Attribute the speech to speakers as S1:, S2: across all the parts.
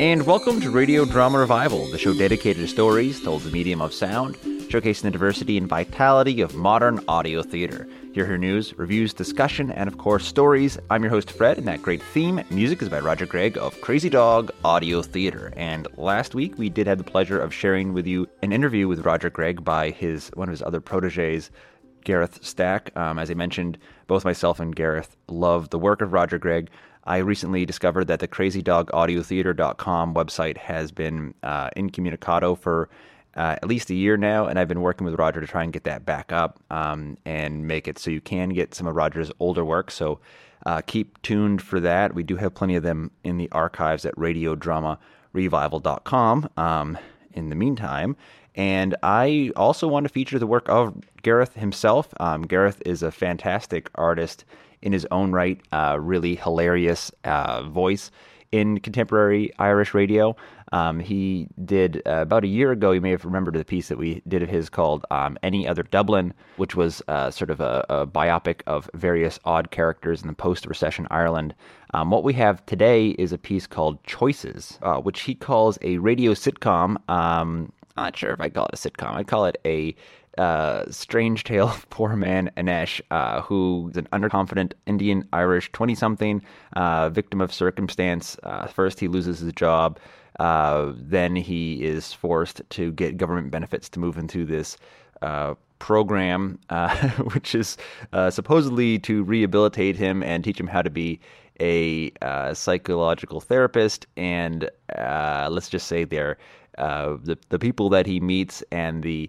S1: And welcome to Radio Drama Revival, the show dedicated to stories told in the medium of sound, showcasing the diversity and vitality of modern audio theater. You'll hear news, reviews, discussion, and of course, stories. I'm your host, Fred, and that great theme music is by Roger Gregg of Crazy Dog Audio Theater. And last week, we did have the pleasure of sharing with you an interview with Roger Gregg by his one of his other proteges, Gareth Stack. Um, as I mentioned, both myself and Gareth love the work of Roger Gregg. I recently discovered that the crazydogaudiotheater.com website has been uh, incommunicado for uh, at least a year now, and I've been working with Roger to try and get that back up um, and make it so you can get some of Roger's older work. So uh, keep tuned for that. We do have plenty of them in the archives at radiodramarevival.com. Um, in the meantime, and I also want to feature the work of Gareth himself. Um, Gareth is a fantastic artist in his own right, uh, really hilarious uh, voice in contemporary Irish radio. Um, he did uh, about a year ago, you may have remembered the piece that we did of his called um, Any Other Dublin, which was uh, sort of a, a biopic of various odd characters in the post recession Ireland. Um, what we have today is a piece called Choices, uh, which he calls a radio sitcom. Um, not sure if I call it a sitcom, I call it a uh, strange tale of poor man Anesh, uh, who is an underconfident Indian Irish 20 something, uh, victim of circumstance. Uh, first, he loses his job. Uh, then he is forced to get government benefits to move into this uh, program, uh, which is uh, supposedly to rehabilitate him and teach him how to be a uh, psychological therapist. And uh, let's just say they're uh, the the people that he meets and the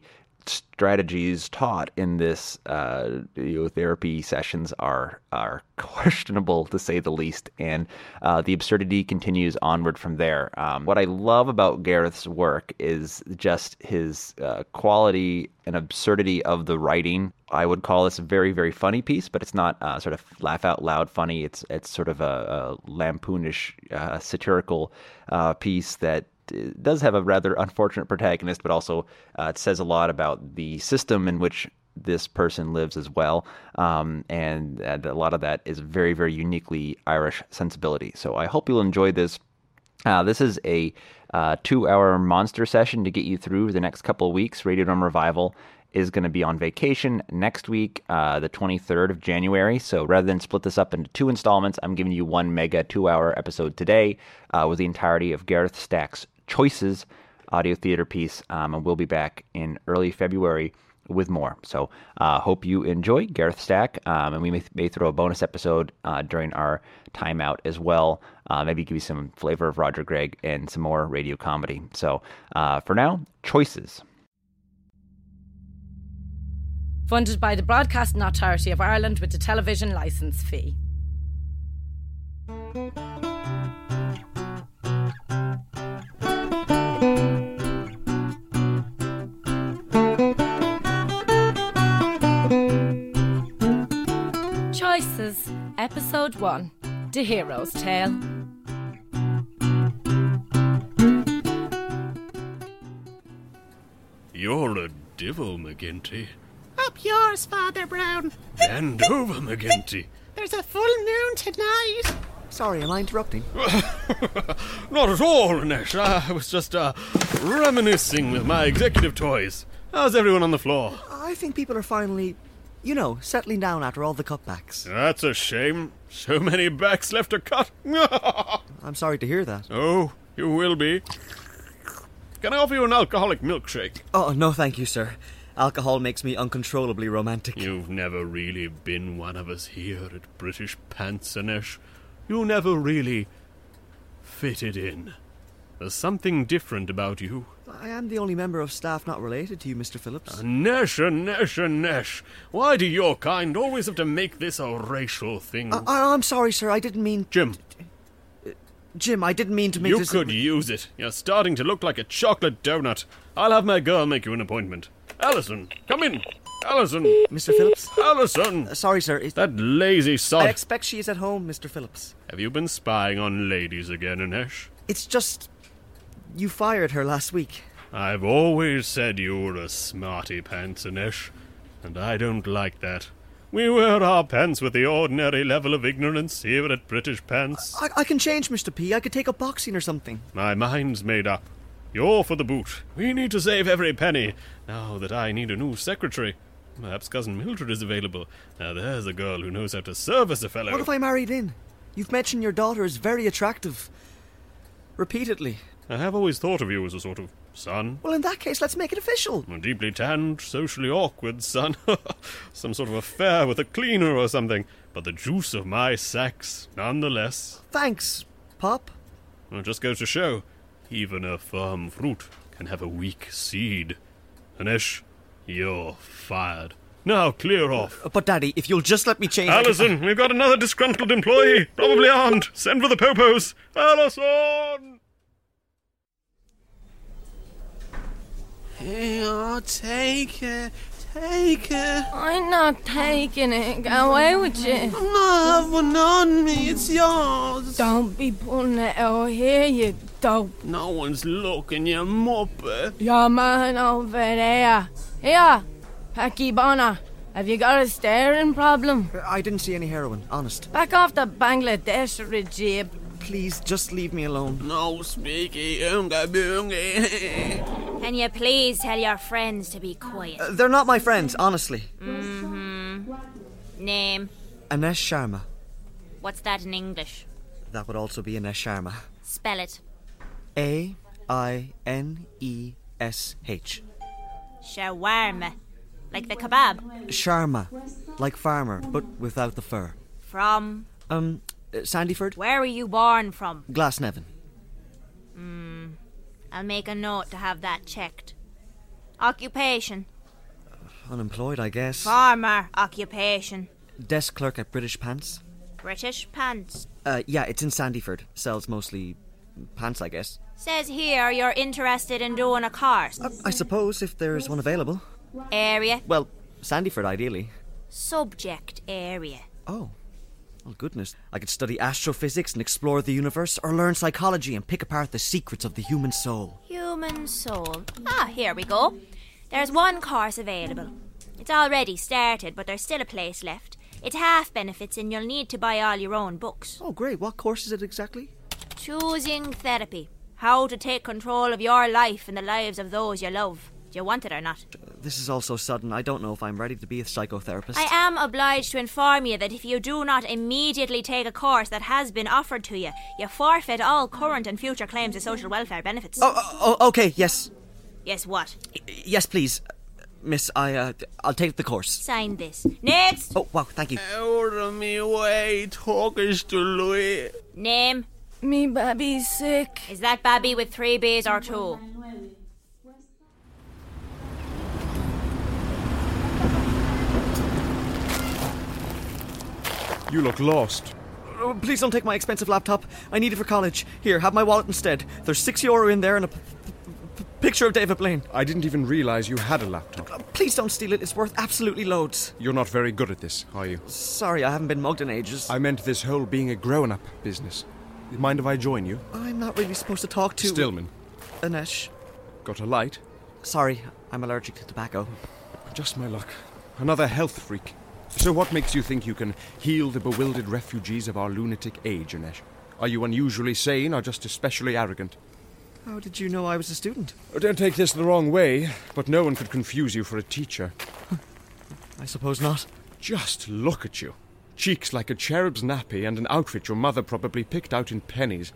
S1: strategies taught in this uh, you know, therapy sessions are are questionable to say the least, and uh, the absurdity continues onward from there. Um, what I love about Gareth's work is just his uh, quality and absurdity of the writing. I would call this a very very funny piece, but it's not uh, sort of laugh out loud funny. It's it's sort of a, a lampoonish, uh, satirical uh, piece that it does have a rather unfortunate protagonist, but also uh, it says a lot about the system in which this person lives as well. Um, and uh, a lot of that is very, very uniquely Irish sensibility. So I hope you'll enjoy this. Uh, this is a uh, two hour monster session to get you through the next couple of weeks. Radio Drum Revival is going to be on vacation next week, uh, the 23rd of January. So rather than split this up into two installments, I'm giving you one mega two hour episode today uh, with the entirety of Gareth Stack's Choices audio theater piece. Um, and we'll be back in early February with more. So uh, hope you enjoy Gareth Stack, um, and we may, may throw a bonus episode uh, during our timeout as well. Uh, maybe give you some flavor of Roger Gregg and some more radio comedy. So uh, for now, choices.
S2: funded by the Broadcasting Authority of Ireland with the television licence fee. Choices, Episode 1 The Hero's Tale.
S3: You're a devil, McGinty.
S4: Up yours, Father Brown.
S3: And over, McGinty.
S4: There's a full moon tonight.
S5: Sorry, am I interrupting?
S3: Not at all, Nash. I was just uh, reminiscing with my executive toys. How's everyone on the floor?
S5: I think people are finally, you know, settling down after all the cutbacks.
S3: That's a shame. So many backs left to cut.
S5: I'm sorry to hear that.
S3: oh, you will be. Can I offer you an alcoholic milkshake?
S5: Oh, no, thank you, sir. Alcohol makes me uncontrollably romantic.
S3: You've never really been one of us here at British Pantsinesh. You never really fitted in. There's something different about you. Ah,
S5: I am the only member of staff not related to you, Mr. Phillips.
S3: Nesh, Nesh, ah, Nesh. Why do your kind always have to make this a racial thing?
S5: I, I, am sorry, sir. I didn't mean.
S3: Jim,
S5: Jim, I didn't mean to make
S3: you
S5: this.
S3: could use it. You're starting to look like a chocolate donut. I'll have my girl make you an appointment. Allison, come in. Allison,
S5: Mr. Phillips?
S3: Allison.
S5: Uh, sorry, sir. It,
S3: That lazy
S5: I
S3: sod.
S5: expect she is at home, Mr. oh, Phillips.
S3: have you been spying on ladies again, Nesh?
S5: It's just. You fired her last week.
S3: I've always said you were a smarty pants, Anesh, and I don't like that. We wear our pants with the ordinary level of ignorance here at British Pants.
S5: I, I can change, Mr. P. I could take up boxing or something.
S3: My mind's made up. You're for the boot. We need to save every penny. Now that I need a new secretary. Perhaps Cousin Mildred is available. Now there's a girl who knows how to service a fellow.
S5: What if I married in? You've mentioned your daughter is very attractive. Repeatedly.
S3: I have always thought of you as a sort of son.
S5: Well, in that case, let's make it official.
S3: A deeply tanned, socially awkward son. Some sort of affair with a cleaner or something. But the juice of my sex, nonetheless.
S5: Thanks, Pop.
S3: It just goes to show, even a firm fruit can have a weak seed. Anesh, you're fired. Now clear off.
S5: Uh, But, Daddy, if you'll just let me change. I can-
S3: Allison, we've got another disgruntled employee, probably armed. Send for the popos. Allison!
S6: Oh, take it, take it.
S7: I'm not taking it. Go away with you.
S6: I'm not have one on me, it's yours.
S7: Don't be pulling it out here, you dope.
S6: No one's looking, you muppet.
S7: Your man over there. Here, Packy Bonner. Have you got a staring problem?
S5: Uh, I didn't see any heroin, honest.
S7: Back off the Bangladesh Rajib.
S5: Please just leave me alone.
S6: No speaky, unga boonga.
S8: Can you please tell your friends to be quiet? Mm-hmm.
S5: Uh, They're not my friends, honestly.
S8: Name.
S5: Anesh Sharma.
S8: What's that in English?
S5: That would also be Anesh Sharma.
S8: Spell it.
S5: A I N E S H.
S8: Shawarma. Like the kebab.
S5: Sharma. Like farmer, but without the fur.
S8: From
S5: Um, uh, Sandyford?
S8: where were you born from? Mm.
S5: Glasnevin.
S8: I'll make a note to have that checked. Occupation.
S5: Unemployed, I
S8: Ah,
S5: guess.
S8: Farmer occupation.
S5: Desk clerk at British Pants.
S8: British pants.
S5: Uh, yeah, it's in Sandyford. Sells mostly pants, I guess.
S8: Says here you're interested in doing a course.
S5: I suppose if there is one available.
S8: Area.
S5: Well, Sandyford, ideally.
S8: Subject area.
S5: Oh. Well, goodness. I could study astrophysics and explore the universe, or learn psychology and pick apart the secrets of the human soul.
S8: Human soul. Ah, here we go. There's one course available. It's already started, but there's still a place left. It's half benefits, and you'll need to buy all your own books.
S5: Oh, great. What course is it exactly?
S8: Choosing therapy. How to take control of your life and the lives of those you love. Do you want it or not?
S5: This is all so sudden. I don't know if I'm ready to be a psychotherapist.
S8: I am obliged to inform you that if you do not immediately take a course that has been offered to you, you forfeit all current and future claims of social welfare benefits.
S5: Oh, oh, okay. Yes.
S8: Yes, what?
S5: Yes, please. Miss, I, uh, I'll take the course.
S8: Sign this. Next!
S5: Oh, wow. Thank you.
S6: Out of me way, talkish to Louis.
S8: Name.
S7: Me baby's sick.
S8: Is that Babby with three B's or two?
S9: You look lost.
S5: Oh, please don't take my expensive laptop. I need it for college. Here, have my wallet instead. There's six euro in there and a p- p- picture of David Blaine. Um,
S9: I didn't even realize you had a laptop.
S5: Please don't steal it. It's worth absolutely loads.
S9: You're not very good at this, are you?
S5: Sorry, I haven't been mugged in ages.
S9: I meant this whole being a grown up business. Mind if I join you?
S5: I'm not really supposed to talk to
S9: Stillman,
S5: Anesh.
S9: got a light?
S5: Sorry, I'm allergic to tobacco.
S9: Just my luck. Another health freak. So, what makes you think you can heal the bewildered refugees of our lunatic age, Anesh? Are you unusually sane or just especially arrogant?
S5: How did you know I was a student?
S9: Oh, Don't take this the wrong way, but no one could confuse you for a teacher.
S5: I suppose not.
S9: Just look at you. Cheeks like a cherub's nappy and an outfit your mother probably picked out in pennies.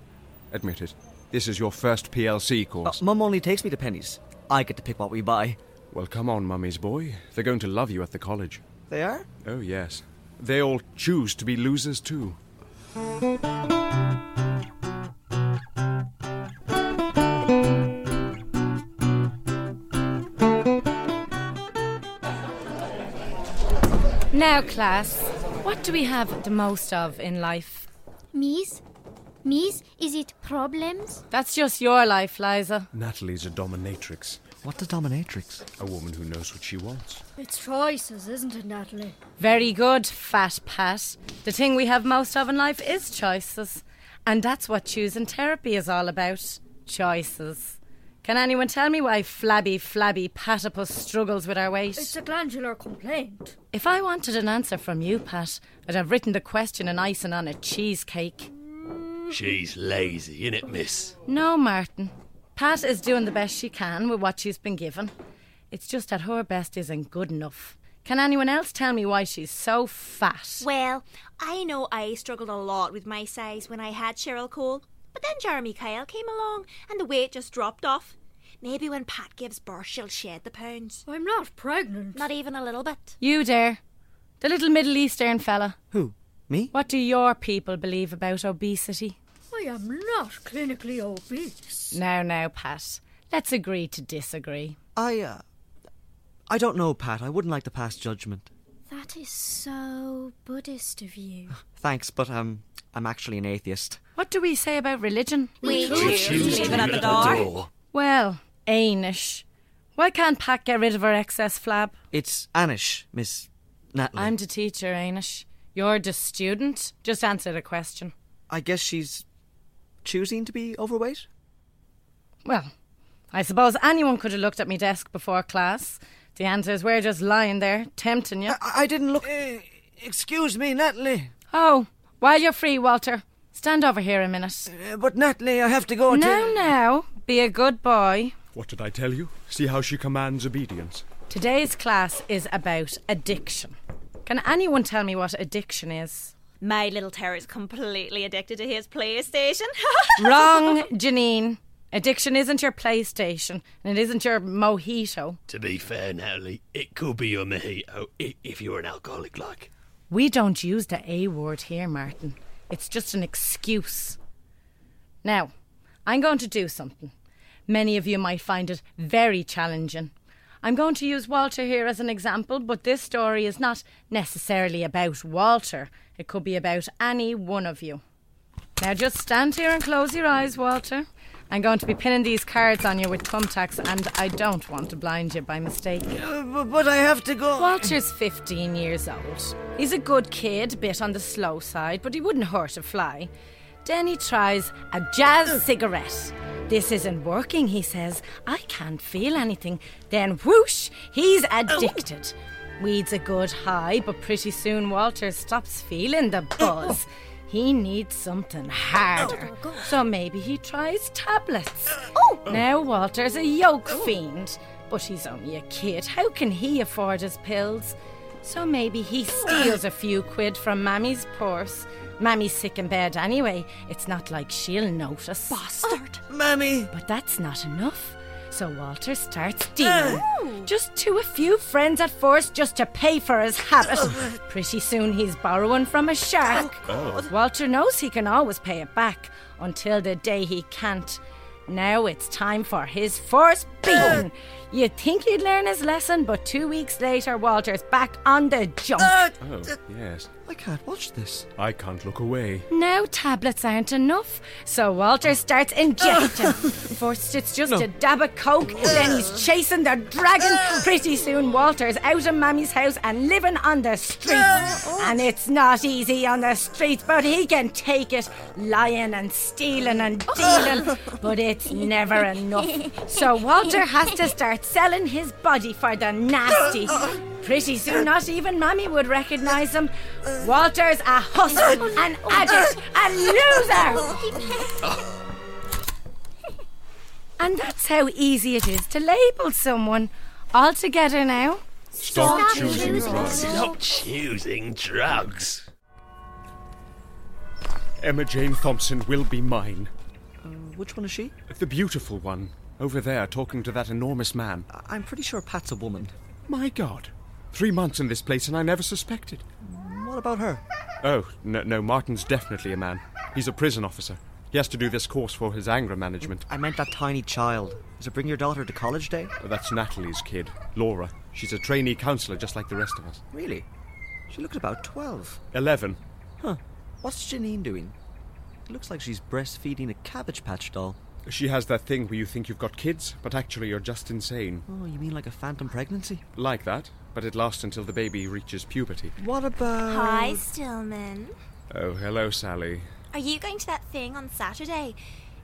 S9: Admit it, this is your first PLC
S5: Uh,
S9: course.
S5: Mum only takes me to pennies. I get to pick what we buy.
S9: Well, come on, mummy's boy. They're going to love you at the college.
S5: They are?
S9: Oh, yes. They all choose to be losers, too.
S7: Now, class, what do we have the most of in life?
S10: Miss? Miss, is it problems?
S7: That's just your life, Liza.
S9: Natalie's a dominatrix.
S5: What's a dominatrix?
S9: A woman who knows what she wants.
S8: It's choices, isn't it, Natalie?
S7: Very good, fat Pat. The thing we have most of in life is choices. And that's what choosing therapy is all about choices. Can anyone tell me why flabby, flabby platypus struggles with our weight?
S8: It's a glandular complaint.
S7: If I wanted an answer from you, Pat, I'd have written the question in icing on a cheesecake.
S11: She's lazy, innit, miss?
S7: No, Martin. Pat is doing the best she can with what she's been given. It's just that her best isn't good enough. Can anyone else tell me why she's so fat?
S12: Well, I know I struggled a lot with my size when I had Cheryl Cole, but then Jeremy Kyle came along and the weight just dropped off. Maybe when Pat gives birth, she'll shed the pounds.
S8: I'm not pregnant.
S12: Not even a little bit.
S7: You there. The little Middle Eastern fella.
S5: Who? Me?
S7: What do your people believe about obesity?
S8: I am not clinically obese.
S7: Now, now, Pat. Let's agree to disagree.
S5: I, uh. I don't know, Pat. I wouldn't like to pass judgment.
S10: That is so Buddhist of you.
S5: Thanks, but, um, I'm actually an atheist.
S7: What do we say about religion?
S12: We, choose, to leave it at the door.
S7: Well, Anish. Why can't Pat get rid of her excess flab?
S5: It's Anish, Miss Natalie.
S7: I'm the teacher, Anish. You're the student. Just answer the question.
S5: I guess she's choosing to be overweight?
S7: Well, I suppose anyone could have looked at my desk before class. The answers were just lying there, tempting you.
S5: I, I didn't look. Uh, excuse me, Natalie.
S7: Oh, while you're free, Walter, stand over here a minute.
S5: Uh, but, Natalie, I have to go
S7: Now,
S5: to-
S7: now, be a good boy.
S9: What did I tell you? See how she commands obedience.
S7: Today's class is about addiction. Can anyone tell me what addiction is?
S12: My little terror is completely addicted to his PlayStation.
S7: Wrong, Janine. Addiction isn't your PlayStation, and it isn't your mojito.
S11: To be fair, Natalie, it could be your mojito i- if you're an alcoholic like.
S7: We don't use the A word here, Martin. It's just an excuse. Now, I'm going to do something. Many of you might find it very challenging. I'm going to use Walter here as an example, but this story is not necessarily about Walter. It could be about any one of you. Now just stand here and close your eyes, Walter. I'm going to be pinning these cards on you with thumbtacks, and I don't want to blind you by mistake.
S5: Uh, bu- but I have to go.
S7: Walter's 15 years old. He's a good kid, bit on the slow side, but he wouldn't hurt a fly. Then he tries a jazz cigarette. This isn't working, he says. I can't feel anything. Then whoosh, he's addicted. Weed's a good high, but pretty soon Walter stops feeling the buzz. He needs something harder. So maybe he tries tablets. Oh! Now Walter's a yolk fiend, but he's only a kid. How can he afford his pills? So maybe he steals a few quid from Mammy's purse. Mammy's sick in bed anyway. It's not like she'll notice. Ah.
S12: Bastard.
S5: Mammy!
S7: But that's not enough. So Walter starts dealing. Just to a few friends at first, just to pay for his habit. Pretty soon he's borrowing from a shark.
S13: Oh.
S7: Walter knows he can always pay it back until the day he can't. Now it's time for his first beating. You'd think he'd learn his lesson, but two weeks later, Walter's back on the jump.
S9: Oh, yes.
S5: Uh, I can't watch this.
S9: I can't look away.
S7: Now tablets aren't enough, so Walter starts injecting. First, it's just a dab of coke, then he's chasing the dragon. Pretty soon, Walter's out of Mammy's house and living on the streets. And it's not easy on the streets, but he can take it, lying and stealing and dealing. But it's never enough. So Walter has to start selling his body for the nasty. Pretty soon, not even Mammy would recognise him. Walter's a hussy, an
S8: Oh,
S7: addict, a loser! And that's how easy it is to label someone. All together now.
S9: Stop, choosing drugs.
S11: Stop choosing drugs.
S9: Emma Jane Thompson will be mine.
S5: Uh, Which one is she?
S9: The beautiful one. Over there, talking to that enormous man.
S5: I'm pretty sure Pat's a woman.
S9: My God. Three months in this place and I never suspected.
S5: What about her?
S9: Oh, no, no, Martin's definitely a man. He's a prison officer. He has to do this course for his anger management.
S5: I meant that tiny child. Is it bring your daughter to college day?
S9: That's Natalie's kid, Laura. She's a trainee counselor just like the rest of us.
S5: Really? She looked about 12.
S9: 11.
S5: Huh. What's Janine doing? It looks like she's breastfeeding a cabbage patch doll.
S9: She has that thing where you think you've got kids, but actually you're just insane.
S5: Oh, you mean like a phantom pregnancy?
S9: Like that, but it lasts until the baby reaches puberty.
S5: What about.
S12: Hi, Stillman.
S9: Oh, hello, Sally.
S12: Are you going to that thing on Saturday?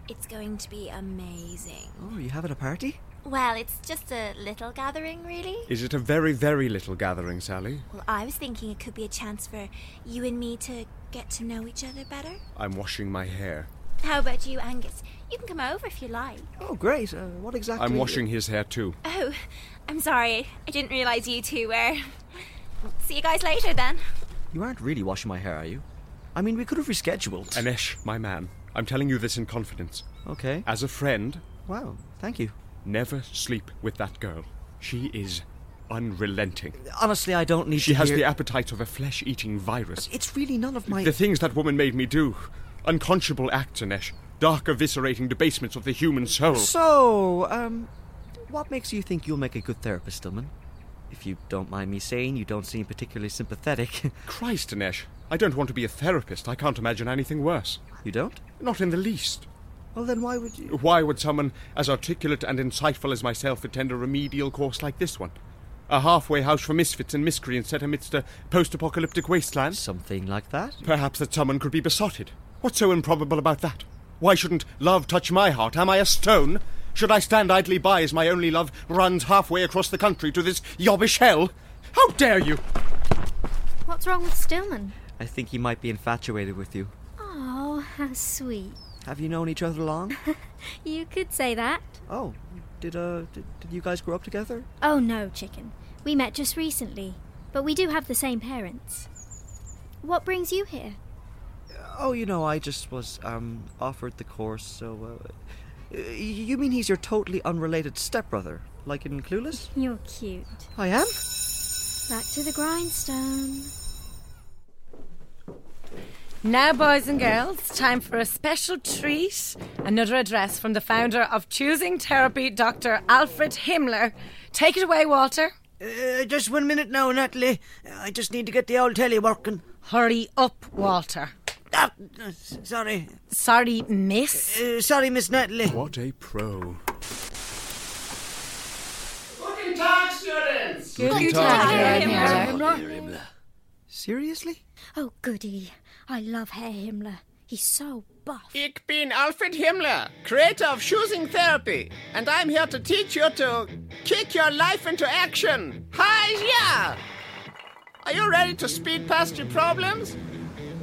S12: It's going to be amazing.
S5: Oh, you having a party?
S12: Well, it's just a little gathering, really.
S9: Is it a very, very little gathering, Sally?
S12: Well, I was thinking it could be a chance for you and me to get to know each other better.
S9: I'm washing my hair.
S12: How about you, Angus? You can come over if you like.
S5: Oh, great. Uh, what exactly?
S9: I'm washing his hair too.
S12: Oh, I'm sorry. I didn't realize you two were. See you guys later then.
S5: You aren't really washing my hair, are you? I mean, we could have rescheduled.
S9: Anesh, my man, I'm telling you this in confidence.
S5: Okay.
S9: As a friend.
S5: Wow, thank you.
S9: Never sleep with that girl. She is unrelenting.
S5: Honestly, I don't need
S9: She
S5: to
S9: has
S5: hear-
S9: the appetite of a flesh eating virus.
S5: It's really none of my.
S9: The things that woman made me do. Unconscionable acts, Anesh. Dark, eviscerating debasements of the human soul.
S5: So, um, what makes you think you'll make a good therapist, Stillman? If you don't mind me saying, you don't seem particularly sympathetic.
S9: Christ, Anesh. I don't want to be a therapist. I can't imagine anything worse.
S5: You don't?
S9: Not in the least.
S5: Well, then why would you?
S9: Why would someone as articulate and insightful as myself attend a remedial course like this one? A halfway house for misfits and miscreants set amidst a post apocalyptic wasteland?
S5: Something like that?
S9: Perhaps that someone could be besotted. What's so improbable about that? Why shouldn't love touch my heart? Am I a stone? Should I stand idly by as my only love runs halfway across the country to this yobbish hell? How dare you!
S10: What's wrong with Stillman?
S5: I think he might be infatuated with you.
S10: Oh, how sweet.
S5: Have you known each other long?
S10: You could say that.
S5: oh, did uh, did, did you guys grow up together?
S10: Oh no, chicken. We met just recently, but we do have the same parents. What brings you here?
S5: Oh, you know, I just was um offered the course, so. Uh, y- you mean he's your totally unrelated stepbrother, like in Clueless?
S10: You're cute.
S5: I am.
S10: Back to the grindstone.
S7: Now, boys and girls, time for a special treat. Another address from the founder of Choosing Therapy, Dr. Alfred Himmler. Take it away, Walter.
S14: Uh, just one minute now, Natalie. Uh, I just need to get the old telly working.
S7: Hurry up, Walter.
S14: Ah, uh, s- sorry.
S7: Sorry, miss.
S14: Uh, sorry, Miss Natalie.
S9: What a pro.
S15: Guten Tag, students!
S7: Guten Tag, Herr
S5: Seriously?
S10: Oh, goody. I love Herr Himmler. He's so buff.
S15: Ich bin Alfred Himmler, creator of Choosing Therapy, and I'm here to teach you to kick your life into action. Hi, yeah! Are you ready to speed past your problems?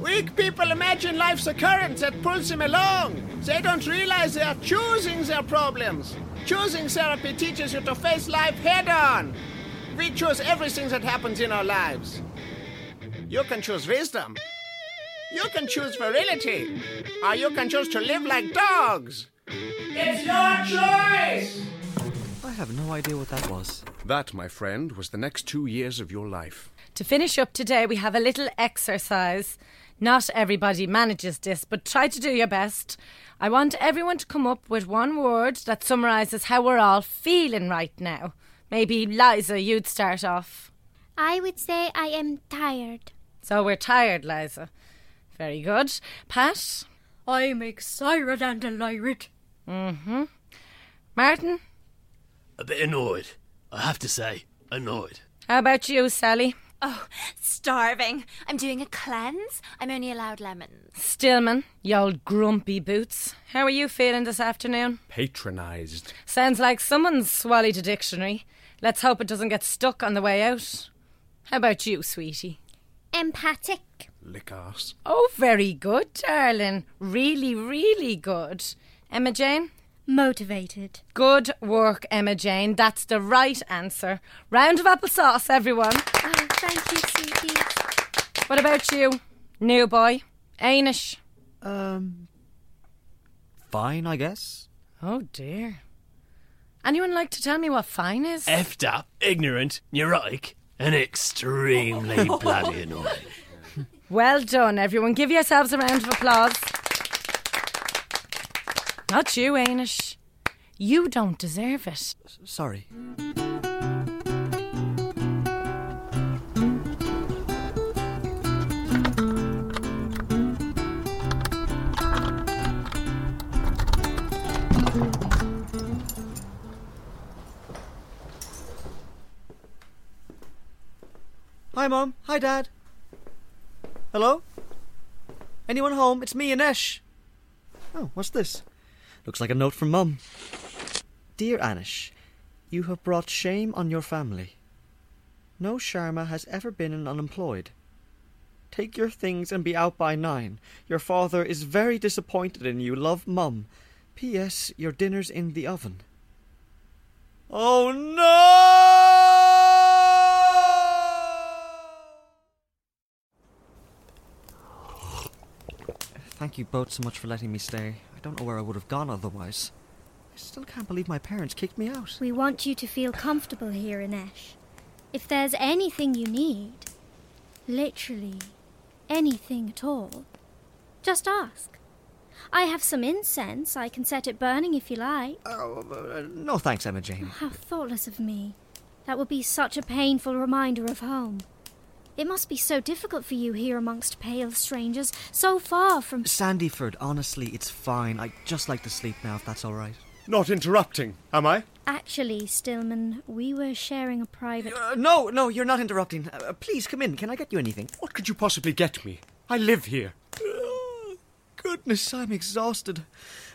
S15: Weak people imagine life's a current that pulls them along. They don't realize they are choosing their problems. Choosing therapy teaches you to face life head on. We choose everything that happens in our lives. You can choose wisdom. You can choose virility. Or you can choose to live like dogs. It's your choice!
S5: I have no idea what that was.
S9: That, my friend, was the next two years of your life.
S7: To finish up today, we have a little exercise. Not everybody manages this, but try to do your best. I want everyone to come up with one word that summarises how we're all feeling right now. Maybe Liza, you'd start off.
S10: I would say I am tired.
S7: So we're tired, Liza. Very good. Pat?
S8: I'm excited and delighted.
S7: Mm hmm. Martin?
S11: A bit annoyed. I have to say, annoyed.
S7: How about you, Sally?
S12: Oh, starving. I'm doing a cleanse. I'm only allowed lemons.
S7: Stillman, you old grumpy boots. How are you feeling this afternoon?
S9: Patronized.
S7: Sounds like someone's swallowed a dictionary. Let's hope it doesn't get stuck on the way out. How about you, sweetie?
S10: Empathic.
S9: Lick ass.
S7: Oh, very good, darling. Really, really good. Emma Jane?
S10: Motivated.
S7: Good work, Emma Jane. That's the right answer. Round of applesauce, everyone.
S10: Oh, thank you, sweetie.
S7: What about you, new boy? Anish?
S5: Um, Fine, I guess.
S7: Oh, dear. Anyone like to tell me what fine is?
S6: Effed up, ignorant, neurotic, and extremely bloody annoying.
S7: Well done, everyone. Give yourselves a round of applause. Not you, Anish. You don't deserve it.
S5: Sorry. Hi, Mom. Hi, Dad. Hello? Anyone home? It's me, Anish. Oh, what's this? Looks like a note from Mum. Dear Anish, you have brought shame on your family. No Sharma has ever been an unemployed. Take your things and be out by nine. Your father is very disappointed in you. Love, Mum. P.S. Your dinner's in the oven. Oh no! Thank you both so much for letting me stay. I don't know where I would have gone otherwise. I still can't believe my parents kicked me out.
S10: We want you to feel comfortable here, Inesh. If there's anything you need, literally anything at all, just ask. I have some incense I can set it burning if you like.
S5: Oh, uh, no thanks, Emma Jane.
S10: How thoughtless of me. That would be such a painful reminder of home. It must be so difficult for you here amongst pale strangers, so far from.
S5: Sandyford, honestly, it's fine. I'd just like to sleep now if that's all right.
S9: Not interrupting, am I?
S10: Actually, Stillman, we were sharing a private.
S5: Uh, no, no, you're not interrupting. Uh, uh, please come in. Can I get you anything?
S9: What could you possibly get me? I live here.
S5: Goodness, I'm exhausted.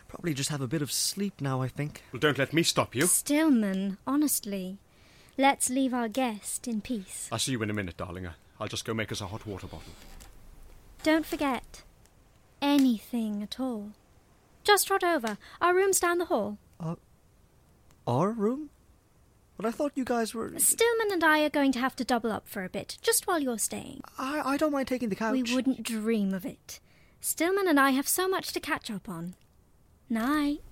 S5: Probably just have a bit of sleep now, I think.
S9: Well, don't let me stop you.
S10: Stillman, honestly, let's leave our guest in peace.
S9: I'll see you in a minute, darling. I- I'll just go make us a hot water bottle.
S10: Don't forget anything at all. Just trot over. Our room's down the hall.
S5: Uh, Our room? But I thought you guys were.
S10: Stillman and I are going to have to double up for a bit, just while you're staying.
S5: I, I don't mind taking the couch.
S10: We wouldn't dream of it. Stillman and I have so much to catch up on. Night.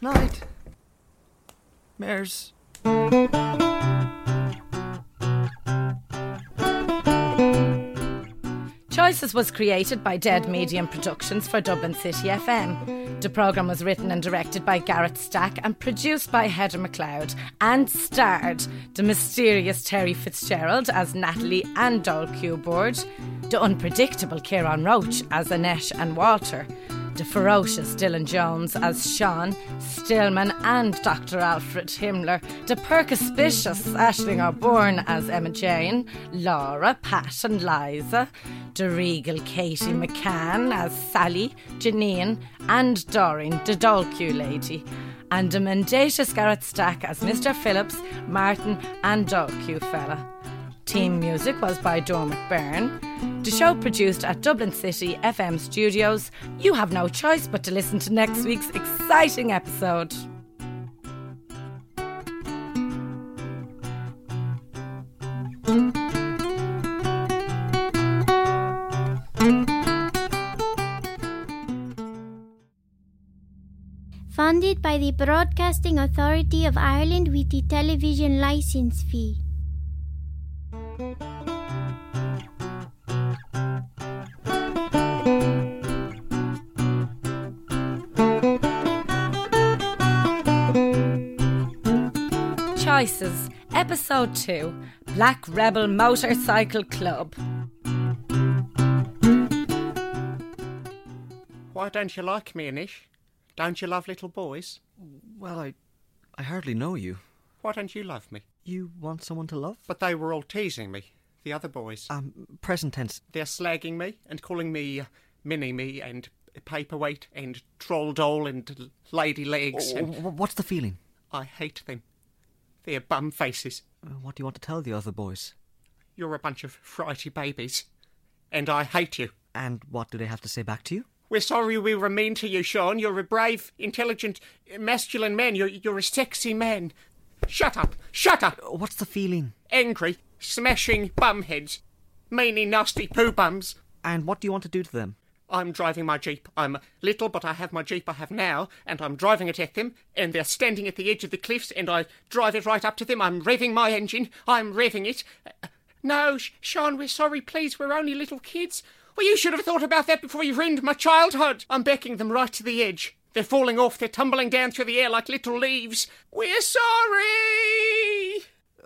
S5: Night. Mares.
S7: Choices was created by Dead Medium Productions for Dublin City FM. The programme was written and directed by Garrett Stack and produced by Heather MacLeod and starred the mysterious Terry Fitzgerald as Natalie and Doll Cubord, the unpredictable Kieran Roach as Anesh and Walter, the ferocious Dylan Jones as Sean, Stillman and Dr. Alfred Himmler, the perspicacious Ashling O'Bourne as Emma Jane, Laura, Pat and Liza, the regal Katie McCann as Sally, Janine and Doreen, the Dolcue lady, and the mendacious Garrett Stack as Mr. Phillips, Martin and Dolcue fella. Team music was by Dormic Byrne. The show produced at Dublin City FM Studios. You have no choice but to listen to next week's exciting episode.
S10: Funded by the Broadcasting Authority of Ireland with the television license fee.
S7: Choices, Episode 2 Black Rebel Motorcycle Club.
S16: Why don't you like me, Anish? Don't you love little boys?
S5: Well, I. I hardly know you.
S16: Why don't you love me?
S5: You want someone to love?
S16: But they were all teasing me, the other boys.
S5: Um, present tense.
S16: They're slagging me and calling me uh, mini me and paperweight and troll doll and l- lady legs.
S5: W-
S16: And
S5: w- What's the feeling?
S16: I hate them. They're bum faces.
S5: Uh, What do you want to tell the other boys?
S16: You're a bunch of frighty babies. And I hate you.
S5: And what do they have to say back to you?
S16: We're sorry we were mean to you, Sean. You're a brave, intelligent, masculine man. You're, you're a sexy man. Shut up! Shut up!
S5: Uh, What's the feeling?
S16: Angry, smashing bumheads. Meany, nasty poo bums.
S5: And what do you want to do to them?
S16: I'm driving my Jeep. I'm little, but I have my Jeep I have now, and I'm driving it at them, and they're standing at the edge of the cliffs, and I drive it right up to them. I'm revving my engine. I'm revving it. Uh, No, Sh- Sean, we're sorry, please. We're only little kids. Well, you should have thought about that before you ruined my childhood. I'm backing them right to the edge. They're falling off. They're tumbling down through the air like little leaves. We're sorry!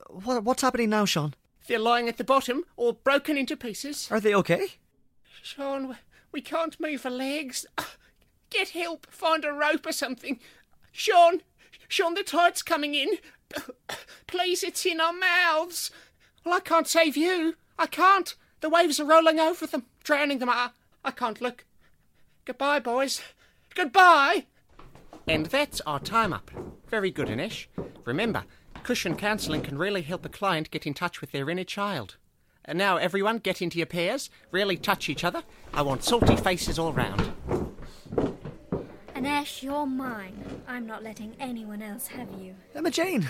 S5: What, what's happening now, Oh, Sean?
S16: They're lying at the bottom, all broken into pieces.
S5: Are they okay?
S16: Sean, w- we can't move our legs. Get help. Find a rope or something. Sean, Sean, the tide's coming in. Please, it's in our mouths. Well, I can't save you. I can't. The waves are rolling over them, drowning them. I, I can't look. Goodbye, boys. Goodbye. And that's our time up. Very good, Anish. Remember, cushion counselling can really help a client get in touch with their inner child. And now, everyone, get into your pairs, really touch each other. I want salty faces all round.
S10: Anesh, you're mine. I'm not letting anyone else have you.
S5: Emma Jane,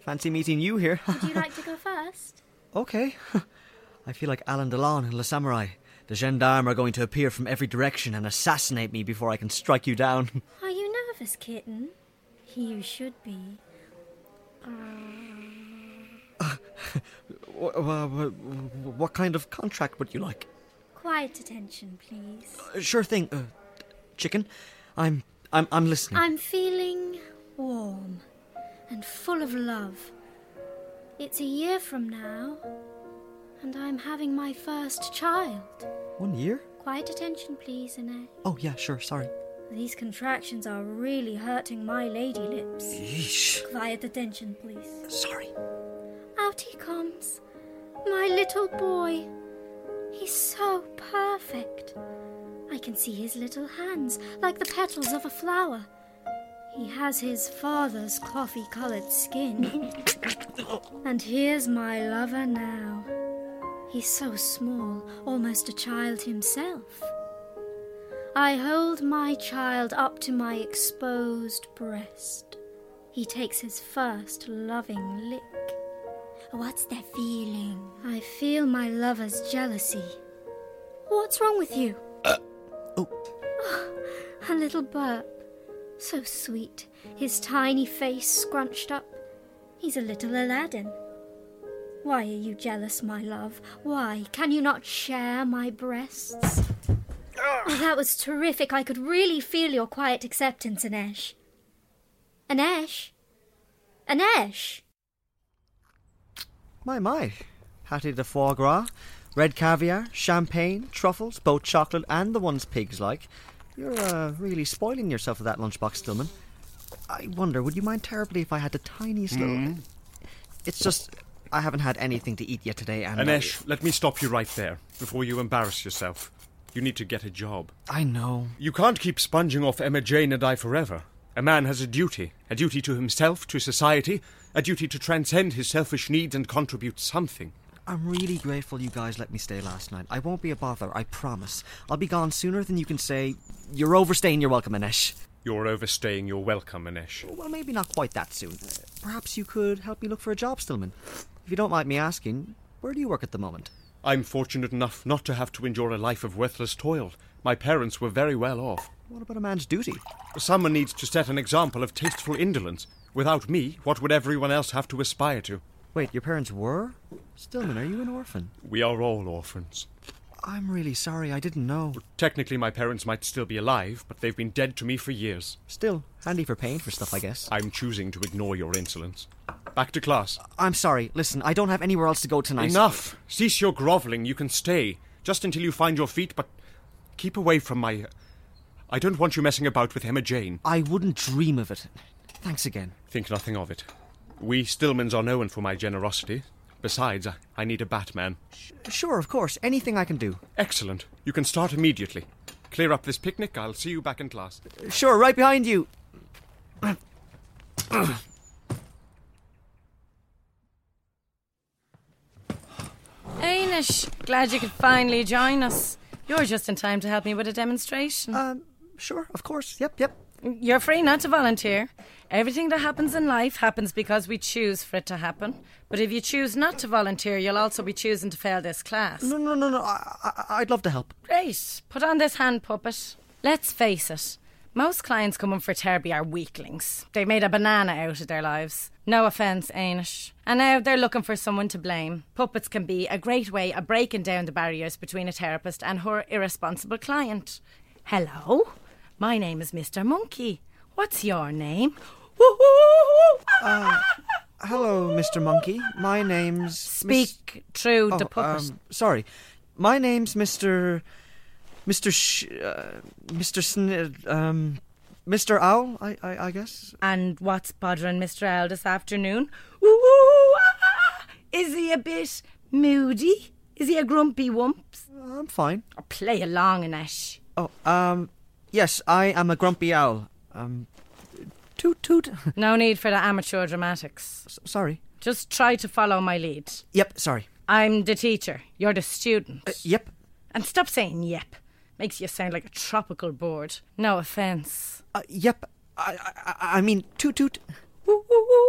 S5: fancy meeting you here.
S10: Would you like to go first?
S5: okay. I feel like Alan Delon in Le Samurai. The gendarmes are going to appear from every direction and assassinate me before I can strike you down.
S10: Are you nervous, kitten? You should be. Ah,
S5: Wh- wh- wh- what kind of contract would you like?
S10: quiet attention, please.
S5: Uh, Sure thing, uh, chicken. I'm, I'm, I'm listening.
S10: I'm feeling warm and full of love. It's a year from now, and I'm having my first child.
S5: One year?
S10: Quiet attention, please, Annette.
S5: Oh yeah, sure. Sorry.
S10: These contractions are really hurting my lady lips.
S5: Yeesh.
S10: Quiet attention, please.
S5: Sorry.
S10: Out he comes. My little boy. He's so perfect. I can see his little hands, like the petals of a flower. He has his father's coffee coloured skin. and here's my lover now. He's so small, almost a child himself. I hold my child up to my exposed breast. He takes his first loving lick. What's that feeling? I feel my lover's jealousy. What's wrong with you? oh. A little burp. So sweet. His tiny face scrunched up. He's a little Aladdin. Why are you jealous, my love? Why? Can you not share my breasts? Oh, that was terrific. I could really feel your quiet acceptance, Anesh. Anesh? Anesh?
S5: My my, patty de foie gras, red caviar, champagne, truffles, both chocolate and the ones pigs like. You're uh, really spoiling yourself with that lunchbox, Stillman. I wonder, would you mind terribly if I had the tiniest little? It's just I haven't had anything to eat yet today, and
S9: Anesh, let me stop you right there before you embarrass yourself. You need to get a job.
S5: I know.
S9: You can't keep sponging off Emma Jane and I forever. A man has a duty a duty to himself, to society, a duty to transcend his selfish needs and contribute something.
S5: I'm really grateful you guys let me stay last night. I won't be a bother, I promise. I'll be gone sooner than you can say. You're overstaying your welcome, Anesh.
S9: You're overstaying your welcome, Anesh.
S5: Well, maybe not quite that soon. Uh, Perhaps you could help me look for a job, Stillman. If you don't mind me asking, where do you work at the moment?
S9: I'm fortunate enough not to have to endure a life of worthless toil. My parents were very well off.
S5: What about a man's duty?
S9: Someone needs to set an example of tasteful indolence. Without me, what would everyone else have to aspire to?
S5: Wait, your parents were? Stillman, are you an orphan?
S9: We are all orphans.
S5: I'm really sorry, I didn't know.
S9: Technically, my parents might still be alive, but they've been dead to me for years.
S5: Still, handy for paying for stuff, I guess.
S9: I'm choosing to ignore your insolence. Back to class.
S5: I'm sorry, listen, I don't have anywhere else to go tonight.
S9: Enough! Cease your grovelling. You can stay, just until you find your feet, but keep away from my. I don't want you messing about with Emma Jane.
S5: I wouldn't dream of it. Thanks again.
S9: Think nothing of it. We Stillmans are known for my generosity. Besides, I- I need a Batman.
S5: Sure, of course, anything I can do.
S9: Excellent. You can start immediately. Clear up this picnic. I'll see you back in class.
S5: Sure, right behind you.
S7: Anish, glad you could finally join us. You're just in time to help me with a demonstration.
S5: Um, sure, of course. Yep, yep.
S7: You're free not to volunteer. Everything that happens in life happens because we choose for it to happen. But if you choose not to volunteer, you'll also be choosing to fail this class.
S5: No, no, no, no. I, I, I'd love to help.
S7: Great. Put on this hand puppet. Let's face it. Most clients coming for therapy are weaklings. They made a banana out of their lives. No offence, Anish. And now they're looking for someone to blame. Puppets can be a great way of breaking down the barriers between a therapist and her irresponsible client. Hello? My name is Mr. Monkey. What's your name?
S5: Uh, hello, Mr. Monkey. My name's. Oh, um,
S7: Speak through the puppet.
S5: sorry. My name's Mr. Mr. Sh- uh, Mr. Sn- um, Mr. Owl, I, I, I guess.
S7: And what's bothering Mr. Owl this afternoon? Ooh, ah, is he a bit moody? Is he a grumpy wumps?
S5: I'm fine.
S7: Play along, Anish.
S5: Oh, um, yes, I am a grumpy owl. Um, toot toot.
S7: no need for the amateur dramatics.
S5: sorry.
S7: Just try to follow my lead.
S5: Yep, sorry.
S7: I'm the teacher. You're the student.
S5: Uh, yep.
S7: And stop saying yep. Makes you sound like a tropical bird. No offence.
S5: Uh, yep. I, I, I mean, toot toot.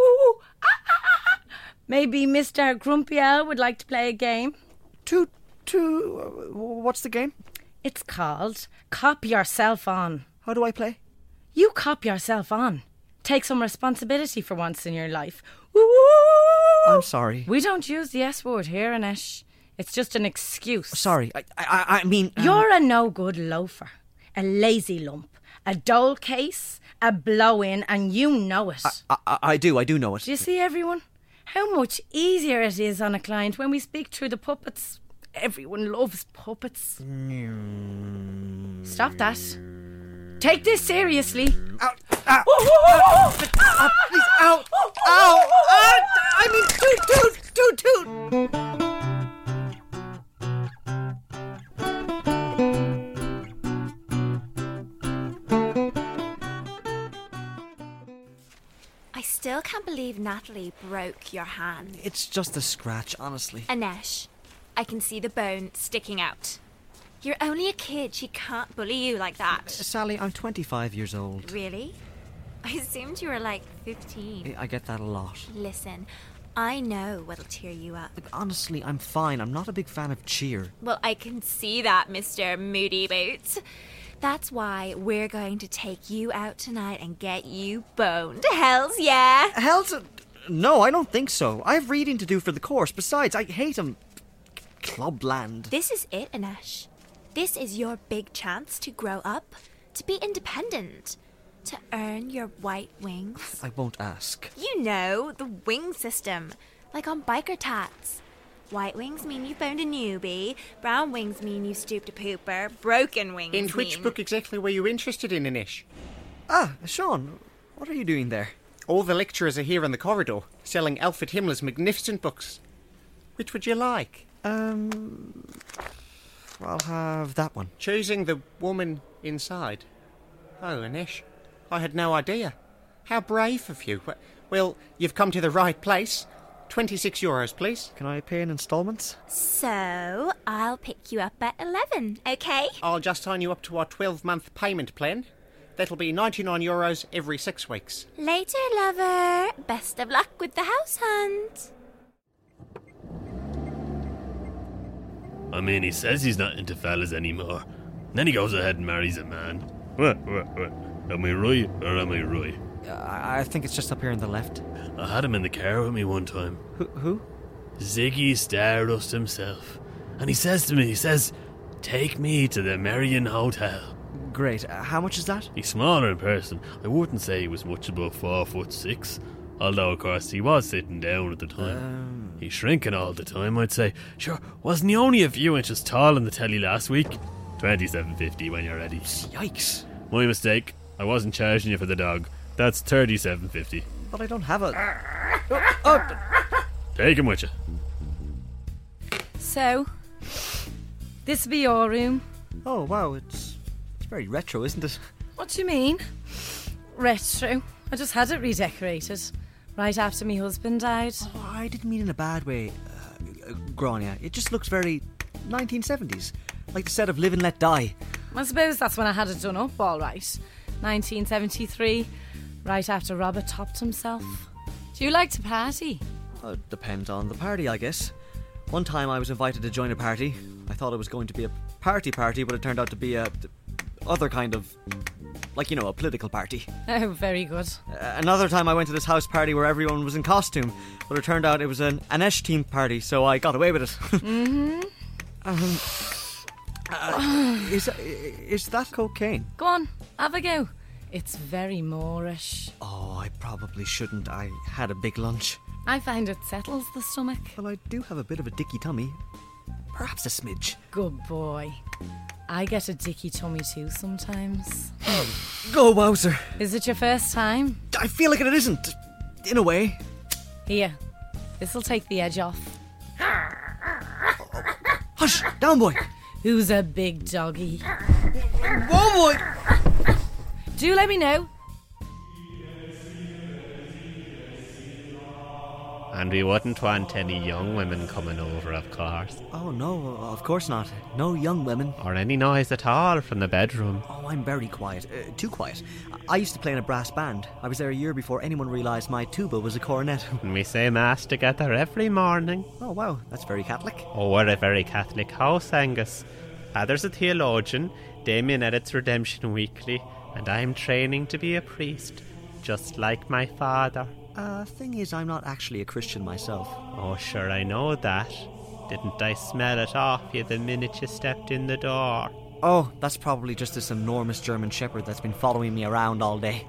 S7: Ah, Maybe Mr. Grumpy Owl would like to play a game.
S5: Toot toot. What's the game?
S7: It's called Cop Yourself On.
S5: How do I play?
S7: You cop yourself on. Take some responsibility for once in your life.
S5: I'm sorry.
S7: We don't use the S word here, Anish. It's just an excuse.
S5: Sorry. I, I, I mean. um,
S7: You're a no good loafer, a lazy lump, a dull case, a blow in, and you know it.
S5: I, I, I do, I do know it.
S7: Do you see everyone? How much easier it is on a client when we speak through the puppets. Everyone loves puppets. Stop that. Take this seriously. Out. Ow.
S5: please, ow. Ow. Ah, I mean, toot, toot, toot, toot.
S12: I still can't believe Natalie broke your hand.
S5: It's just a scratch, honestly.
S12: Anesh, I can see the bone sticking out. You're only a kid. She can't bully you like that.
S5: Sally, I'm 25 years old.
S12: Really? I assumed you were like 15.
S5: I get that a lot.
S12: Listen, I know what'll cheer you up.
S5: Honestly, I'm fine. I'm not a big fan of cheer.
S12: Well, I can see that, Mr. Moody Boots. That's why we're going to take you out tonight and get you boned. Hells yeah!
S5: Hells. uh, No, I don't think so. I have reading to do for the course. Besides, I hate them. Clubland.
S12: This is it, Anash. This is your big chance to grow up, to be independent, to earn your white wings.
S5: I won't ask.
S12: You know, the wing system, like on biker tats. White wings mean you boned a newbie, brown wings mean you stooped a pooper, broken wings
S16: In which
S12: mean-
S16: book exactly were you interested in, Anish?
S5: Ah, Sean, what are you doing there?
S16: All the lecturers are here in the corridor, selling Alfred Himmler's magnificent books. Which would you like?
S5: Um. I'll have that one.
S16: Choosing the woman inside. Oh, Anish, I had no idea. How brave of you. Wh- Well, you've come to the right place. 26 euros, please.
S5: Can I pay in installments?
S12: So, I'll pick you up at 11, okay?
S16: I'll just sign you up to our 12 month payment plan. That'll be 99 euros every six weeks.
S12: Later, lover. Best of luck with the house hunt.
S6: I mean, he says he's not into fellas anymore. Then he goes ahead and marries a man. What, what, what? Am I right or am I right?
S5: Uh, I I think it's just up here on the left.
S6: I had him in the car with me one time.
S5: Who? who?
S6: Ziggy Stardust himself. And he says to me, he says, Take me to the Marion Hotel.
S5: Great. Uh, how much is that?
S6: He's smaller in person. I wouldn't say he was much above four foot six, although of course he was sitting down at the time.
S5: Um.
S6: He's shrinking all the time, I'd say. Sure, wasn't he only a few inches tall on the telly last week? Twenty-seven fifty when you're ready.
S5: Yikes!
S6: My mistake. I wasn't charging you for the dog. That's thirty-seven fifty.
S5: But I don't have a.
S6: Take him with you.
S7: So, this will be your room.
S5: Oh, wow, it's, it's very retro, isn't it?
S7: What do you mean? Retro. I just had it redecorated right after my husband died.
S5: Oh, I didn't mean in a bad way, uh, uh, Grania. It just looks very 1970s. Like the set of Live and Let Die.
S7: I suppose that's when I had it done up all right. 1973, right after Robert topped himself. Do you like to party?
S5: Uh, depends on the party, I guess. One time I was invited to join a party. I thought it was going to be a party party, but it turned out to be a d- other kind of, like you know, a political party.
S7: Oh, very good.
S5: Uh, another time I went to this house party where everyone was in costume, but it turned out it was an Anesh themed party, so I got away with it.
S7: Mm-hmm.
S5: um, uh, is is that cocaine?
S7: Go on, have a go. It's very Moorish.
S5: Oh, I probably shouldn't. I had a big lunch.
S7: I find it settles the stomach.
S5: Well, I do have a bit of a dicky tummy. Perhaps a smidge.
S7: Good boy. I get a dicky tummy too sometimes.
S5: Go, Wowzer.
S7: Is it your first time?
S5: I feel like it isn't. In a way.
S7: Here, this'll take the edge off.
S5: Hush, down, boy.
S7: Who's a big doggy?
S5: Whoa, boy.
S7: Do let me know.
S13: And we wouldn't want any young women coming over, of course.
S5: Oh, no, of course not. No young women.
S13: Or any noise at all from the bedroom.
S5: Oh, I'm very quiet. Uh, too quiet. I used to play in a brass band. I was there a year before anyone realised my tuba was a cornet.
S13: And we say Mass together every morning.
S5: Oh, wow, that's very Catholic.
S13: Oh, we're a very Catholic house, Angus. Father's a theologian, Damien edits Redemption Weekly, and I'm training to be a priest, just like my father.
S5: Uh, thing is, I'm not actually a Christian myself.
S13: Oh, sure, I know that. Didn't I smell it off you the minute you stepped in the door?
S5: Oh, that's probably just this enormous German shepherd that's been following me around all day.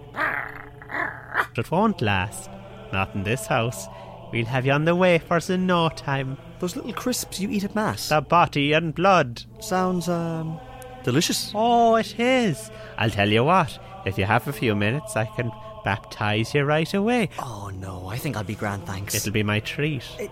S13: It won't last. Not in this house. We'll have you on the wafers in no time.
S5: Those little crisps you eat at Mass.
S13: The body and blood.
S5: Sounds, um, delicious.
S13: Oh, it is. I'll tell you what, if you have a few minutes, I can baptize you right away.
S5: Oh no, I think I'll be grand, thanks.
S13: It'll be my treat.
S5: It,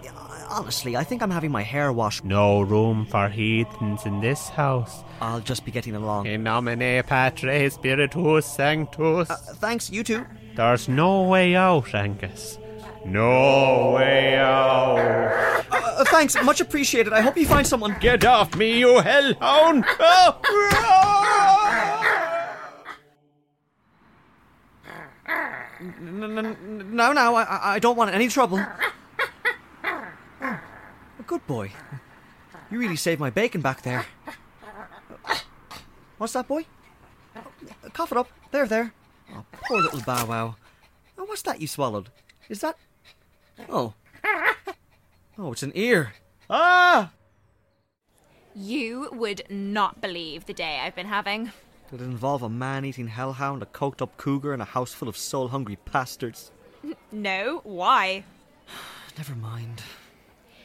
S5: honestly, I think I'm having my hair washed.
S13: No room for heathens in this house.
S5: I'll just be getting along.
S13: In nomine Patris Spiritus Sanctus.
S5: Uh, thanks, you too.
S13: There's no way out, Angus. No way out.
S5: Uh, thanks, much appreciated. I hope you find someone.
S13: Get off me, you hellhound! Oh!
S5: N- n- n- No, no, I, I don't want any trouble. Oh, good boy. You really saved my bacon back there. What's that, boy? Oh, Cough it up. There, there. Oh, poor little bow wow. Oh, what's that you swallowed? Is that. Oh. Oh, it's an ear. Ah!
S12: You would not believe the day I've been having.
S5: Did it involve a man eating hellhound, a coked up cougar, and a house full of soul hungry bastards?
S12: No, why?
S5: Never mind.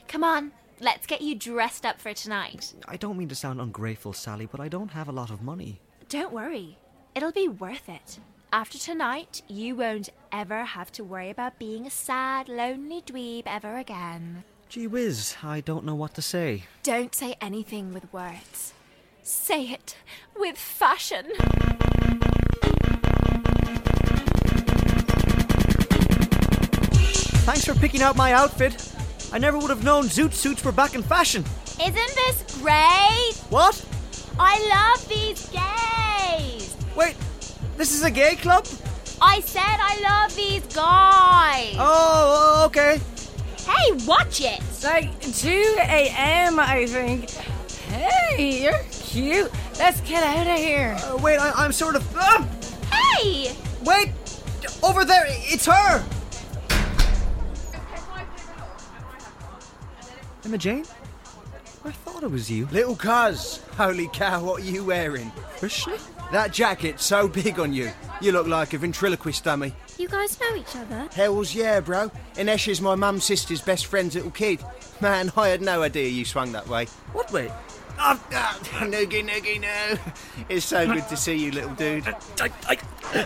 S12: Come on, let's get you dressed up for tonight.
S5: I don't mean to sound ungrateful, Sally, but I don't have a lot of money.
S12: Don't worry, it'll be worth it. After tonight, you won't ever have to worry about being a sad, lonely dweeb ever again.
S5: Gee whiz, I don't know what to say.
S12: Don't say anything with words. Say it with fashion.
S5: Thanks for picking out my outfit. I never would have known zoot suits were back in fashion.
S12: Isn't this great?
S5: What?
S12: I love these gays.
S5: Wait, this is a gay club?
S12: I said I love these guys.
S5: Oh, okay.
S12: Hey, watch it.
S7: Like 2 a.m., I think. Hey, you're cute. Let's get out of here.
S5: Uh, wait, I, I'm sort of. Ah!
S12: Hey!
S5: Wait! Over there, it's her! Emma Jane? I thought it was you.
S17: Little cuz, holy cow, what are you wearing?
S5: Krishna?
S17: That jacket's so big on you. You look like a ventriloquist dummy.
S10: You guys know each other?
S17: Hells yeah, bro. Inesh is my mum's sister's best friend's little kid. Man, I had no idea you swung that way.
S5: What way?
S17: Oh, ah, noogie, noogie, no. It's so good to see you, little dude.
S5: I, I,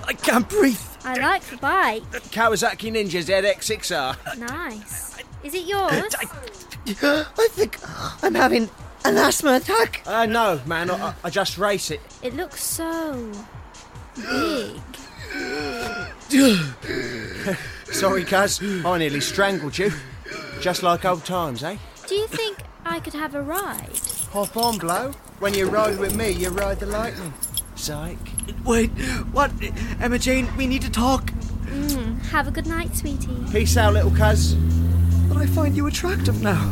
S5: I can't breathe.
S10: I like the bike.
S17: Kawasaki Ninja ZX6R.
S10: Nice. Is it yours?
S17: I think I'm having an asthma attack. Uh, no, man, I, I just race it.
S10: It looks so big.
S17: Sorry, cuz, I nearly strangled you. Just like old times, eh?
S10: Do you think I could have a ride?
S17: Hop on, blow. When you ride with me, you ride the lightning. Psych.
S5: Wait, what? Emma Jane, we need to talk.
S10: Mm, have a good night, sweetie.
S17: Peace out, little cuz.
S5: But I find you attractive now.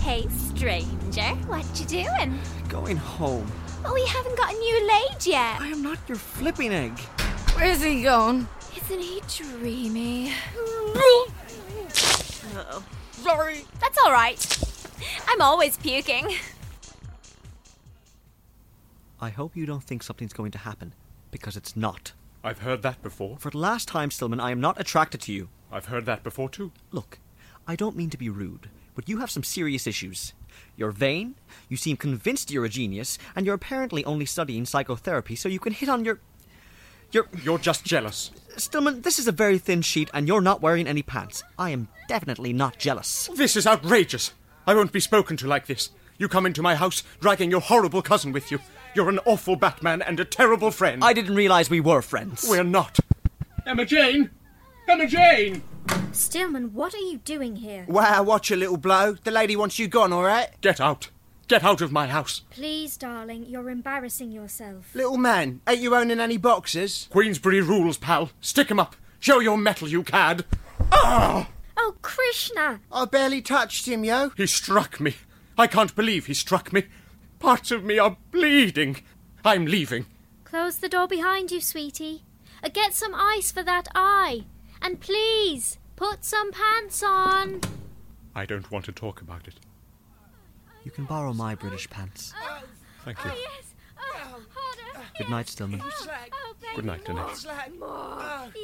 S12: Hey, stranger, what you doing?
S5: Going home.
S12: Oh, we haven't got a new laid yet.
S5: I am not your flipping egg.
S7: Where's he going?
S12: Isn't he dreamy? Uh-oh.
S7: Sorry.
S12: That's all right. I'm always puking.
S5: I hope you don't think something's going to happen, because it's not.
S9: I've heard that before.
S5: For the last time, Stillman, I am not attracted to you.
S9: I've heard that before too.
S5: Look, I don't mean to be rude, but you have some serious issues. You're vain, you seem convinced you're a genius, and you're apparently only studying psychotherapy so you can hit on your. your.
S9: You're just jealous.
S5: Stillman, this is a very thin sheet, and you're not wearing any pants. I am definitely not jealous.
S9: This is outrageous. I won't be spoken to like this. You come into my house dragging your horrible cousin with you. You're an awful Batman and a terrible friend.
S5: I didn't realize we were friends.
S9: We're not.
S3: Emma Jane! Emma Jane!
S10: Stillman, what are you doing here?
S17: Wow, watch your little blow. The lady wants you gone, all right?
S9: Get out. Get out of my house.
S10: Please, darling, you're embarrassing yourself.
S17: Little man, ain't you owning any boxes?
S9: Queensbury rules, pal. Stick 'em up. Show your metal, you cad. Ah!
S10: Oh, Krishna!
S17: I barely touched him, yo.
S9: He struck me. I can't believe he struck me. Parts of me are bleeding. I'm leaving.
S10: Close the door behind you, sweetie. Uh, Get some ice for that eye. And please, put some pants on.
S9: I don't want to talk about it.
S5: You can borrow my British pants.
S9: Thank you.
S10: yes. Oh, harder.
S5: Good night, Stillman.
S10: Oh, baby.
S9: Good night, Annette.
S10: More. More.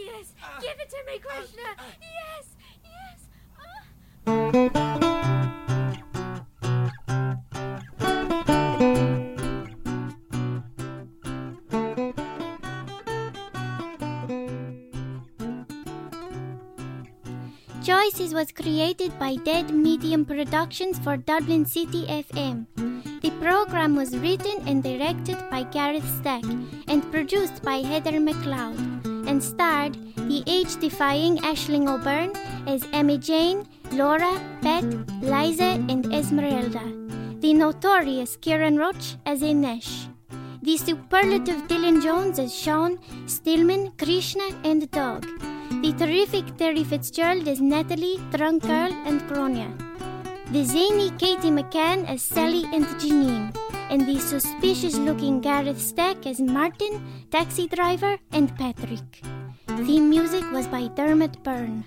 S10: Yes. Give it to me, Krishna. Yes. Yes.
S18: Choices was created by Dead Medium Productions for Dublin City FM. The program was written and directed by Gareth Stack and produced by Heather MacLeod and starred the age defying Ashling O'Byrne as Emma Jane, Laura, Pat, Liza, and Esmeralda, the notorious Kieran Roach as Inesh, the superlative Dylan Jones as Sean, Stillman, Krishna, and Dog, the terrific Terry Fitzgerald as Natalie, Drunk Girl, and Kronia the zany Katie McCann as Sally and Janine, and the suspicious looking Gareth Stack as Martin, Taxi Driver, and Patrick. Theme music was by Dermot Byrne.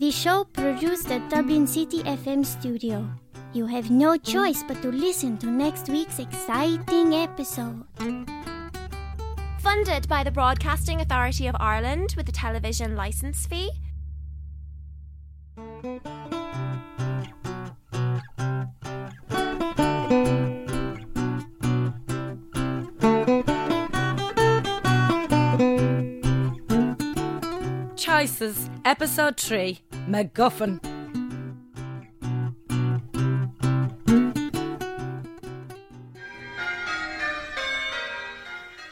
S18: The show produced at Dublin City FM studio. You have no choice but to listen to next week's exciting episode.
S12: Funded by the Broadcasting Authority of Ireland with a television license fee.
S7: Choices, Episode 3 MacGuffin.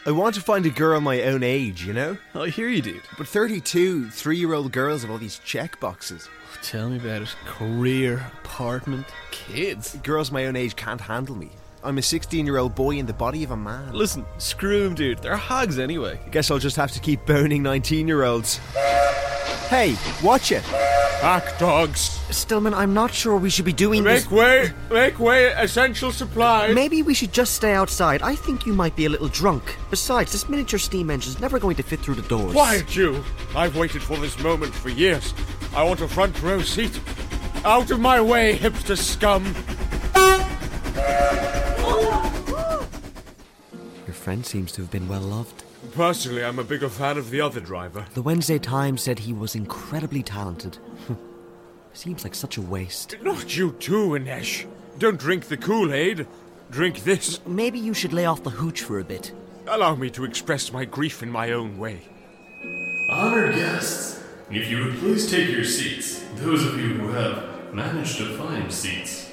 S19: I want to find a girl my own age, you know?
S6: Oh, I hear you, dude.
S19: But 32, three year old girls have all these check boxes.
S6: Tell me about it. Career, apartment, kids.
S19: Girls my own age can't handle me. I'm a 16 year old boy in the body of a man.
S6: Listen, screw 'em, dude. They're hogs anyway.
S19: I guess I'll just have to keep boning 19 year olds. Hey, watch it!
S9: Back, dogs!
S5: Stillman, I'm not sure we should be doing
S9: Make
S5: this.
S9: way! Make way! Essential supplies!
S5: Maybe we should just stay outside. I think you might be a little drunk. Besides, this miniature steam engine's never going to fit through the doors.
S9: Quiet you! I've waited for this moment for years. I want a front row seat. Out of my way, hipster scum!
S5: Your friend seems to have been well loved.
S9: Personally, I'm a bigger fan of the other driver.
S5: The Wednesday Times said he was incredibly talented. Seems like such a waste.
S9: Not you too, Inesh. Don't drink the Kool-Aid. Drink this.
S5: Maybe you should lay off the hooch for a bit.
S9: Allow me to express my grief in my own way.
S20: Honored guests, if you would please take your seats, those of you who have managed to find seats.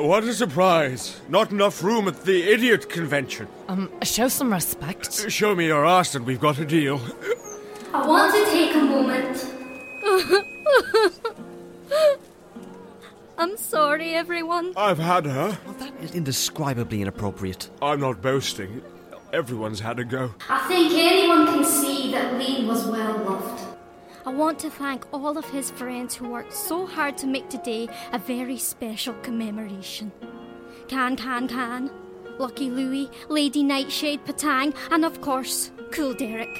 S9: What a surprise. Not enough room at the idiot convention.
S7: Um, show some respect.
S9: Show me your arse and we've got a deal.
S18: I want to take a moment.
S10: I'm sorry, everyone.
S9: I've had her.
S5: That is indescribably inappropriate.
S9: I'm not boasting. Everyone's had a go.
S21: I think anyone can see that Lee was well loved.
S10: I want to thank all of his friends who worked so hard to make today a very special commemoration. Can Can Can, Lucky Louie, Lady Nightshade Patang, and of course, Cool Derek.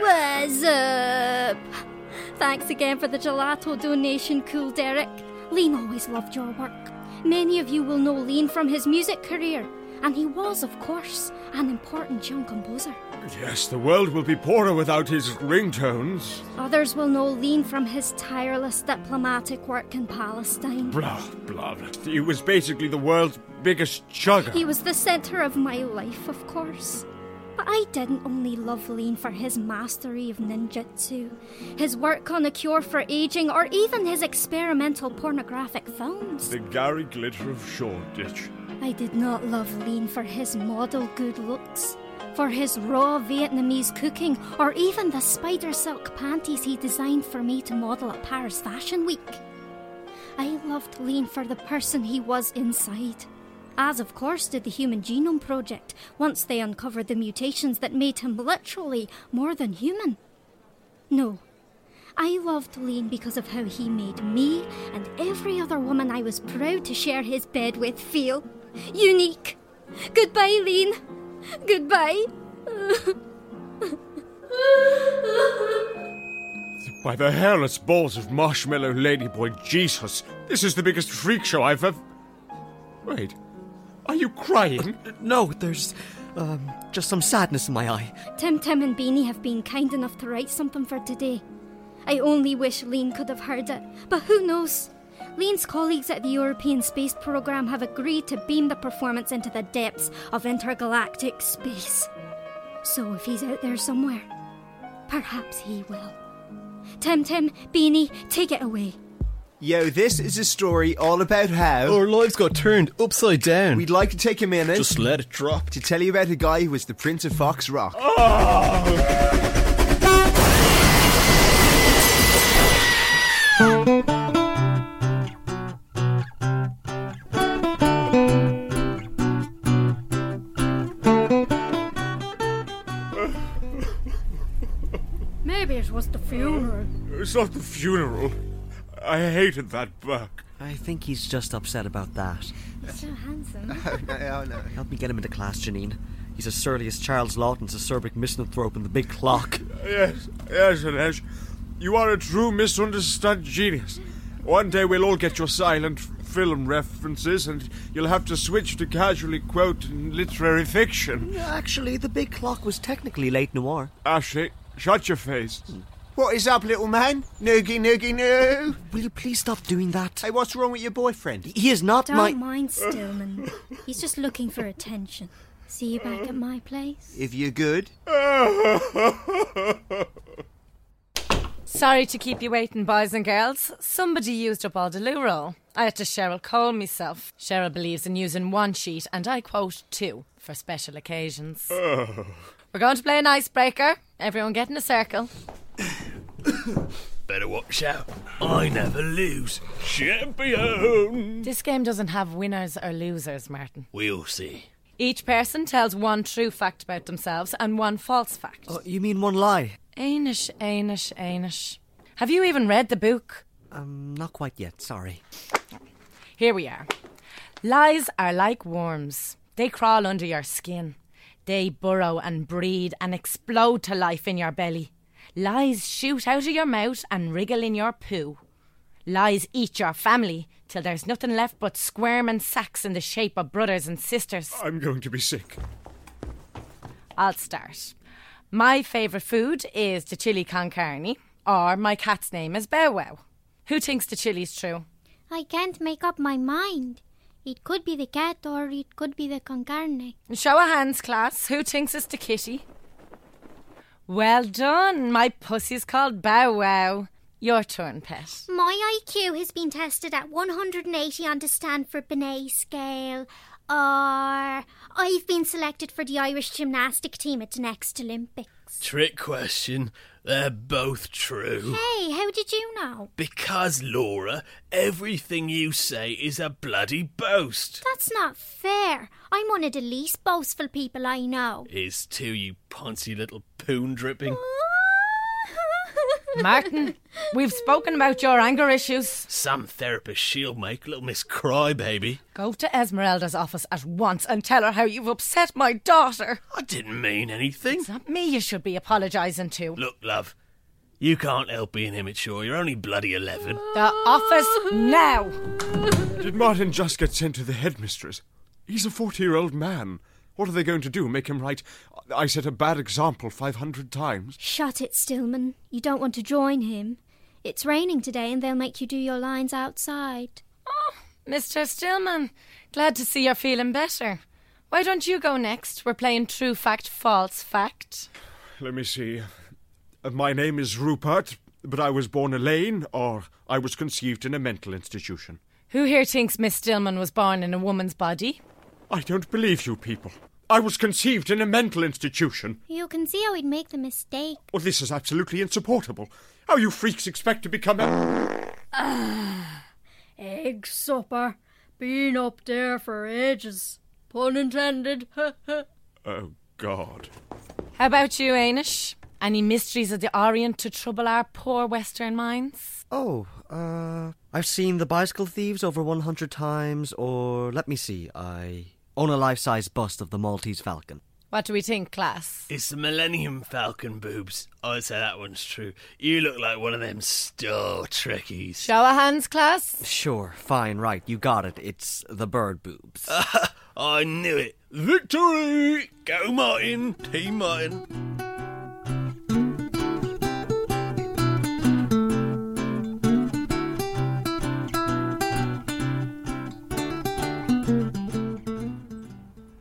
S10: What's up? Thanks again for the gelato donation, Cool Derek. Lean always loved your work. Many of you will know Lean from his music career, and he was, of course, an important young composer.
S9: Yes, the world will be poorer without his ringtones.
S10: Others will know Lean from his tireless diplomatic work in Palestine.
S9: Blah, blah, blah. He was basically the world's biggest chugger.
S10: He was the centre of my life, of course. But I didn't only love Lean for his mastery of ninjutsu, his work on a cure for aging, or even his experimental pornographic films.
S9: The Gary Glitter of Shoreditch.
S10: I did not love Lean for his model good looks, for his raw Vietnamese cooking, or even the spider silk panties he designed for me to model at Paris Fashion Week. I loved Lean for the person he was inside. As, of course, did the Human Genome Project once they uncovered the mutations that made him literally more than human. No, I loved Lean because of how he made me and every other woman I was proud to share his bed with feel unique. Goodbye, Lean. Goodbye.
S9: By the hairless balls of Marshmallow Ladyboy Jesus, this is the biggest freak show I've ever. Wait, are you crying?
S5: No, there's um, just some sadness in my eye.
S10: Tim Tim and Beanie have been kind enough to write something for today. I only wish Lean could have heard it, but who knows? Lean's colleagues at the European Space Programme have agreed to beam the performance into the depths of intergalactic space. So if he's out there somewhere, perhaps he will. Tim Tim, Beanie, take it away.
S19: Yo, this is a story all about how
S6: our lives got turned upside down.
S19: We'd like to take a minute,
S6: just let it drop,
S19: to tell you about a guy who was the Prince of Fox Rock.
S8: Maybe it was the funeral.
S9: It's not the funeral. Oh, I hated that Burke.
S5: I think he's just upset about that.
S10: So handsome.
S19: Uh,
S5: Help me get him into class, Janine. He's as surly as Charles Lawton's acerbic misanthrope in the big clock.
S9: Yes, yes, Anesh. You are a true misunderstood genius. One day we'll all get your silent film references, and you'll have to switch to casually quote literary fiction.
S5: Actually, the big clock was technically late noir.
S9: Ashley, shut your face.
S19: What is up, little man? Noogie, noogie, noo.
S5: Will you please stop doing that?
S19: Hey, what's wrong with your boyfriend?
S5: He is not
S10: Don't
S5: my.
S10: mind Stillman. He's just looking for attention. See you back at my place.
S19: If you're good.
S7: Sorry to keep you waiting, boys and girls. Somebody used up all the loo roll. I had to Cheryl Cole myself. Cheryl believes in using one sheet, and I quote two for special occasions.
S3: Oh.
S7: We're going to play an icebreaker. Everyone get in a circle.
S11: Better watch out. I never lose.
S3: Champion!
S7: This game doesn't have winners or losers, Martin.
S11: We'll see.
S7: Each person tells one true fact about themselves and one false fact.
S5: Oh, you mean one lie?
S7: Anish, Anish, Anish. Have you even read the book?
S5: Um, not quite yet, sorry.
S7: Here we are. Lies are like worms. They crawl under your skin. They burrow and breed and explode to life in your belly. Lies shoot out of your mouth and wriggle in your poo. Lies eat your family till there's nothing left but squirm and sacks in the shape of brothers and sisters.
S9: I'm going to be sick.
S7: I'll start. My favourite food is the chili con carne, or my cat's name is Bow Wow. Who thinks the chili's true?
S18: I can't make up my mind. It could be the cat or it could be the concarne.
S7: Show of hands, class. Who thinks it's the kitty? Well done. My pussy's called Bow Wow. Your turn, pet.
S18: My IQ has been tested at 180 on the Stanford Binet scale, or I've been selected for the Irish gymnastic team at the next Olympics.
S6: Trick question. They're both true.
S18: Hey, how did you know?
S6: Because, Laura, everything you say is a bloody boast.
S18: That's not fair. I'm one of the least boastful people I know.
S6: Is too, you poncy little poon dripping.
S7: Martin, we've spoken about your anger issues.
S6: Some therapist she'll make little Miss Crybaby.
S7: Go to Esmeralda's office at once and tell her how you've upset my daughter.
S6: I didn't mean anything.
S7: It's not me you should be apologising to.
S6: Look, love, you can't help being immature. You're only bloody 11.
S7: The office now.
S9: Did Martin just get sent to the headmistress? He's a 40 year old man. What are they going to do? Make him write, I set a bad example 500 times?
S10: Shut it, Stillman. You don't want to join him. It's raining today and they'll make you do your lines outside.
S7: Mr. Stillman, glad to see you're feeling better. Why don't you go next? We're playing true fact, false fact.
S9: Let me see. Uh, My name is Rupert, but I was born a lane, or I was conceived in a mental institution.
S7: Who here thinks Miss Stillman was born in a woman's body?
S9: I don't believe you people. I was conceived in a mental institution.
S18: You can see how he'd make the mistake.
S9: Well, this is absolutely insupportable. How you freaks expect to become a.
S8: Ah, Egg supper. Been up there for ages. Pun intended.
S9: Oh, God.
S7: How about you, Anish? Any mysteries of the Orient to trouble our poor Western minds?
S5: Oh, uh, I've seen The Bicycle Thieves over 100 times, or let me see, I own a life size bust of the Maltese Falcon.
S7: What do we think, class?
S6: It's the Millennium Falcon boobs. I'd say that one's true. You look like one of them star trekkies.
S7: Show of hands, class.
S5: Sure, fine, right, you got it. It's the bird boobs.
S6: I knew it. Victory! Go Martin! Team Martin.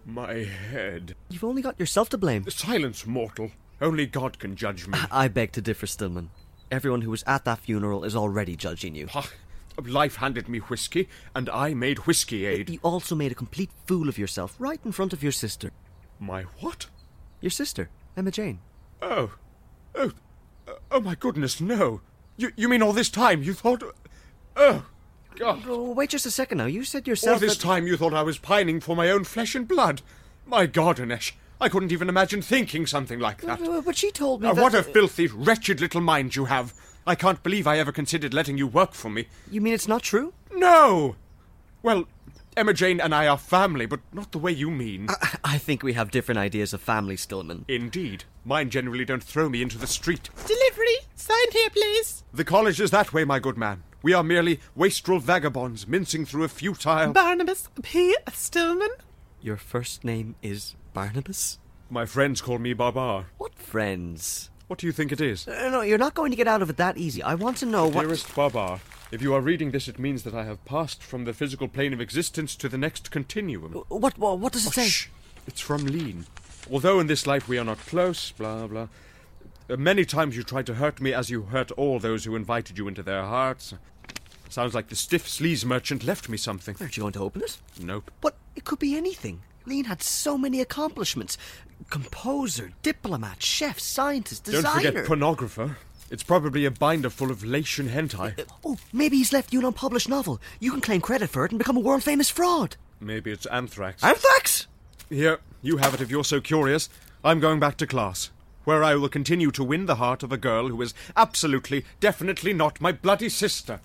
S9: My head.
S5: You've only got yourself to blame.
S9: Silence, mortal. Only God can judge me.
S5: I beg to differ, Stillman. Everyone who was at that funeral is already judging you.
S9: Life handed me whiskey, and I made whiskey aid.
S5: You also made a complete fool of yourself right in front of your sister.
S9: My what?
S5: Your sister, Emma Jane.
S9: Oh. Oh. Oh, my goodness, no. You, you mean all this time you thought. Oh, God.
S5: wait just a second now. You said yourself.
S9: All this
S5: that-
S9: time you thought I was pining for my own flesh and blood. My God, Anesh, I couldn't even imagine thinking something like that.
S5: But she told me.
S9: Ah,
S5: that-
S9: what a filthy, wretched little mind you have. I can't believe I ever considered letting you work for me.
S5: You mean it's not true?
S9: No! Well, Emma Jane and I are family, but not the way you mean.
S5: I think we have different ideas of family, Stillman.
S9: Indeed. Mine generally don't throw me into the street.
S22: Delivery, sign here, please.
S9: The college is that way, my good man. We are merely wastrel vagabonds mincing through a futile.
S22: Barnabas P. Stillman.
S5: Your first name is Barnabas?
S9: My friends call me Barbar.
S5: What friends?
S9: What do you think it is?
S5: No, no, you're not going to get out of it that easy. I want to know what.
S9: Dearest Barbar, if you are reading this, it means that I have passed from the physical plane of existence to the next continuum.
S5: What, what, what does it say?
S9: It's from Lean. Although in this life we are not close, blah, blah. Uh, Many times you tried to hurt me as you hurt all those who invited you into their hearts. Sounds like the stiff sleaze merchant left me something.
S5: Aren't you going to open it?
S9: Nope.
S5: But it could be anything. Lean had so many accomplishments composer, diplomat, chef, scientist, designer.
S9: Don't forget pornographer. It's probably a binder full of Latian hentai.
S5: Oh, maybe he's left you an unpublished novel. You can claim credit for it and become a world famous fraud.
S9: Maybe it's anthrax.
S5: Anthrax!
S9: Here, you have it if you're so curious. I'm going back to class, where I will continue to win the heart of a girl who is absolutely, definitely not my bloody sister.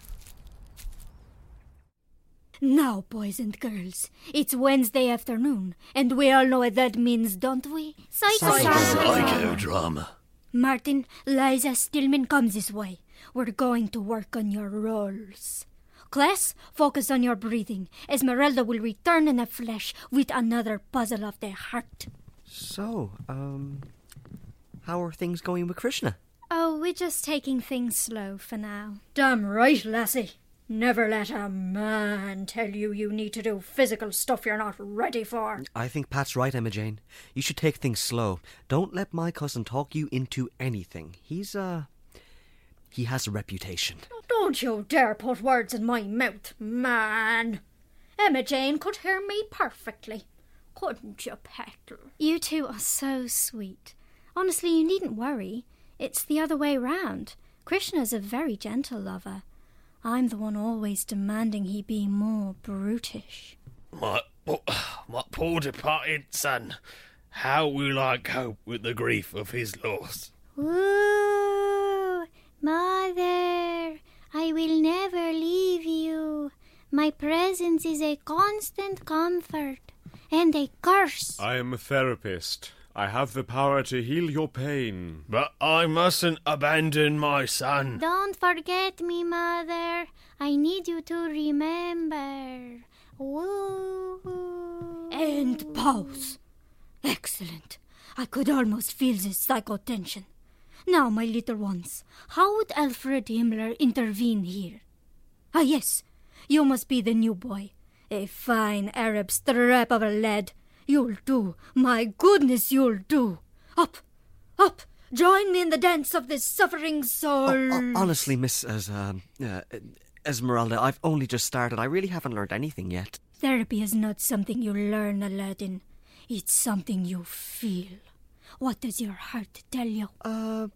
S8: Now, boys and girls, it's Wednesday afternoon, and we all know what that means, don't we?
S6: drama.
S8: Martin, Liza Stillman, come this way. We're going to work on your roles. Class, focus on your breathing. Esmeralda will return in a flash with another puzzle of the heart.
S5: So, um. How are things going with Krishna?
S10: Oh, we're just taking things slow for now.
S8: Damn right, lassie. Never let a man tell you you need to do physical stuff you're not ready for.
S5: I think Pat's right, Emma Jane. You should take things slow. Don't let my cousin talk you into anything. He's, uh. He has a reputation.
S8: Don't you dare put words in my mouth, man. Emma Jane could hear me perfectly. Couldn't you, Petal?
S10: You two are so sweet. Honestly, you needn't worry. It's the other way round. Krishna's a very gentle lover. I'm the one always demanding he be more brutish.
S6: My, oh, my poor departed son, how will I cope with the grief of his loss?
S18: Ooh, Mother, I will never leave you. My presence is a constant comfort and a curse.
S1: I am a therapist. I have the power to heal your pain.
S6: But I mustn't abandon my
S3: Hmm.
S6: son.
S18: Don't forget me, Mother. I need you to remember. Woo.
S8: And pause. Excellent. I could almost feel the psychotension. Now, my little ones, how would Alfred Himmler intervene here? Ah, yes, you must be the new boy. A fine Arab strap of a lad. You'll do. My goodness, you'll do. Up, up, join me in the dance of this suffering soul.
S5: Honestly, Miss Es- um, uh, Esmeralda, I've only just started. I really haven't learned anything yet.
S8: Therapy is not something you learn, Aladdin. It's something you feel. What does your heart tell you?
S5: Uh,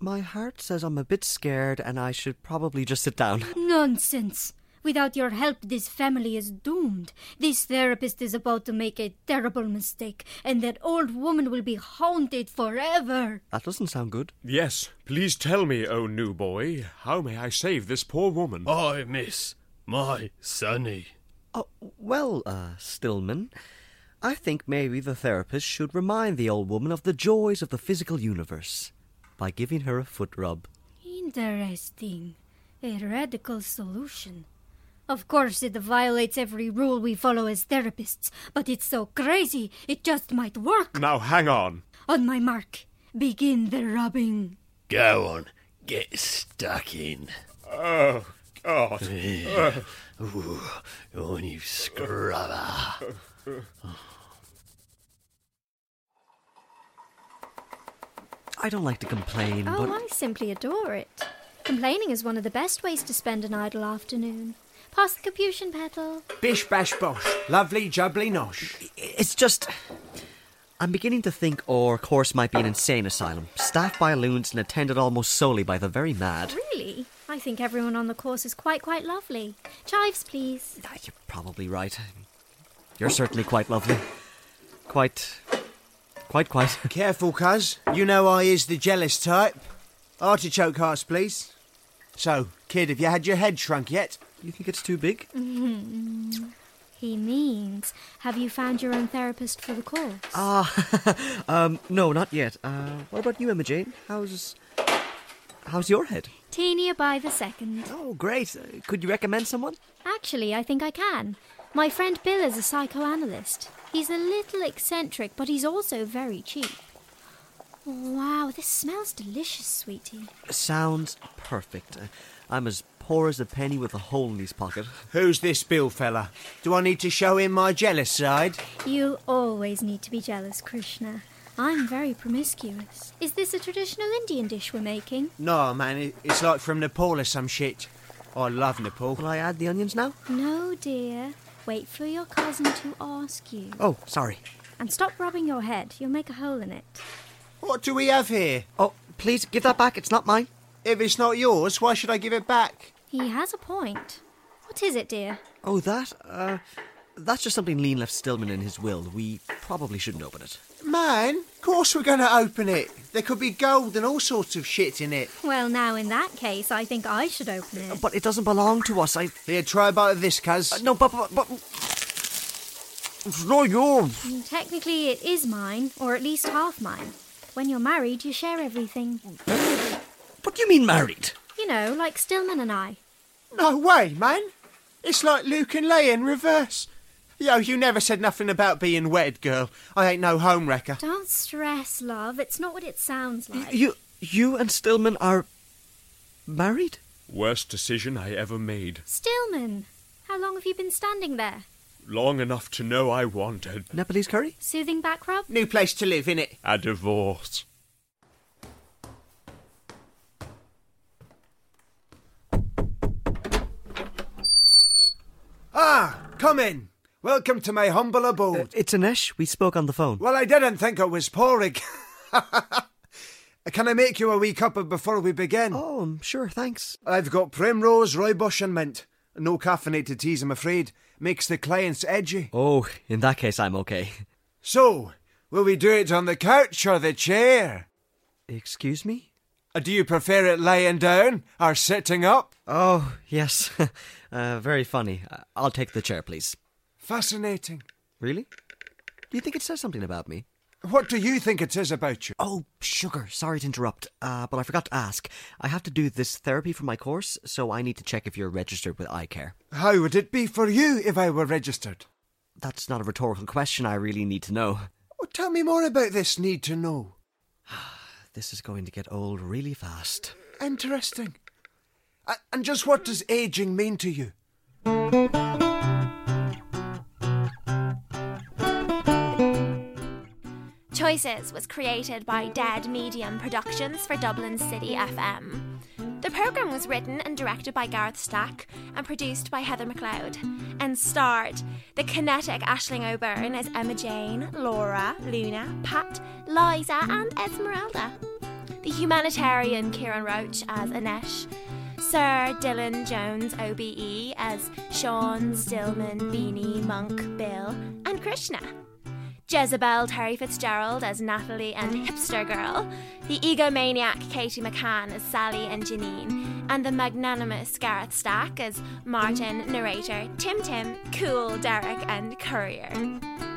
S5: My heart says I'm a bit scared and I should probably just sit down.
S8: Nonsense. Without your help, this family is doomed. This therapist is about to make a terrible mistake, and that old woman will be haunted forever.
S1: That doesn't sound good. Yes, please tell me, oh new boy, how may I save this poor woman?
S6: I miss my sonny.
S5: Well, uh, Stillman, I think maybe the therapist should remind the old woman of the joys of the physical universe by giving her a foot rub.
S8: Interesting. A radical solution. Of course, it violates every rule we follow as therapists, but it's so crazy, it just might work.
S1: Now hang on.
S8: On my mark, begin the rubbing.
S6: Go on, get stuck in.
S1: Oh, God.
S6: Yeah. Ooh, go on, you scrubber.
S5: I don't like to complain,
S10: Oh,
S5: but
S10: I simply adore it. Complaining is one of the best ways to spend an idle afternoon. Pass the Capuchin petal.
S17: Bish bash bosh. Lovely jubbly nosh.
S5: It's just. I'm beginning to think our course might be an insane asylum, staffed by loons and attended almost solely by the very mad.
S10: Really? I think everyone on the course is quite, quite lovely. Chives, please.
S5: Probably right. You're certainly quite lovely. Quite. Quite, quite.
S17: Careful, cuz. You know I is the jealous type. Artichoke hearts, please. So, kid, have you had your head shrunk yet?
S5: You think it's too big?
S10: he means, have you found your own therapist for the course?
S5: Ah, um, no, not yet. Uh, what about you, Emma Jane? How's. How's your head?
S10: Tania by the second.
S5: Oh, great. Uh, Could you recommend someone?
S10: Actually, I think I can. My friend Bill is a psychoanalyst. He's a little eccentric, but he's also very cheap. Wow, this smells delicious, sweetie.
S5: Sounds perfect. Uh, I'm as poor as a penny with a hole in his pocket.
S17: Who's this Bill fella? Do I need to show him my jealous side?
S10: You always need to be jealous, Krishna. I'm very promiscuous. Is this a traditional Indian dish we're making?
S17: No, man, it- it's like from Nepal or some shit. I love Nepal. Will
S5: I add the onions now?
S10: No, dear. Wait for your cousin to ask you.
S5: Oh, sorry.
S10: And stop rubbing your head. You'll make a hole in it.
S17: What do we have here?
S5: Oh, please give that back. It's not mine.
S17: If it's not yours, why should I give it back?
S10: He has a point. What is it, dear?
S5: Oh, that? Uh, that's just something Lean left Stillman in his will. We probably shouldn't open it.
S17: Man, of course we're going to open it. There could be gold and all sorts of shit in it.
S10: Well, now in that case, I think I should open it.
S5: But it doesn't belong to us. I. Uh,
S17: Here, try a bite of this, cuz.
S5: no, but, but, but. It's not yours.
S10: Mm, Technically, it is mine, or at least half mine. When you're married, you share everything.
S5: What do you mean married?
S10: You know, like Stillman and I.
S17: No way, man. It's like Luke and Leia in reverse. Yo, you never said nothing about being wed, girl. I ain't no home wrecker.
S10: Don't stress, love. It's not what it sounds like.
S5: You, you and Stillman are married.
S1: Worst decision I ever made.
S10: Stillman, how long have you been standing there?
S1: Long enough to know I wanted
S5: Nepalese curry.
S10: Soothing back rub?
S17: New place to live, innit?
S1: a divorce.
S17: Ah, come in. Welcome to
S5: Uh,
S17: my humble abode.
S5: It's Anesh. We spoke on the phone.
S17: well, I didn't think I was pouring.
S2: Can I make you a wee cuppa before we begin? Oh,
S5: I'm um, sure, thanks.
S2: I've got primrose, rooibos, and mint. No caffeinated teas, I'm afraid. Makes the clients edgy.
S5: Oh, in that case, I'm okay.
S2: So, will we do it on the couch or the chair?
S5: Excuse me?
S2: Uh, Do you prefer it lying down or sitting up?
S5: Oh, yes. uh, very funny. I- I'll take the chair, please.
S2: Fascinating.
S5: Really? Do you think it says something about me?
S2: What do you think it is about you?
S5: Oh, sugar. Sorry to interrupt, uh, but I forgot to ask. I have to do this therapy for my course, so I need to check if you're registered with eye care.
S2: How would it be for you if I were registered?
S5: That's not a rhetorical question. I really need to know.
S2: Oh, tell me more about this need to know.
S5: This is going to get old really fast.
S2: Interesting. A- And just what does aging mean to you?
S12: Choices was created by Dead Medium Productions for Dublin City FM. The programme was written and directed by Gareth Stack and produced by Heather MacLeod and starred the kinetic Ashling O'Byrne as Emma Jane, Laura, Luna, Pat, Liza, and Esmeralda. The humanitarian Kieran Roach as Anesh, Sir Dylan Jones OBE as Sean, Stillman, Beanie, Monk, Bill, and Krishna. Jezebel Terry Fitzgerald as Natalie and Hipster Girl, the egomaniac Katie McCann as Sally and Janine, and the magnanimous Gareth Stack as Martin, narrator, Tim Tim, Cool Derek, and Courier.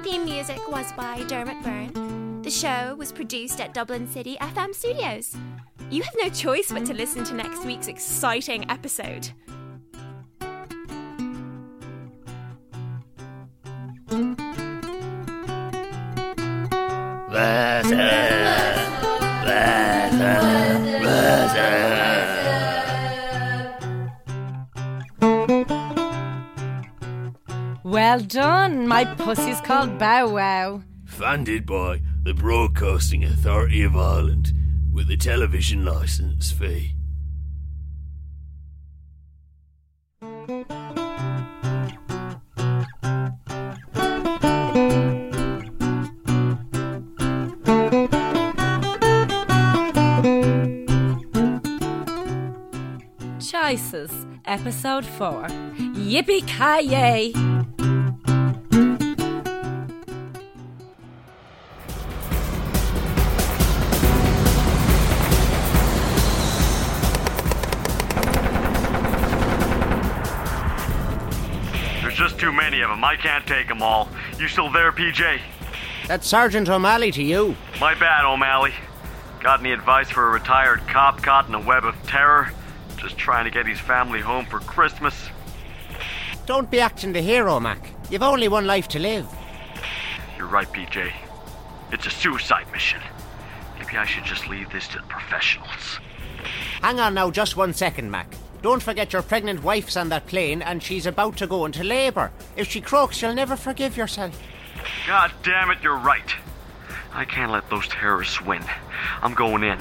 S12: Theme music was by Dermot Byrne. The show was produced at Dublin City FM Studios. You have no choice but to listen to next week's exciting episode.
S6: Better. Better. Better.
S7: Well done. My pussy's called Bow Wow.
S6: Funded by the Broadcasting Authority of Ireland with the television license fee.
S7: Choices, Episode 4. Yippee ki yay!
S4: There's just too many of them. I can't take them all. You still there, PJ?
S16: That's Sergeant O'Malley to you.
S4: My bad, O'Malley. Got any advice for a retired cop caught in a web of terror? Just trying to get his family home for Christmas.
S16: Don't be acting the hero, Mac. You've only one life to live.
S4: You're right, PJ. It's a suicide mission. Maybe I should just leave this to the professionals.
S16: Hang on now just one second, Mac. Don't forget your pregnant wife's on that plane and she's about to go into labour. If she croaks, you'll never forgive yourself.
S4: God damn it, you're right. I can't let those terrorists win. I'm going in.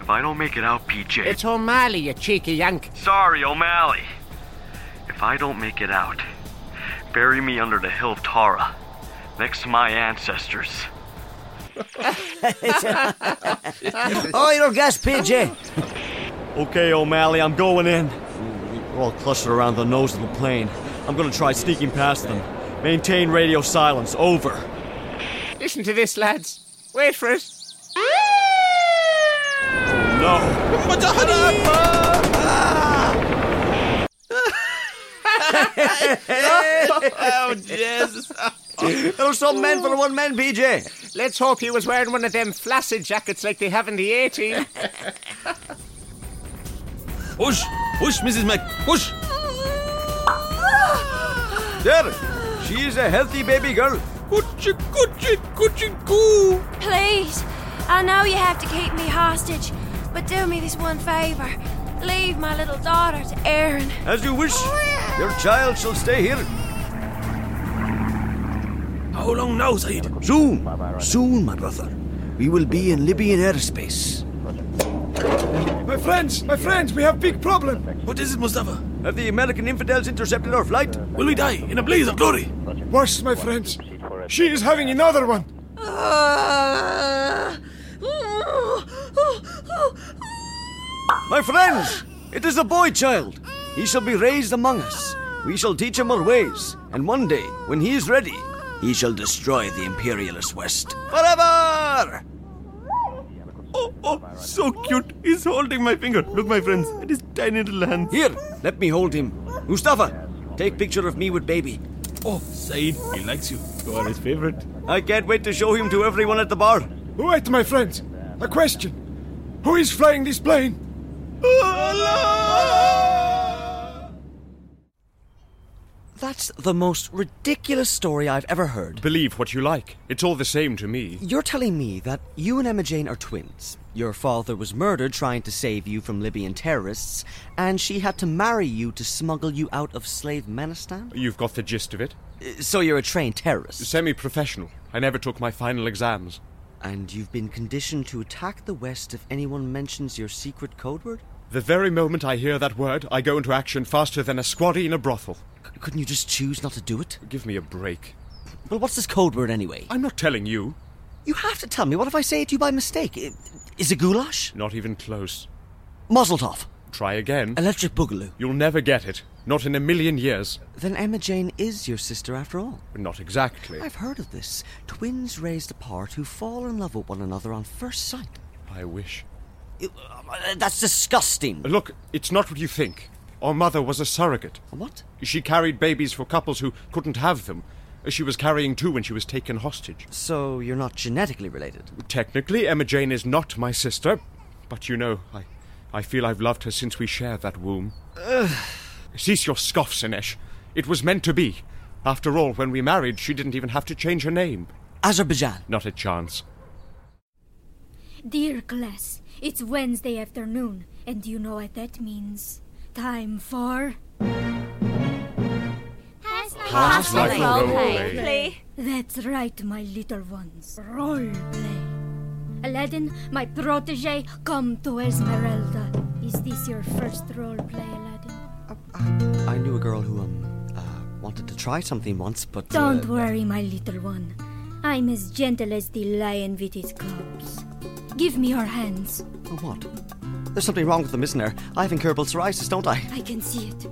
S4: If I don't make it out, PJ.
S16: It's O'Malley, you cheeky yank.
S4: Sorry, O'Malley. If I don't make it out, bury me under the hill of Tara, next to my ancestors.
S14: oh, you don't guess, PJ.
S19: Okay, O'Malley, I'm going in. We're all clustered around the nose of the plane. I'm gonna try sneaking past them. Maintain radio silence. Over.
S15: Listen to this, lads. Wait for it.
S19: No.
S16: oh, Jesus.
S15: There was some men for one man, PJ.
S16: Let's hope he was wearing one of them flaccid jackets like they have in the 80s.
S23: Whoosh! Whoosh, Mrs. Mac! Whoosh! There! She is a healthy baby girl. Coochie, coochie, coochie, coo!
S12: Please, I know you have to keep me hostage, but do me this one favor. Leave my little daughter to Aaron.
S23: As you wish, your child shall stay here.
S6: How long now, Zaid?
S24: Soon, soon, my brother. We will be in Libyan airspace.
S2: My friends, my friends, we have big problem.
S23: What is it, Mustafa? Have the American infidels intercepted our flight? Will we die in a blaze of glory?
S2: Worse, my friends. She is having another one.
S23: Ah!
S2: Oh,
S5: My friends, it is a boy child. He shall be raised among us. We shall teach him our ways, and one day, when he is ready, he shall destroy the imperialist West.
S11: Forever! Oh, oh, so cute. He's holding my finger. Look, my friends, it is tiny little hands.
S5: Here, let me hold him. Mustafa, take picture of me with baby.
S11: Oh, Said, he likes you. You are his favorite.
S5: I can't wait to show him to everyone at the bar.
S9: Wait, my friends. A question. Who is flying this plane?
S5: That's the most ridiculous story I've ever heard.
S12: Believe what you like. It's all the same to me.
S5: You're telling me that you and Emma Jane are twins. Your father was murdered trying to save you from Libyan terrorists, and she had to marry you to smuggle you out of slave Manistan?
S12: You've got the gist of it.
S5: So you're a trained terrorist?
S12: Semi professional. I never took my final exams.
S5: And you've been conditioned to attack the West if anyone mentions your secret code word?
S9: The very moment I hear that word, I go into action faster than a squaddy in a brothel.
S5: couldn't you just choose not to do it?
S12: Give me a break.
S5: Well, what's this code word anyway?
S12: I'm not telling you.
S5: You have to tell me. What if I say it to you by mistake? I- Is it goulash?
S12: Not even close.
S5: Mazeltov.
S12: Try again.
S5: Electric boogaloo.
S12: You'll never get it. Not in a million years.
S5: Then Emma Jane is your sister after all.
S12: Not exactly.
S5: I've heard of this. Twins raised apart who fall in love with one another on first sight.
S12: I wish.
S5: uh, That's disgusting.
S9: Uh, Look, it's not what you think. Our mother was a surrogate.
S5: What?
S9: She carried babies for couples who couldn't have them. Uh, She was carrying two when she was taken hostage.
S5: So you're not genetically related?
S9: Technically, Emma Jane is not my sister. But you know, I, I feel I've loved her since we shared that womb. Cease your scoff, Sinesh. It was meant to be. After all, when we married, she didn't even have to change her name.
S5: Azerbaijan.
S9: Not a chance.
S10: Dear class, it's Wednesday afternoon, and you know what that means. Time for.
S8: Past life
S10: Roleplay.
S8: roleplay. Roleplay.
S10: That's right, my little ones. Role play. Aladdin, my protege, come to Esmeralda. Is this your first role play, Aladdin?
S5: I knew a girl who um uh, wanted to try something once, but uh,
S10: Don't worry, my little one. I'm as gentle as the lion with his cubs. Give me your hands.
S5: What? There's something wrong with them, isn't there? I have incurable psoriasis, don't I?
S10: I can see it.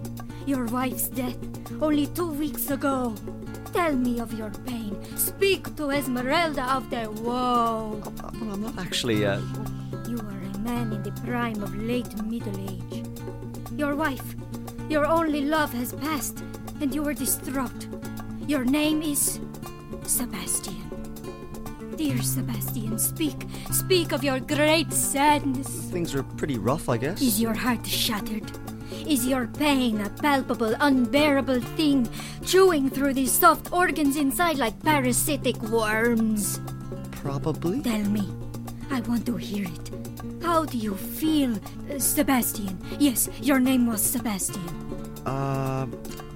S10: Your wife's death only two weeks ago. Tell me of your pain. Speak to Esmeralda of the woe.
S5: Well, I'm not Actually, uh,
S10: You are a man in the prime of late middle age. Your wife, your only love has passed, and you are distraught. Your name is Sebastian. Dear Sebastian, speak, speak of your great sadness.
S5: things are pretty rough, I guess.
S10: Is your heart shattered? Is your pain a palpable, unbearable thing, chewing through these soft organs inside like parasitic worms?
S5: Probably.
S10: Tell me. I want to hear it. How do you feel, uh, Sebastian? Yes, your name was Sebastian.
S5: Uh,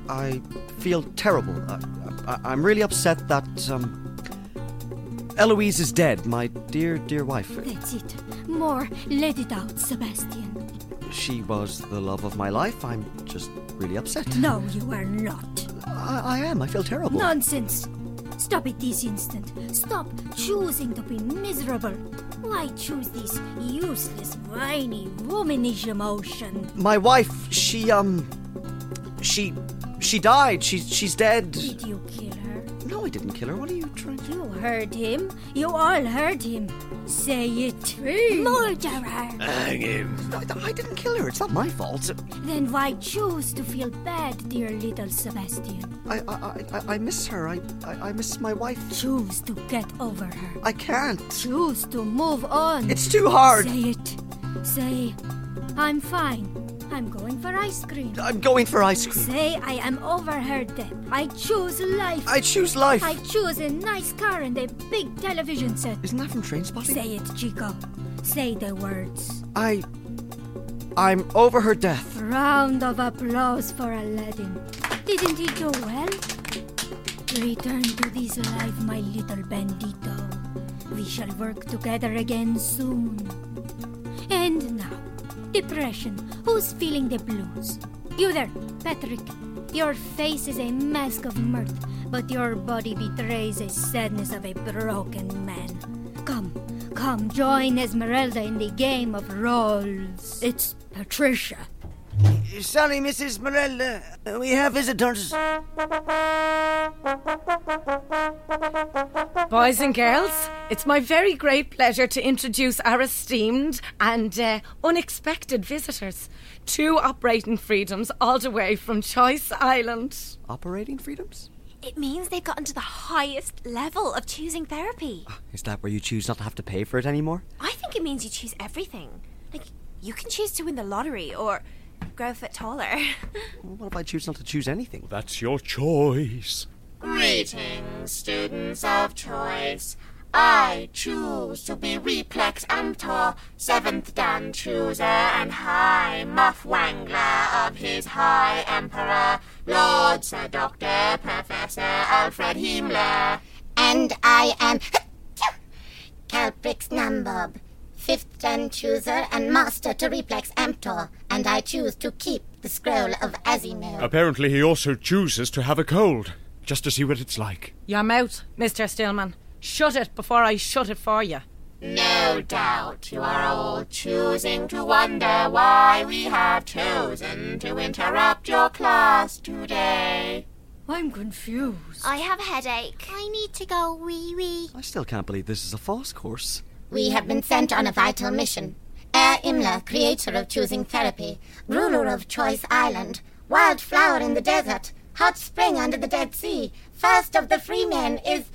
S5: I feel terrible. I, I, I'm really upset that um, Eloise is dead. My dear, dear wife.
S10: That's it. More, let it out, Sebastian.
S5: She was the love of my life. I'm just really upset.
S10: No, you are not.
S5: I, I am. I feel terrible.
S10: Nonsense! Stop it this instant. Stop choosing to be miserable. Why choose this useless, whiny, womanish emotion?
S5: My wife. She um. She. She died. She's she's dead.
S10: Did you kill her?
S5: No, I didn't kill her. What are you trying to?
S10: You heard him. You all heard him. Say it. Murderer!
S5: Hang him. I, I didn't kill her. It's not my fault.
S10: Then why choose to feel bad, dear little Sebastian?
S5: I I, I, I miss her. I, I I miss my wife.
S10: Choose to get over her.
S5: I can't.
S10: Choose to move on.
S5: It's too hard.
S10: Say it. Say, I'm fine. I'm going for ice cream.
S5: I'm going for ice cream.
S10: Say I am over her death. I choose life.
S5: I choose life.
S10: I choose a nice car and a big television set.
S5: Isn't that from Trainspotting?
S10: Say it, Chico. Say the words.
S5: I. I'm over her death.
S10: Round of applause for Aladdin. Didn't he do well? Return to this life, my little bandito. We shall work together again soon. And now, depression. Who's feeling the blues? You there, Patrick. Your face is a mask of mirth, but your body betrays a sadness of a broken man. Come, come, join Esmeralda in the game of roles. It's Patricia.
S5: Sorry, Mrs. Morella. We have visitors.
S7: Boys and girls, it's my very great pleasure to introduce our esteemed and uh, unexpected visitors. Two operating freedoms all the way from Choice Island.
S4: Operating freedoms?
S12: It means they've gotten to the highest level of choosing therapy.
S4: Is that where you choose not to have to pay for it anymore?
S12: I think it means you choose everything. Like, you can choose to win the lottery or grow a foot taller.
S4: What if I choose not to choose anything?
S9: That's your choice.
S21: Greetings, students of choice. I choose to be Replex Amtor, seventh Dan chooser and high Muff Wangler of his High Emperor, Lord Sir Doctor Professor Alfred Himmler. And I am Calprix Nambob, fifth Dan chooser and master to Replex Amtor, and I choose to keep the scroll of Azimil.
S9: Apparently, he also chooses to have a cold, just to see what it's like.
S7: Your mouth, Mr. Stillman. Shut it before I shut it for you.
S21: No doubt you are all choosing to wonder why we have chosen to interrupt your class today.
S10: I'm confused.
S18: I have a headache. I need to go wee wee.
S4: I still can't believe this is a false course.
S21: We have been sent on a vital mission. Air Imla, creator of choosing therapy, ruler of Choice Island, wildflower in the desert, hot spring under the Dead Sea, first of the free men is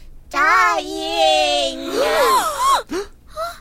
S21: dying.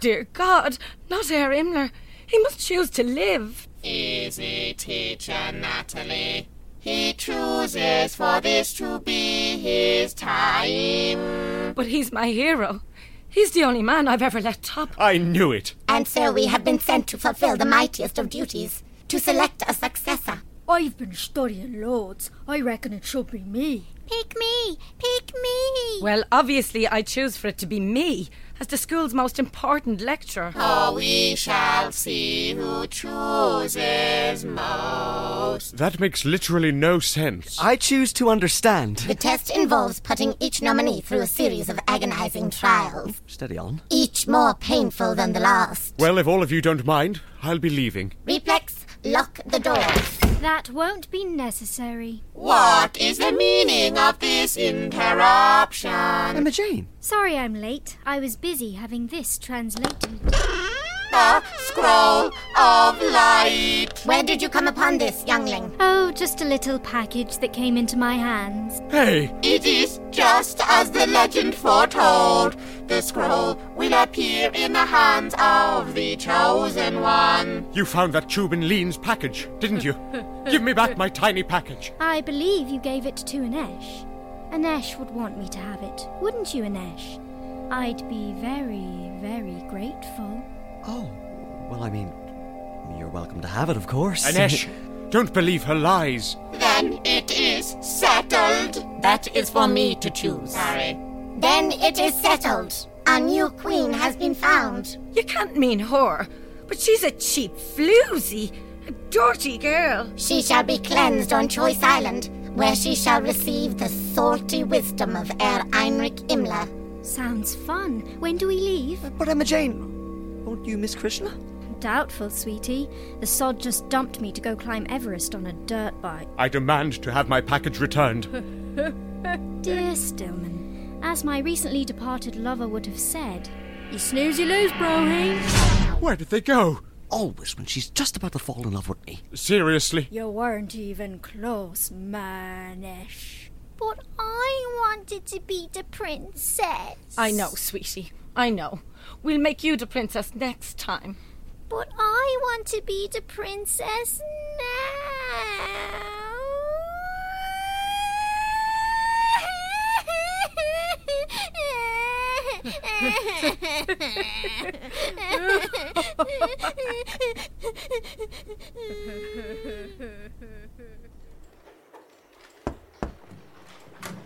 S7: Dear God, not Herr Imler. He must choose to live.
S21: Easy teacher Natalie. He chooses for this to be his time.
S7: But he's my hero. He's the only man I've ever let top.
S9: I knew it.
S21: And so we have been sent to fulfill the mightiest of duties to select a successor.
S10: I've been studying loads. I reckon it should be me.
S18: Pick me! Pick me!
S7: Well, obviously, I choose for it to be me, as the school's most important lecturer.
S21: Oh, we shall see who chooses most.
S9: That makes literally no sense.
S4: I choose to understand.
S21: The test involves putting each nominee through a series of agonizing trials,
S4: Steady on.
S21: each more painful than the last.
S9: Well, if all of you don't mind, I'll be leaving.
S21: Replex, lock the doors.
S10: That won't be necessary.
S21: What is the meaning of this interruption? Emma
S4: Jane.
S10: Sorry I'm late. I was busy having this translated.
S21: The scroll of light. Where did you come upon this, youngling?
S10: Oh, just a little package that came into my hands.
S9: Hey!
S21: It is just as the legend foretold. The scroll will appear in the hands of the chosen one.
S9: You found that tube in Lean's package, didn't you? Give me back my tiny package.
S10: I believe you gave it to Anesh. Anesh would want me to have it, wouldn't you, Anesh? I'd be very, very grateful.
S4: Oh. Well, I mean, you're welcome to have it, of course.
S9: Anesh, don't believe her lies.
S21: Then it is settled.
S25: That is for me to choose.
S21: Sorry. Then it is settled. A new queen has been found.
S7: You can't mean her, but she's a cheap floozy, a dirty girl.
S21: She shall be cleansed on Choice Island, where she shall receive the salty wisdom of Herr Heinrich Himmler.
S10: Sounds fun. When do we leave?
S4: But Emma Jane, won't you miss Krishna?
S10: Doubtful, sweetie. The sod just dumped me to go climb Everest on a dirt bike.
S9: I demand to have my package returned.
S10: Dear Stillman, as my recently departed lover would have said, you snooze, you lose, brohey.
S9: Where did they go?
S4: Always when she's just about to fall in love with me.
S9: Seriously?
S10: You weren't even close, manish.
S18: But I wanted to be the princess.
S7: I know, sweetie. I know. We'll make you the princess next time.
S18: But I want to be the princess now.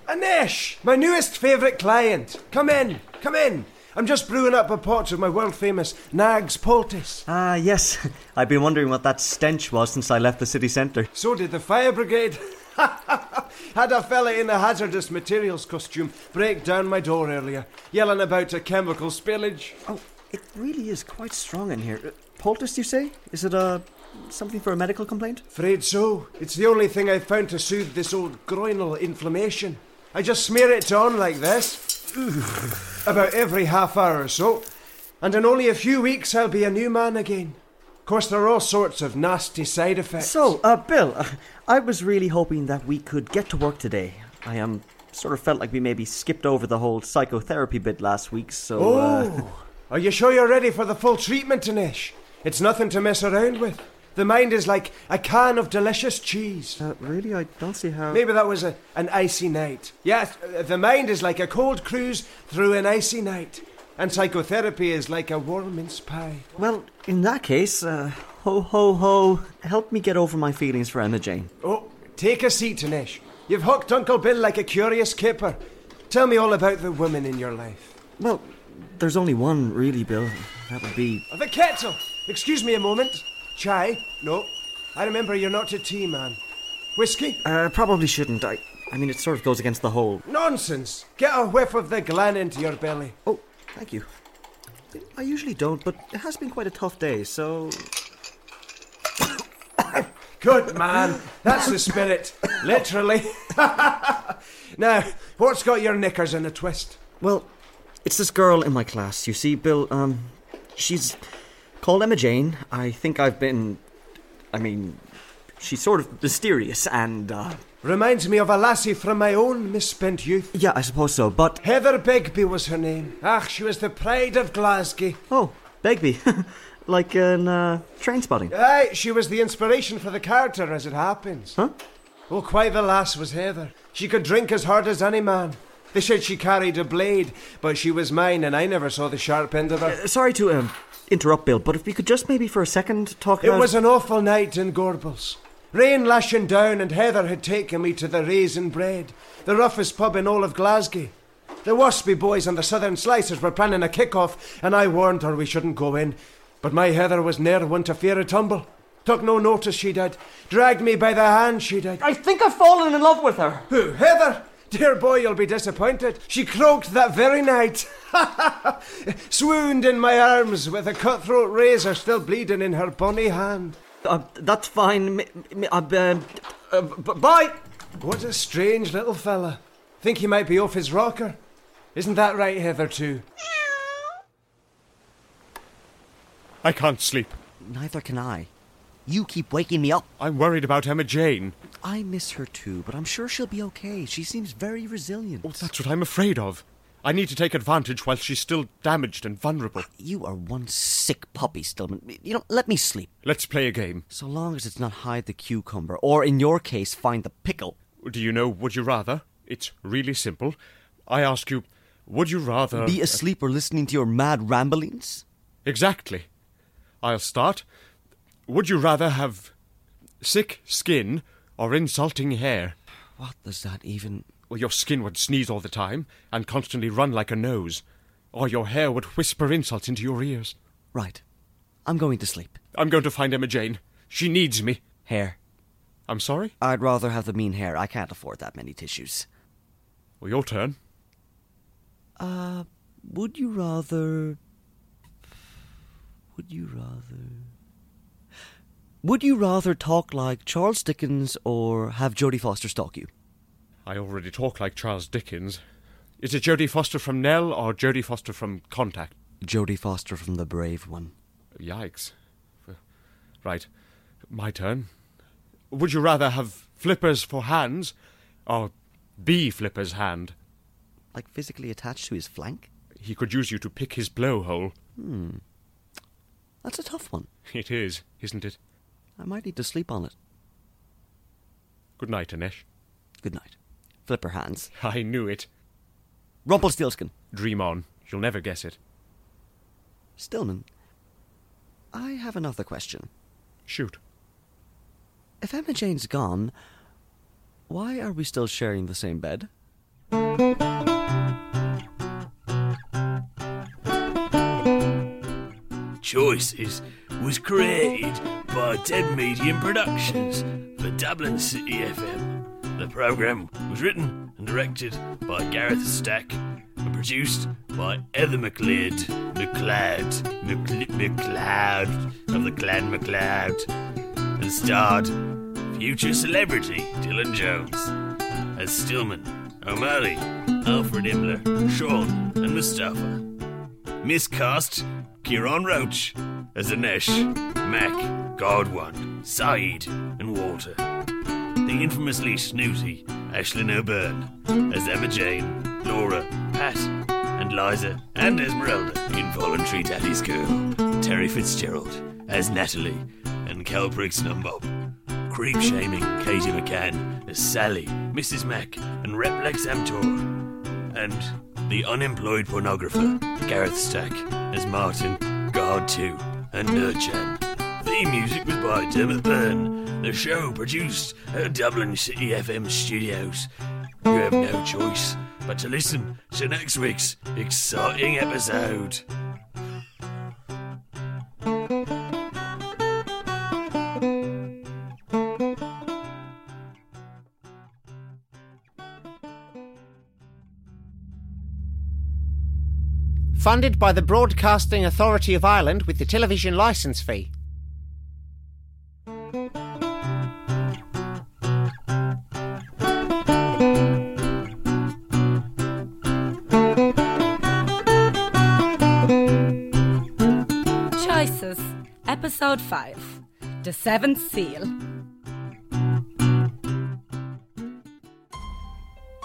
S2: Anesh, my newest favourite client. Come in, come in. I'm just brewing up a pot of my world famous Nag's Poultice.
S4: Ah, yes. I've been wondering what that stench was since I left the city centre.
S2: So did the fire brigade. Had a fella in a hazardous materials costume break down my door earlier, yelling about a chemical spillage.
S4: Oh, it really is quite strong in here. Uh, Poultice, you say? Is it a
S5: Something for a medical complaint?
S2: Afraid so. It's the only thing I've found to soothe this old groinal inflammation. I just smear it on like this, about every half hour or so, and in only a few weeks I'll be a new man again. Of course, there are all sorts of nasty side effects.
S5: So, uh, Bill, uh, I was really hoping that we could get to work today. I um, sort of felt like we maybe skipped over the whole psychotherapy bit last week, so. Uh,
S2: Oh, are you sure you're ready for the full treatment, Anish? It's nothing to mess around with. The mind is like a can of delicious cheese.
S5: Uh, really? I don't see how.
S2: Maybe that was a, an icy night. Yes, uh, the mind is like a cold cruise through an icy night. And psychotherapy is like a warm mince pie.
S5: Well, in that case, uh, ho ho ho, help me get over my feelings for Emma Jane.
S2: Oh, take a seat, Anish. You've hooked Uncle Bill like a curious caper. Tell me all about the woman in your life.
S5: Well, there's only one, really, Bill. That would be.
S2: The kettle! Excuse me a moment. Chai? No. I remember you're not a tea man. Whiskey?
S5: Uh, probably shouldn't. I, I mean, it sort of goes against the whole.
S2: Nonsense! Get a whiff of the glan into your belly.
S5: Oh, thank you. I usually don't, but it has been quite a tough day, so.
S2: Good man. That's the spirit. Literally. now, what's got your knickers in a twist?
S5: Well, it's this girl in my class, you see, Bill. Um, she's called Emma Jane. I think I've been. I mean, she's sort of mysterious and. Uh,
S2: Reminds me of a lassie from my own misspent youth.
S5: Yeah, I suppose so, but.
S2: Heather Begbie was her name. Ach, she was the pride of Glasgow.
S5: Oh, Begbie. like an uh, train spotting.
S2: Aye, she was the inspiration for the character, as it happens.
S5: Huh?
S2: Oh, quite the lass was Heather. She could drink as hard as any man. They said she carried a blade, but she was mine, and I never saw the sharp end of her.
S5: Uh, sorry to um, interrupt, Bill, but if we could just maybe for a second talk
S2: It
S5: about.
S2: was an awful night in Gorbals. Rain lashing down, and Heather had taken me to the Raisin Bread, the roughest pub in all of Glasgow. The Waspy boys and the Southern Slicers were planning a kick-off, and I warned her we shouldn't go in. But my Heather was ne'er one to fear a tumble. Took no notice, she did. Dragged me by the hand, she did.
S5: I think I've fallen in love with her.
S2: Who, Heather? Dear boy, you'll be disappointed. She croaked that very night. Swooned in my arms with a cutthroat razor still bleeding in her bonny hand.
S5: Uh, that's fine. M- m- uh, b- um, uh, b- bye!
S2: What a strange little fella. Think he might be off his rocker. Isn't that right, Heather, too?
S26: I can't sleep.
S5: Neither can I.
S26: You keep waking me up. I'm worried about Emma Jane.
S5: I miss her too, but I'm sure she'll be okay. She seems very resilient.
S26: Oh, that's what I'm afraid of. I need to take advantage while she's still damaged and vulnerable.
S5: Ah, You are one sick puppy, Stillman. You know, let me sleep.
S26: Let's play a game.
S5: So long as it's not hide the cucumber, or in your case, find the pickle.
S9: Do you know, would you rather? It's really simple. I ask you, would you rather.
S27: Be asleep or listening to your mad ramblings?
S9: Exactly. I'll start. Would you rather have sick skin or insulting hair?
S5: What does that even.
S9: Well, your skin would sneeze all the time and constantly run like a nose, or your hair would whisper insults into your ears.
S5: Right. I'm going to sleep.
S9: I'm going to find Emma Jane. She needs me.
S5: Hair.
S9: I'm sorry?
S5: I'd rather have the mean hair. I can't afford that many tissues.
S9: Well, your turn.
S5: Uh, would you rather. Would you rather. Would you rather talk like Charles Dickens or have Jodie Foster stalk you?
S9: I already talk like Charles Dickens. Is it Jodie Foster from Nell or Jodie Foster from Contact?
S5: Jodie Foster from The Brave One.
S9: Yikes. Right, my turn. Would you rather have flippers for hands or be Flipper's hand?
S5: Like physically attached to his flank?
S9: He could use you to pick his blowhole.
S5: Hmm. That's a tough one.
S9: It is, isn't it?
S5: I might need to sleep on it.
S9: Good night, Anesh.
S5: Good night. Flipper hands.
S9: I knew it.
S5: Rumpelstiltskin.
S9: Dream on. You'll never guess it.
S5: Stillman, I have another question.
S9: Shoot.
S5: If Emma Jane's gone, why are we still sharing the same bed?
S6: Choices was created by Dead Medium Productions for Dublin City FM. The programme was written and directed by Gareth Stack and produced by Heather McLeod, McLeod, McLe- McLeod of the Clan McLeod. has starred future celebrity Dylan Jones as Stillman, O'Malley, Alfred Imler, Sean, and Mustafa. Miscast Kieran Roach as Anesh, Mac, Godwan, Saeed, and Walter. The infamously snooty Ashlyn O'Byrne as Emma Jane, Laura, Pat, and Liza, and Esmeralda, involuntary daddy's girl, Terry Fitzgerald as Natalie, and Cal Brigson Bob. Creep shaming Katie McCann as Sally, Mrs. Mack, and Replex Amtor. And the unemployed pornographer Gareth Stack as Martin, Guard 2, and Nurchan. Theme music was by Dermot Byrne. The show produced at Dublin City FM studios. You have no choice but to listen to next week's exciting episode.
S16: Funded by the Broadcasting Authority of Ireland with the television licence fee.
S7: Choices, Episode 5 The Seventh Seal.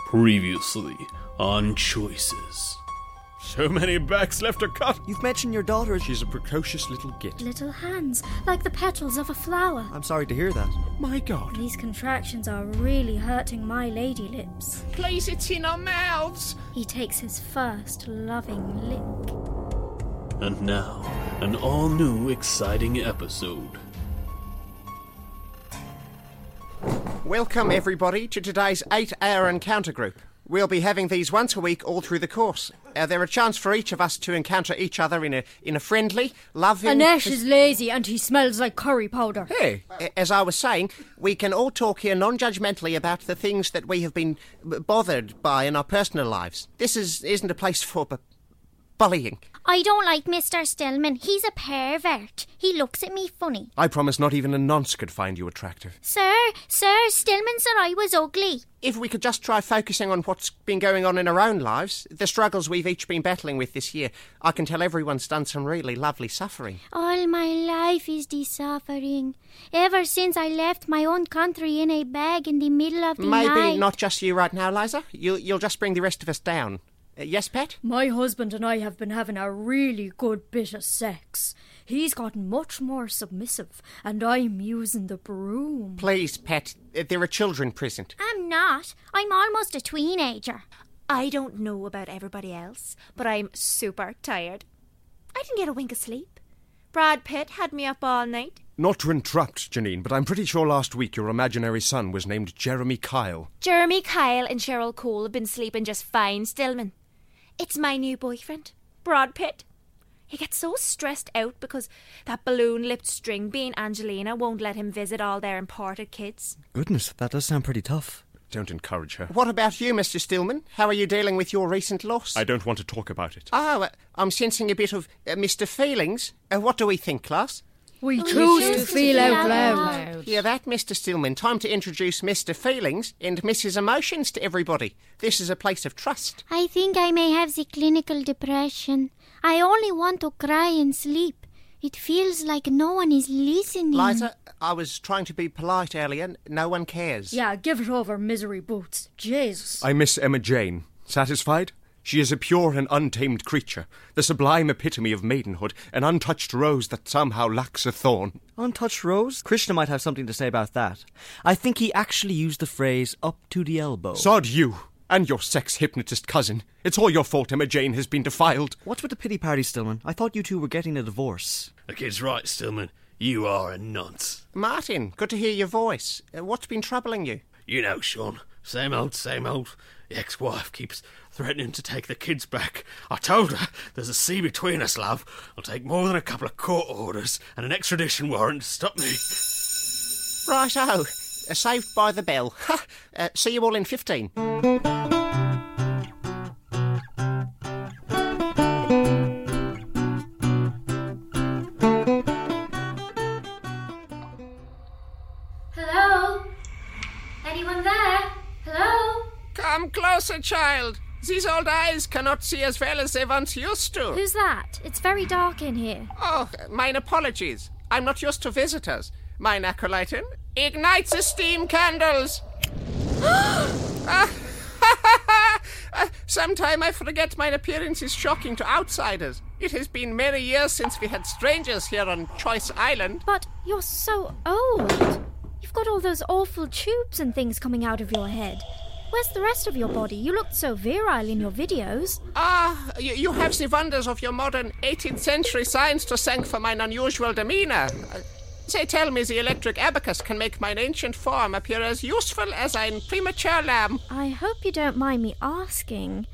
S6: Previously on Choices. So many backs left to cut.
S5: You've mentioned your daughter.
S1: She's a precocious little git.
S10: Little hands, like the petals of a flower.
S5: I'm sorry to hear that.
S1: My god.
S10: These contractions are really hurting my lady lips.
S21: Place it in our mouths.
S10: He takes his first loving lick.
S6: And now, an all new exciting episode.
S16: Welcome, everybody, to today's eight hour encounter group. We'll be having these once a week all through the course. Uh, they're a chance for each of us to encounter each other in a, in a friendly, loving.
S8: Anesh is lazy and he smells like curry powder.
S16: Hey. As I was saying, we can all talk here non judgmentally about the things that we have been b- bothered by in our personal lives. This is, isn't a place for bu- bullying.
S18: I don't like Mr. Stillman. He's a pervert. He looks at me funny.
S9: I promise not even a nonce could find you attractive.
S18: Sir, sir, Stillman said I was ugly.
S16: If we could just try focusing on what's been going on in our own lives, the struggles we've each been battling with this year, I can tell everyone's done some really lovely suffering.
S18: All my life is the suffering. Ever since I left my own country in a bag in the middle of the
S16: Maybe
S18: night.
S16: not just you right now, Liza. You'll, you'll just bring the rest of us down. Uh, yes, Pat?
S10: My husband and I have been having a really good bit of sex. He's gotten much more submissive, and I'm using the broom.
S16: Please, Pat, uh, there are children present.
S18: I'm not. I'm almost a teenager.
S12: I don't know about everybody else, but I'm super tired. I didn't get a wink of sleep. Brad Pitt had me up all night.
S9: Not to interrupt, Janine, but I'm pretty sure last week your imaginary son was named Jeremy Kyle.
S12: Jeremy Kyle and Cheryl Cole have been sleeping just fine, Stillman. It's my new boyfriend, Brad Pitt. He gets so stressed out because that balloon lipped string bean Angelina won't let him visit all their imported kids.
S5: Goodness, that does sound pretty tough.
S9: Don't encourage her.
S16: What about you, Mr. Stillman? How are you dealing with your recent loss?
S9: I don't want to talk about it.
S16: Oh, uh, I'm sensing a bit of uh, Mr. Feelings. Uh, what do we think, class?
S8: We
S10: Oh,
S8: choose Oh, to feel out loud.
S16: Hear that, Mr. Stillman? Time to introduce Mr. Feelings and Mrs. Emotions to everybody. This is a place of trust.
S18: I think I may have the clinical depression. I only want to cry and sleep. It feels like no one is listening.
S16: Liza, I was trying to be polite earlier. N- No one cares.
S10: Yeah, give it over, misery boots. Jesus.
S9: I miss Emma Jane. Satisfied? She is a pure and untamed creature, the sublime epitome of maidenhood, an untouched rose that somehow lacks a thorn.
S5: Untouched rose? Krishna might have something to say about that. I think he actually used the phrase up to the elbow.
S9: Sod you and your sex hypnotist cousin. It's all your fault Emma Jane has been defiled.
S5: What's with the pity party, Stillman? I thought you two were getting a divorce.
S6: The kid's right, Stillman. You are a nonce.
S16: Martin, good to hear your voice. Uh, what's been troubling you?
S6: You know, Sean. Same old, same old. The ex wife keeps threatening to take the kids back. I told her there's a sea between us, love. I'll take more than a couple of court orders and an extradition warrant to stop me.
S16: Right, oh, saved by the bell. Ha! Uh, see you all in 15. closer, child. These old eyes cannot see as well as they once used to.
S10: Who's that? It's very dark in here.
S16: Oh, mine apologies. I'm not used to visitors. Mine acolytin, ignite the steam candles. Ah, Uh, Sometime I forget my appearance is shocking to outsiders. It has been many years since we had strangers here on Choice Island.
S10: But you're so old. You've got all those awful tubes and things coming out of your head. Where's the rest of your body? You looked so virile in your videos.
S16: Ah, you, you have the wonders of your modern 18th century science to thank for mine unusual demeanor. Uh, they tell me the electric abacus can make mine ancient form appear as useful as an premature lamb.
S10: I hope you don't mind me asking.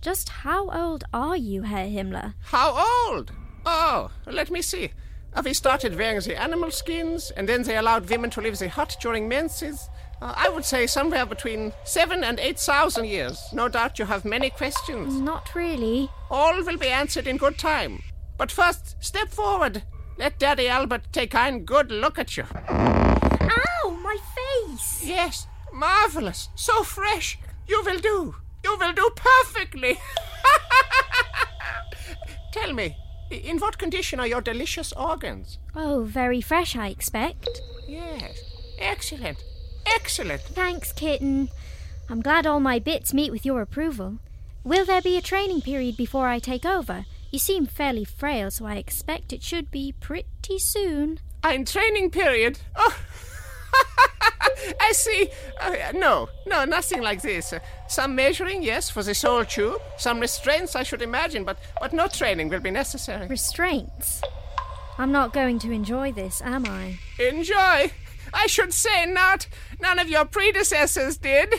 S10: Just how old are you, Herr Himmler?
S16: How old? Oh, let me see. Uh, we started wearing the animal skins, and then they allowed women to leave the hut during menses. Uh, I would say somewhere between seven and eight thousand years. No doubt you have many questions.
S10: Not really.
S16: All will be answered in good time. But first, step forward. Let Daddy Albert take a good look at you.
S10: Ow, my face!
S16: Yes, marvelous. So fresh. You will do. You will do perfectly. Tell me, i- in what condition are your delicious organs?
S10: Oh, very fresh, I expect.
S16: Yes. Excellent. Excellent.
S10: Thanks, kitten. I'm glad all my bits meet with your approval. Will there be a training period before I take over? You seem fairly frail, so I expect it should be pretty soon.
S16: I'm training period. Oh. I see. Uh, no, no, nothing like this. Uh, some measuring, yes, for the soul tube. Some restraints, I should imagine, but, but no training will be necessary.
S10: Restraints? I'm not going to enjoy this, am I?
S16: Enjoy. I should say not. None of your predecessors did.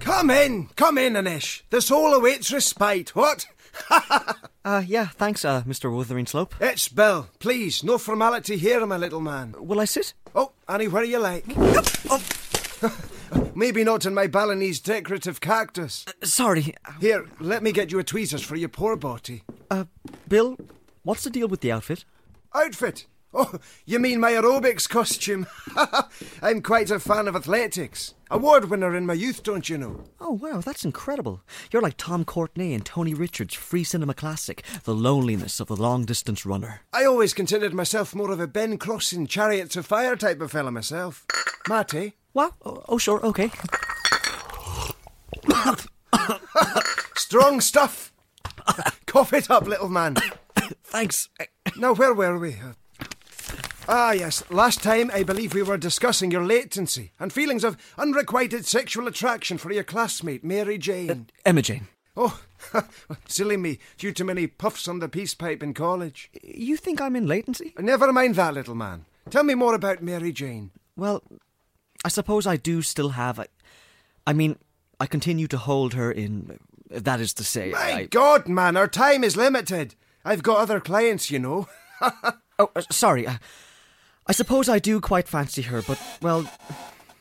S2: Come in, come in, Anish. The soul awaits respite. What?
S5: Uh, yeah, thanks, uh, Mr. Wuthering Slope.
S2: It's Bill. Please, no formality here, my little man.
S5: Will I sit?
S2: Oh, anywhere you like. Oh. Maybe not in my Balinese decorative cactus.
S5: Uh, sorry.
S2: Here, let me get you a tweezers for your poor body.
S5: Uh, Bill, what's the deal with the outfit?
S2: Outfit? Oh, you mean my aerobics costume? I'm quite a fan of athletics. Award winner in my youth, don't you know?
S5: Oh, wow, that's incredible. You're like Tom Courtney and Tony Richards' free cinema classic, The Loneliness of the Long Distance Runner.
S2: I always considered myself more of a Ben Crossing Chariots of Fire type of fella myself. Matty?
S5: Wow, oh, oh, sure, okay.
S2: Strong stuff! Cough it up, little man.
S5: Thanks.
S2: Now, where were we? Uh, Ah, yes. Last time, I believe we were discussing your latency and feelings of unrequited sexual attraction for your classmate, Mary Jane.
S5: Emma Jane.
S2: Oh, silly me, due to many puffs on the peace pipe in college.
S5: You think I'm in latency?
S2: Never mind that, little man. Tell me more about Mary Jane.
S5: Well, I suppose I do still have. I, I mean, I continue to hold her in. That is to say,
S2: My
S5: I,
S2: God, man, our time is limited. I've got other clients, you know.
S5: Oh, uh, sorry. Uh, I suppose I do quite fancy her, but, well,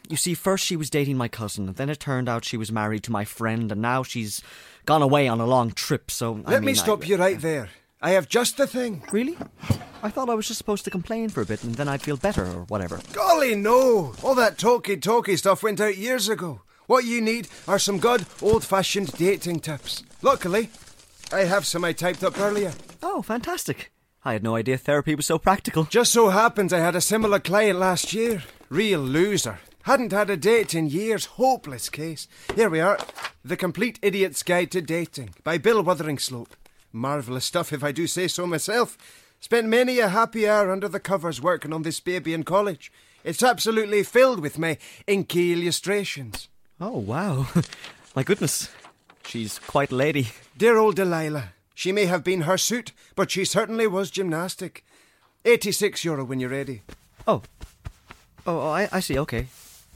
S5: you see, first she was dating my cousin, and then it turned out she was married to my friend, and now she's gone away on a long trip, so. I
S2: Let me
S5: mean,
S2: stop
S5: I,
S2: you right there. I have just the thing.
S5: Really? I thought I was just supposed to complain for a bit, and then I'd feel better, or whatever.
S2: Golly, no! All that talky talky stuff went out years ago. What you need are some good old fashioned dating tips. Luckily, I have some I typed up earlier.
S5: Oh, fantastic. I had no idea therapy was so practical.
S2: Just so happens I had a similar client last year. Real loser. Hadn't had a date in years. Hopeless case. Here we are The Complete Idiot's Guide to Dating by Bill Wutheringslope. Marvellous stuff, if I do say so myself. Spent many a happy hour under the covers working on this baby in college. It's absolutely filled with my inky illustrations.
S5: Oh, wow. my goodness. She's quite a lady.
S2: Dear old Delilah, she may have been hirsute, but she certainly was gymnastic. 86 euro when you're ready.
S5: Oh. Oh, oh, I, I see, okay.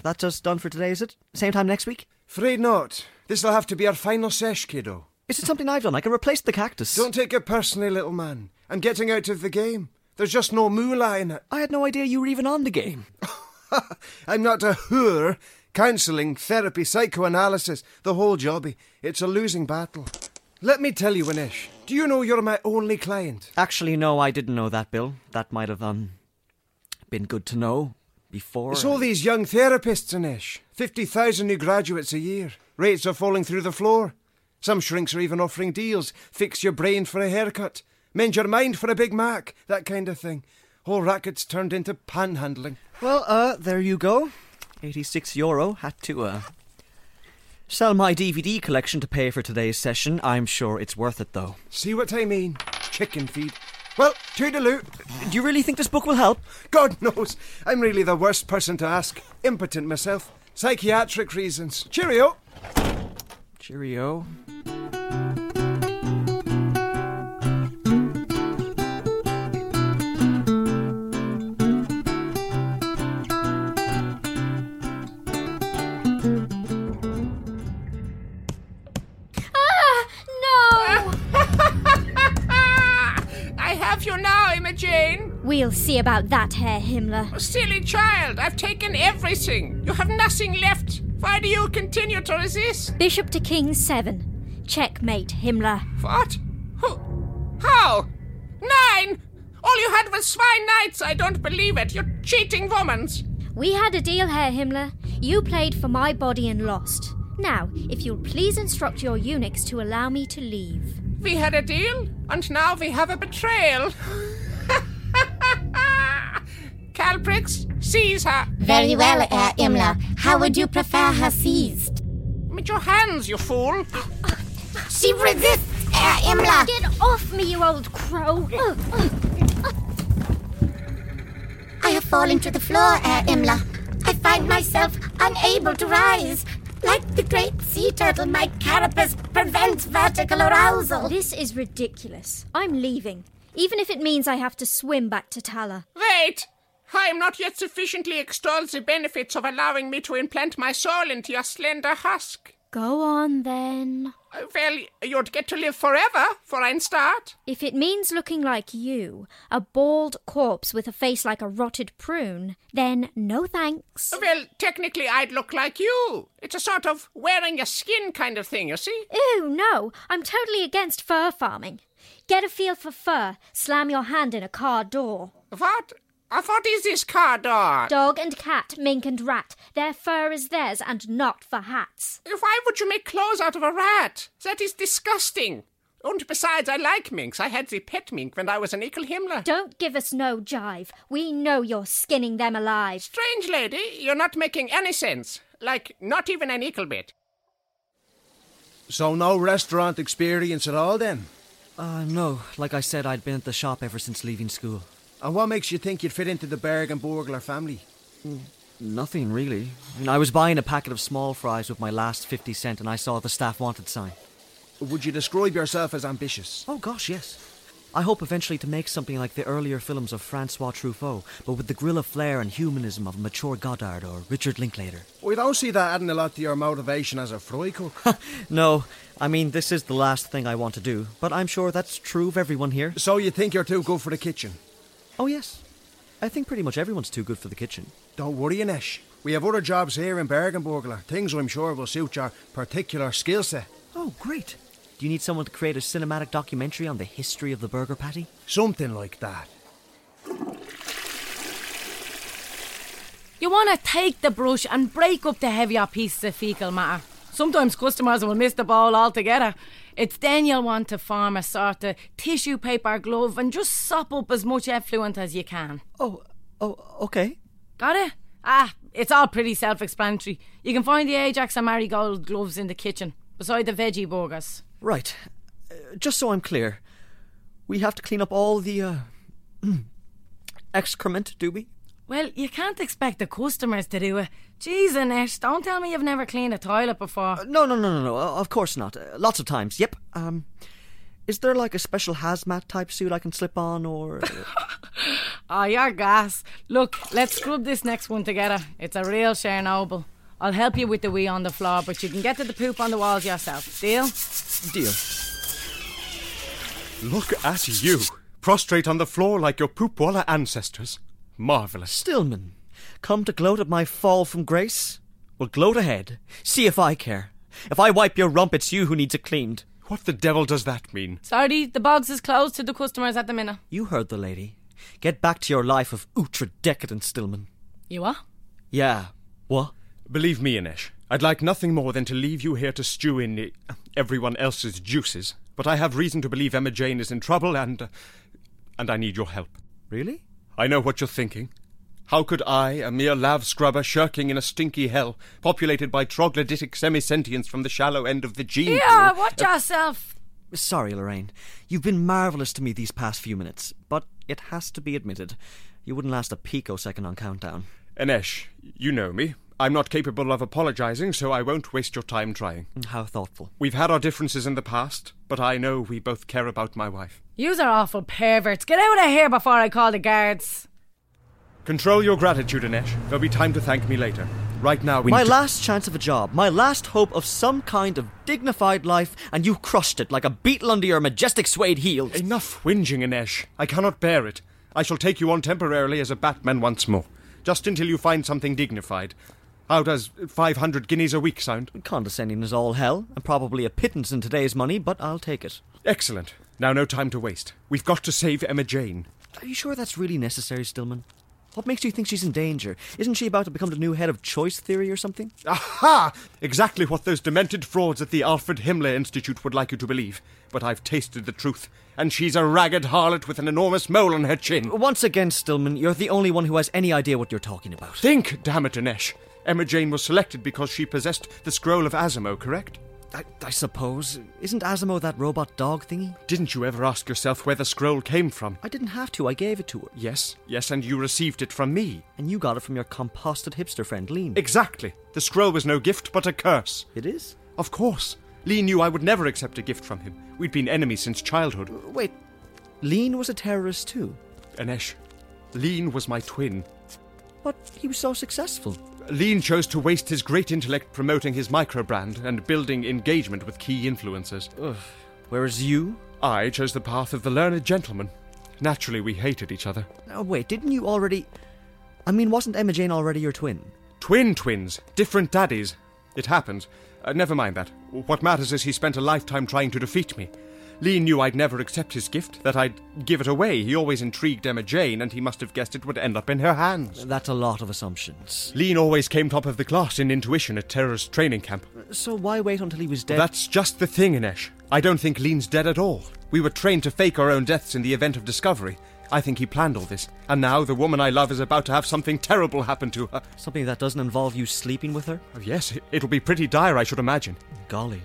S5: That's us done for today, is it? Same time next week?
S2: Afraid not. This'll have to be our final sesh, kiddo.
S5: Is it something I've done? I can replace the cactus.
S2: Don't take it personally, little man. I'm getting out of the game. There's just no moolah in it.
S5: I had no idea you were even on the game.
S2: I'm not a whore. Counselling, therapy, psychoanalysis, the whole jobby. It's a losing battle. Let me tell you, Anish, do you know you're my only client?
S5: Actually, no, I didn't know that, Bill. That might have, um, been good to know.
S28: before.
S2: It's all these young therapists, Anesh. 50,000 new graduates a year. Rates are falling through the floor. Some shrinks are even offering deals fix your brain for a haircut, mend your mind for a Big Mac, that kind of thing. Whole rackets turned into panhandling.
S5: Well, uh, there you go. 86 euro had to, uh. Sell my DVD collection to pay for today's session. I'm sure it's worth it, though.
S2: See what I mean? Chicken feed. Well, toodaloo.
S5: Do you really think this book will help?
S2: God knows. I'm really the worst person to ask. Impotent myself. Psychiatric reasons. Cheerio.
S5: Cheerio.
S16: Ah,
S10: no!
S16: I have you now, Imogene.
S10: We'll see about that, Herr Himmler.
S16: Silly child, I've taken everything. You have nothing left. Why do you continue to resist?
S10: Bishop to King 7. Checkmate, Himmler.
S16: What? Who? How? Nine? All you had was swine knights. I don't believe it. You cheating womans.
S10: We had a deal, Herr Himmler. You played for my body and lost. Now, if you'll please instruct your eunuchs to allow me to leave.
S16: We had a deal, and now we have a betrayal. Calprix, seize her.
S21: Very well, Herr Imla. How would you prefer her seized?
S16: With your hands, you fool.
S21: She resists, Herr Imla.
S10: Get off me, you old crow! Ugh, ugh.
S21: I have fallen to the floor, Herr Imla. I find myself unable to rise. Like the great sea turtle, my carapace prevents vertical arousal.
S10: This is ridiculous. I'm leaving, even if it means I have to swim back to Tala.
S16: Wait! I am not yet sufficiently extolled the benefits of allowing me to implant my soul into your slender husk.
S10: Go on then.
S16: Uh, Well, you'd get to live forever, for ein start.
S10: If it means looking like you, a bald corpse with a face like a rotted prune, then no thanks.
S16: Well, technically, I'd look like you. It's a sort of wearing your skin kind of thing, you see?
S10: Ew, no, I'm totally against fur farming. Get a feel for fur, slam your hand in a car door.
S16: What? Uh, what is this car door?
S10: Dog and cat, mink and rat, their fur is theirs and not for hats.
S16: Why would you make clothes out of a rat? That is disgusting. And besides, I like minks. I had the pet mink when I was an Ekel Himmler.
S10: Don't give us no jive. We know you're skinning them alive.
S16: Strange lady, you're not making any sense. Like, not even an Ekel bit.
S2: So, no restaurant experience at all then?
S5: Uh, no. Like I said, I'd been at the shop ever since leaving school.
S2: And what makes you think you'd fit into the Berg and Borgler family?
S5: Nothing, really. I, mean, I was buying a packet of small fries with my last 50 cent and I saw the staff wanted sign.
S2: Would you describe yourself as ambitious?
S5: Oh, gosh, yes. I hope eventually to make something like the earlier films of Francois Truffaut, but with the guerrilla flair and humanism of mature Goddard or Richard Linklater.
S2: We don't see that adding a lot to your motivation as a Froiko.
S5: No, Oh, I mean, this is the last thing I want to do, but I'm sure that's true of everyone here.
S2: so, you think you're too good for the kitchen?
S5: Oh, yes. I think pretty much everyone's too good for the kitchen.
S2: Don't worry, Anish. We have other jobs here in Bergenborgler, things I'm sure will suit your particular skill set.
S5: Oh, great. Do you need someone to create a cinematic documentary on the history of the burger patty?
S2: Something like that.
S7: You want to take the brush and break up the heavier pieces of fecal matter. Sometimes customers will miss the ball altogether. It's then you'll want to form a sort of tissue paper glove and just sop up as much effluent as you can.
S5: Oh, oh, okay.
S7: Got it? Ah, it's all pretty self explanatory. You can find the Ajax and Marigold gloves in the kitchen, beside the veggie burgers.
S5: Right. Uh, just so I'm clear, we have to clean up all the uh, excrement, do we?
S7: Well, you can't expect the customers to do it. Jeez, Anish, don't tell me you've never cleaned a toilet before.
S5: No, no, no, no, no. uh, Of course not. Uh, lots of times. Yep. Um, is there like a special hazmat type suit I can slip on, or
S7: Oh, you're gas. Look, let's scrub this next one together. It's a real Chernobyl. I'll help you with the wee on the floor, but you can get to the poop on the walls yourself. Deal?
S28: Deal.
S9: Look at you, prostrate on the floor like your poopwalla ancestors. Marvelous.
S5: Stillman? Come to gloat at my fall from grace? Well, gloat ahead. See if I care. If I wipe your rump, it's you who needs it cleaned.
S9: What the devil does that mean?
S7: Sorry, the box is closed to the customers at the minute.
S5: You heard the lady. Get back to your life of ultra decadence, Stillman.
S7: You are?
S9: Yeah. What? Believe me, Inesh, I'd like nothing more than to leave you here to stew in uh, everyone else's juices, but I have reason to believe Emma Jane is in trouble and. Uh, and I need your help.
S5: Really?
S9: I know what you're thinking. How could I, a mere lav scrubber shirking in a stinky hell, populated by troglodytic semi-sentients from the shallow end of the gene
S7: Yeah,
S9: pool,
S7: watch
S9: uh,
S7: yourself.
S5: Sorry, Lorraine. You've been marvellous to me these past few minutes, but it has to be admitted, you wouldn't last a picosecond on countdown.
S9: Anesh, you know me. I'm not capable of apologizing, so I won't waste your time trying.
S5: Mm, How thoughtful.
S9: We've had our differences in the past, but I know we both care about my wife.
S7: Yous are awful perverts. Get out of here before I call the guards.
S9: Control your gratitude, Anesh. There'll be time to thank me later. Right now, we
S5: my
S9: need to-
S5: last chance of a job, my last hope of some kind of dignified life, and you crushed it like a beetle under your majestic suede heels.
S9: Enough whinging, Inesh. I cannot bear it. I shall take you on temporarily as a Batman once more, just until you find something dignified. How does 500 guineas a week sound?
S5: Condescending is all hell, and probably a pittance in today's money, but I'll take it.
S9: Excellent. Now, no time to waste. We've got to save Emma Jane.
S5: Are you sure that's really necessary, Stillman? What makes you think she's in danger? Isn't she about to become the new head of choice theory or something?
S9: Aha! Exactly what those demented frauds at the Alfred Himmler Institute would like you to believe. But I've tasted the truth, and she's a ragged harlot with an enormous mole on her chin.
S5: Once again, Stillman, you're the only one who has any idea what you're talking about.
S9: Think, damn it, Inesh. Emma Jane was selected because she possessed the scroll of Asimo, correct?
S5: I, I suppose. Isn't Asimo that robot dog thingy?
S9: Didn't you ever ask yourself where the scroll came from?
S5: I didn't have to, I gave it to her.
S9: Yes, yes, and you received it from me.
S5: And you got it from your composted hipster friend, Lean.
S9: Exactly. The scroll was no gift but a curse.
S5: It is?
S9: Of course. Lee knew I would never accept a gift from him. We'd been enemies since childhood.
S5: Uh, Wait, Lean was a terrorist too?
S9: Anesh, Lean was my twin.
S5: But he was so successful.
S9: Lean chose to waste his great intellect promoting his microbrand and building engagement with key influencers.
S5: Ugh. Whereas you?
S9: I chose the path of the learned gentleman. Naturally, we hated each other.
S5: Now, Oh, wait, didn't you already. I mean, wasn't Emma Jane already your twin?
S9: Twin twins, different daddies. It happens. Uh, never mind that. What matters is he spent a lifetime trying to defeat me. Lee knew I'd never accept his gift, that I'd give it away. He always intrigued Emma Jane, and he must have guessed it would end up in her hands.
S5: That's a lot of assumptions.
S9: Lean always came top of the class in intuition at terrorist training camp.
S5: So why wait until he was dead?
S9: That's just the thing, Inesh. I don't think Lean's dead at all. We were trained to fake our own deaths in the event of discovery. I think he planned all this. And now the woman I love is about to have something terrible happen to her.
S5: Something that doesn't involve you sleeping with her?
S9: Oh, yes, it- it'll be pretty dire, I should imagine.
S5: Golly.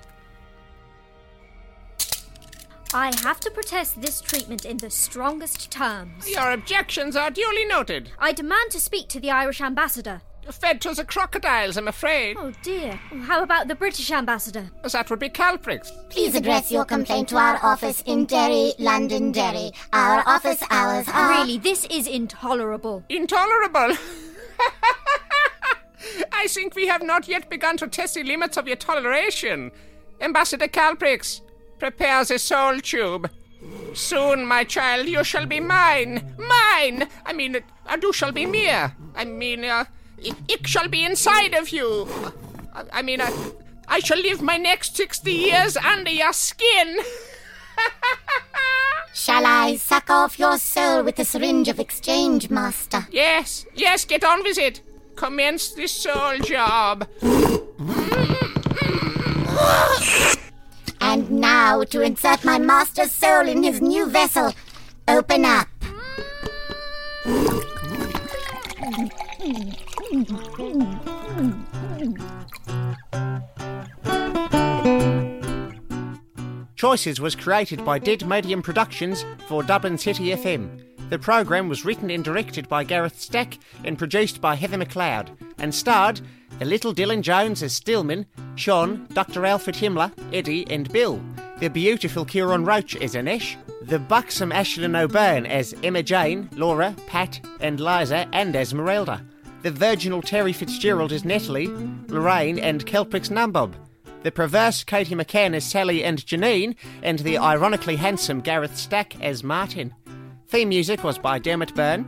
S10: I have to protest this treatment in the strongest terms.
S29: Your objections are duly noted.
S10: I demand to speak to the Irish ambassador.
S29: Fed to the crocodiles, I'm afraid.
S10: Oh dear. How about the British ambassador?
S29: That would be Calprix.
S21: Please address your complaint to our office in Derry, Londonderry. Our office hours are.
S10: Really, this is intolerable.
S29: Intolerable. I think we have not yet begun to test the limits of your toleration. Ambassador Calprix, prepare the soul tube. Soon, my child, you shall be mine. Mine! I mean, and you shall be mere. I mean, uh, it, it shall be inside of you. I, I mean, uh, I shall live my next 60 years under your skin.
S21: Shall I suck off your soul with the syringe of exchange, Master?
S29: Yes, yes, get on with it. Commence this soul job.
S21: And now to insert my master's soul in his new vessel. Open up.
S16: Choices was created by Dead Medium Productions for Dublin City FM. The programme was written and directed by Gareth Stack and produced by Heather MacLeod and starred the little Dylan Jones as Stillman, Sean, Dr. Alfred Himmler, Eddie, and Bill. The beautiful Kieran Roach as Anesh. The buxom Ashlyn O'Byrne as Emma Jane, Laura, Pat, and Liza, and Esmeralda. The virginal Terry Fitzgerald as Natalie, Lorraine, and Kelprix Numbob. The perverse Katie McCann as Sally and Janine, and the ironically handsome Gareth Stack as Martin. Theme music was by Dermot Byrne.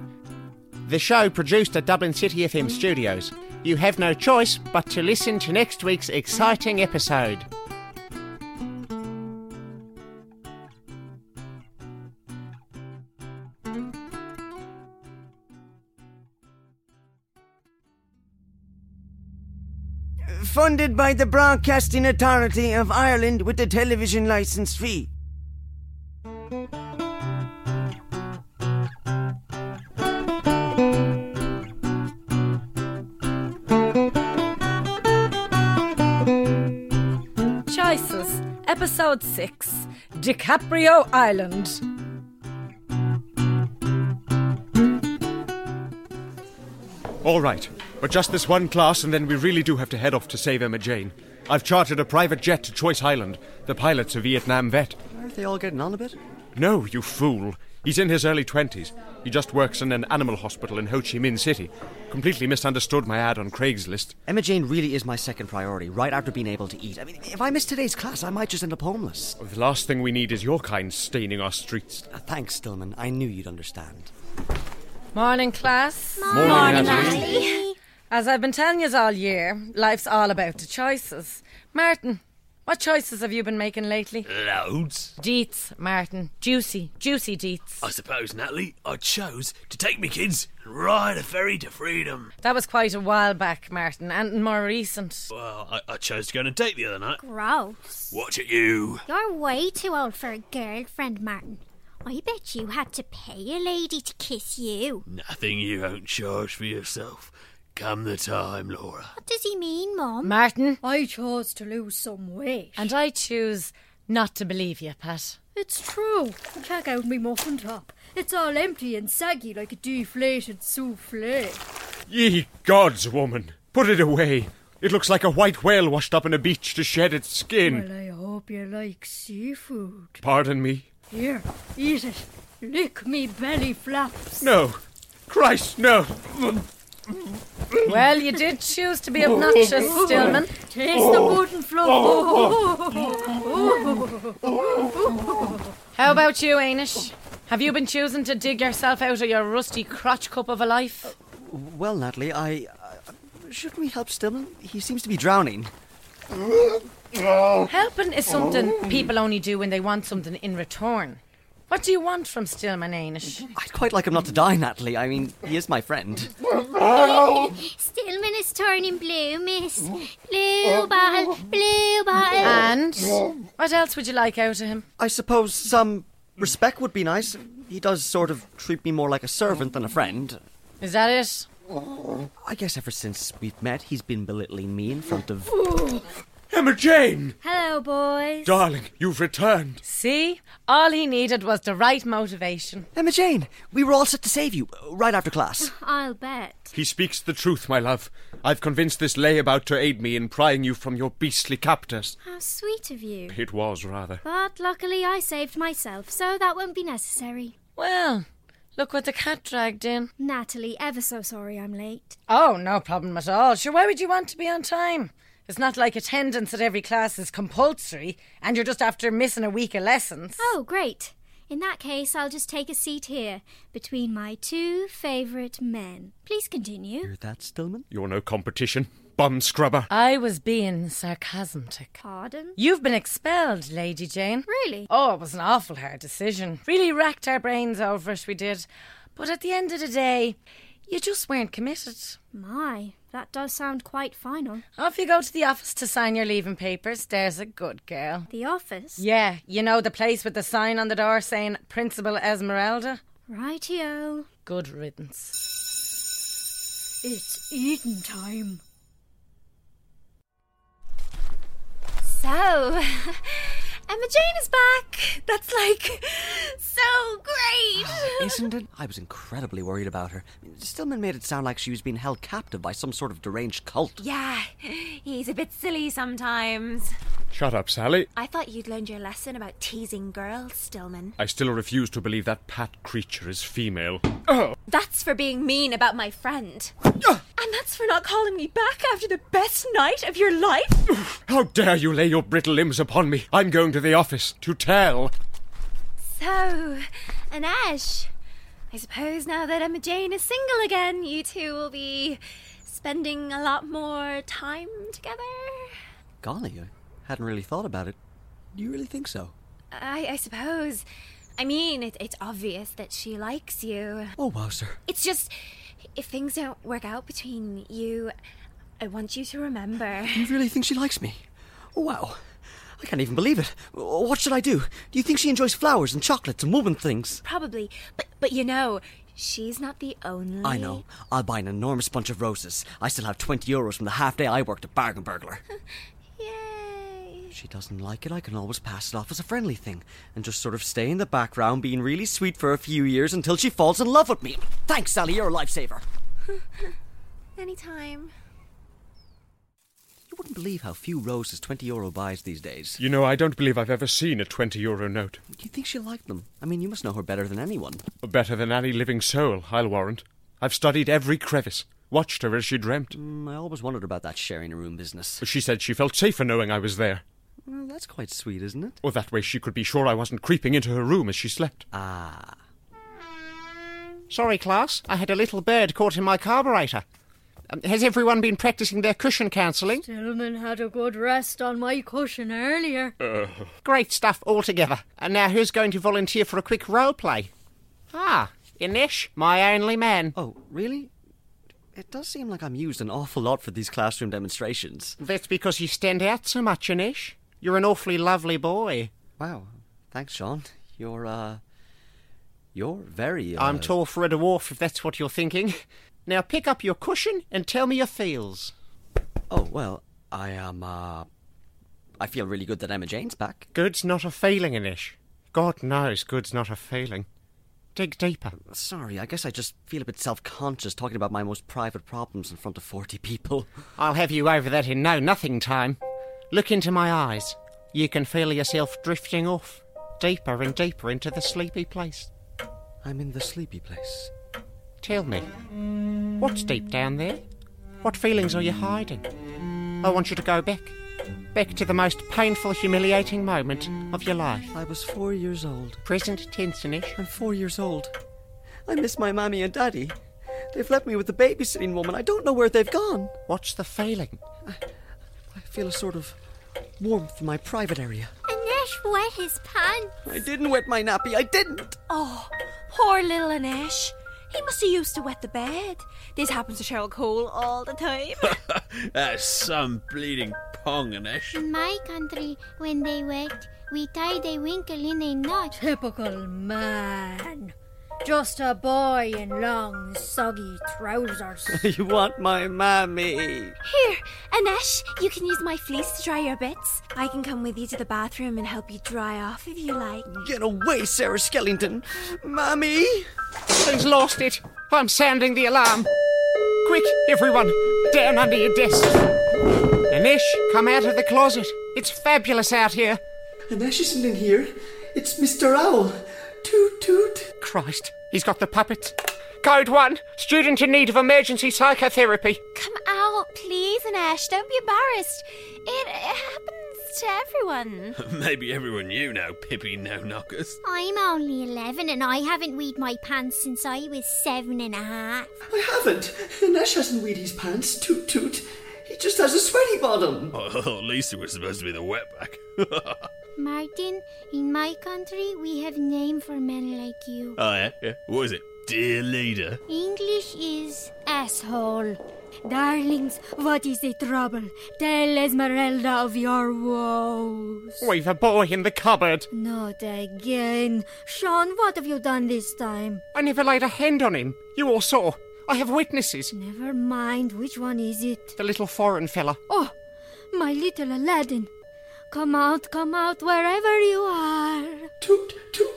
S16: The show produced at Dublin City FM Studios. You have no choice but to listen to next week's exciting episode.
S14: funded by the Broadcasting Authority of Ireland with the television license fee.
S7: Choices, Episode 6 DiCaprio Island.
S9: All right, but just this one class, and then we really do have to head off to save Emma Jane. I've chartered a private jet to Choice Island. The pilot's a Vietnam vet.
S5: Aren't they all getting on a bit?
S9: No, you fool. He's in his early 20s. He just works in an animal hospital in Ho Chi Minh City. Completely misunderstood my ad on Craigslist.
S5: Emma Jane really is my second priority, right after being able to eat. I mean, if I miss today's class, I might just end up homeless.
S9: The last thing we need is your kind staining our streets.
S5: Uh, Thanks, Stillman. I knew you'd understand.
S7: Morning, class.
S9: Morning, Morning, Ashley.
S7: As I've been telling you all year, life's all about the choices. Martin, what choices have you been making lately?
S6: Loads.
S7: Deets, Martin. Juicy, juicy deets.
S6: I suppose, Natalie, I chose to take me kids and ride a ferry to freedom.
S7: That was quite a while back, Martin, and more recent.
S6: Well, I, I chose to go on a date the other night.
S10: Gross.
S6: Watch it, you.
S10: You're way too old for a girlfriend, Martin. I bet you had to pay a lady to kiss you.
S6: Nothing you won't charge for yourself. Come the time, Laura.
S10: What does he mean, Mom?
S7: Martin?
S20: I chose to lose some weight.
S7: And I choose not to believe you, Pat.
S20: It's true. Check out me muffin top. It's all empty and saggy like a deflated souffle.
S9: Ye gods, woman. Put it away. It looks like a white whale washed up in a beach to shed its skin.
S20: Well, I hope you like seafood.
S9: Pardon me.
S20: Here, eat it. Lick me belly flaps.
S9: No. Christ, no.
S7: Well, you did choose to be obnoxious, Stillman.
S20: Taste
S7: Oh.
S20: the wooden fluff.
S7: How about you, Anish? Have you been choosing to dig yourself out of your rusty crotch cup of a life?
S5: Well, Natalie, I. Uh, shouldn't we help Stillman? He seems to be drowning. Oh.
S7: Helping is something people only do when they want something in return. What do you want from Stillman, Anish?
S5: I'd quite like him not to die, Natalie. I mean, he is my friend.
S10: Stillman is turning blue, miss. Blue bottle, blue
S18: Oh.
S10: bottle.
S7: And what else would you like out of him?
S5: I suppose some respect would be nice. He does sort of treat me more like a servant than a friend.
S7: Is that it?
S5: I guess ever since we've met, he's been belittling me in front of.
S9: Emma Jane!
S20: Hello, boys.
S9: Darling, you've returned.
S7: See? All he needed was the right motivation.
S5: Emma Jane, we were all set to save you uh, right after class.
S20: I'll bet.
S9: He speaks the truth, my love. I've convinced this layabout to aid me in prying you from your beastly captors.
S10: How sweet of you.
S9: It was, rather.
S10: But luckily I saved myself, so that won't be necessary.
S7: Well, look what the cat dragged in.
S10: Natalie, ever so sorry I'm late.
S7: Oh, no problem at all. Sure, why would you want to be on time? It's not like attendance at every class is compulsory and you're just after missing a week of lessons.
S10: Oh, great. In that case, I'll just take a seat here between my two favourite men. Please continue.
S5: Hear that, Stillman?
S9: You're no competition. Bum scrubber.
S7: I was being sarcastic.
S10: Pardon?
S7: You've been expelled, Lady Jane.
S10: Really?
S7: Oh, it was an awful hard decision. Really racked our brains over it, we did. But at the end of the day, you just weren't committed.
S10: My, that does sound quite final.
S7: Off you go to the office to sign your leaving papers. There's a good girl.
S10: The office?
S7: Yeah, you know the place with the sign on the door saying Principal Esmeralda?
S10: Rightio.
S7: Good riddance.
S20: It's eating time.
S12: So, Oh, Emma Jane is back. That's like so great.
S5: Isn't it? I was incredibly worried about her. Stillman made it sound like she was being held captive by some sort of deranged cult.
S12: Yeah, he's a bit silly sometimes.
S9: Shut up, Sally.
S12: I thought you'd learned your lesson about teasing girls, Stillman.
S9: I still refuse to believe that pat creature is female. Oh,
S12: That's for being mean about my friend. and that's for not calling me back after the best night of your life?
S9: How dare you lay your brittle limbs upon me? I'm going to the office to tell.
S12: So, Anash, I suppose now that Emma Jane is single again, you two will be spending a lot more time together?
S5: Golly, I hadn't really thought about it. Do you really think so?
S12: I, I suppose. I mean, it, it's obvious that she likes you.
S5: Oh, wow, sir.
S12: It's just, if things don't work out between you I want you to remember.
S5: You really think she likes me? Wow. I can't even believe it. W- What should I do? Do you think she enjoys flowers and chocolates and woven things?
S12: Probably. But but you know, she's not the only
S5: I know. I'll buy an enormous bunch of roses. I still have 20 euros from the half day I worked at Bargain Burglar. Yay! She doesn't like it. I can always pass it off as a friendly thing and just sort of stay in the background, being really sweet for a few years until she falls in love with me. Thanks, Sally. You're a lifesaver.
S12: Anytime.
S5: You wouldn't believe how few roses 20 euro buys these days.
S9: You know, I don't believe I've ever seen a 20 euro note.
S5: Do you think she'll like them? I mean, you must know her better than anyone.
S9: Oh, Better than any living soul, I'll warrant. I've studied every crevice, watched her as she dreamt.
S5: Mm, I always wondered about that sharing a room business.
S9: She said she felt safer knowing I was there.
S5: Well, that's quite sweet, isn't it?
S9: Or that way she could be sure I wasn't creeping into her room as she slept.
S5: Ah.
S16: Sorry, class. I had a little bird caught in my carburetor. Um, has everyone been practicing their cushion counselling?
S10: Stillman had a good rest on my cushion earlier.
S16: Great stuff altogether. And now who's going to volunteer for a quick role play? Ah, Inish, my only man.
S5: Oh, really? It does seem like I'm used an awful lot for these classroom demonstrations.
S16: That's because you stand out so much, Inish. You're an awfully lovely boy.
S5: Wow. Thanks, Sean. You're, uh. You're very. Uh,
S16: I'm tall for a dwarf, if that's what you're thinking. Now pick up your cushion and tell me your feels.
S5: Oh, well, I am, uh. I feel really good that Emma Jane's back.
S16: Good's not a feeling, Inish. God knows good's not a feeling. Dig deeper.
S5: Sorry, I guess I just feel a bit self conscious talking about my most private problems in front of 40 people.
S16: I'll have you over that in no nothing time. Look into my eyes. You can feel yourself drifting off, deeper and deeper into the sleepy place.
S5: I'm in the sleepy place.
S16: Tell me, what's deep down there? What feelings are you hiding? I want you to go back. Back to the most painful, humiliating moment of your life.
S5: I was four years old.
S16: Present tense, Inish.
S5: I'm four years old. I miss my mammy and daddy. They've left me with the babysitting woman. I don't know where they've gone.
S16: What's the feeling?
S5: I feel a sort of warmth in my private area.
S18: Anish wet his pants.
S5: I didn't wet my nappy. I didn't.
S12: Oh, poor little Anish. He must have used to wet the bed. This happens to Cheryl Cole all the time.
S6: That's some bleeding pong, Anish.
S18: In my country, when they wet, we tie the winkle in a knot.
S10: Typical man. Just a boy in long, soggy trousers.
S5: you want my mammy?
S12: Here, Anesh, you can use my fleece to dry your bits. I can come with you to the bathroom and help you dry off if you like.
S5: Get away, Sarah Skellington. Mammy!
S16: He's lost it. I'm sounding the alarm. Quick, everyone, down under your desk. Anish, come out of the closet. It's fabulous out here.
S5: Anesh isn't in here. It's Mr. Owl. Toot toot.
S16: Christ, he's got the puppets. Code one, student in need of emergency psychotherapy.
S30: Come out, please, Anesh. Don't be embarrassed. It, it happens to everyone.
S6: Maybe everyone you know, Pippi No Knockers.
S18: I'm only 11 and I haven't weed my pants since I was seven and a half.
S5: I haven't. Anesh hasn't weed his pants. Toot toot. He just has a sweaty bottom.
S6: Oh, I thought Lisa was supposed to be the wetback.
S18: Martin, in my country, we have name for men like you.
S6: oh, yeah, yeah. What is it? Dear leader.
S18: English is
S10: Asshole. Darlings, what is the trouble? Tell Esmeralda of your woes.
S16: We've Oh, a boy in the cupboard.
S10: Not again. Sean, what have you done this time?
S16: I never laid a hand on him. You all saw. I have witnesses.
S10: Never mind, which one is it?
S16: The little foreign fella.
S10: Oh, my little Aladdin. Come out, come out, wherever you are.
S5: Toot toot.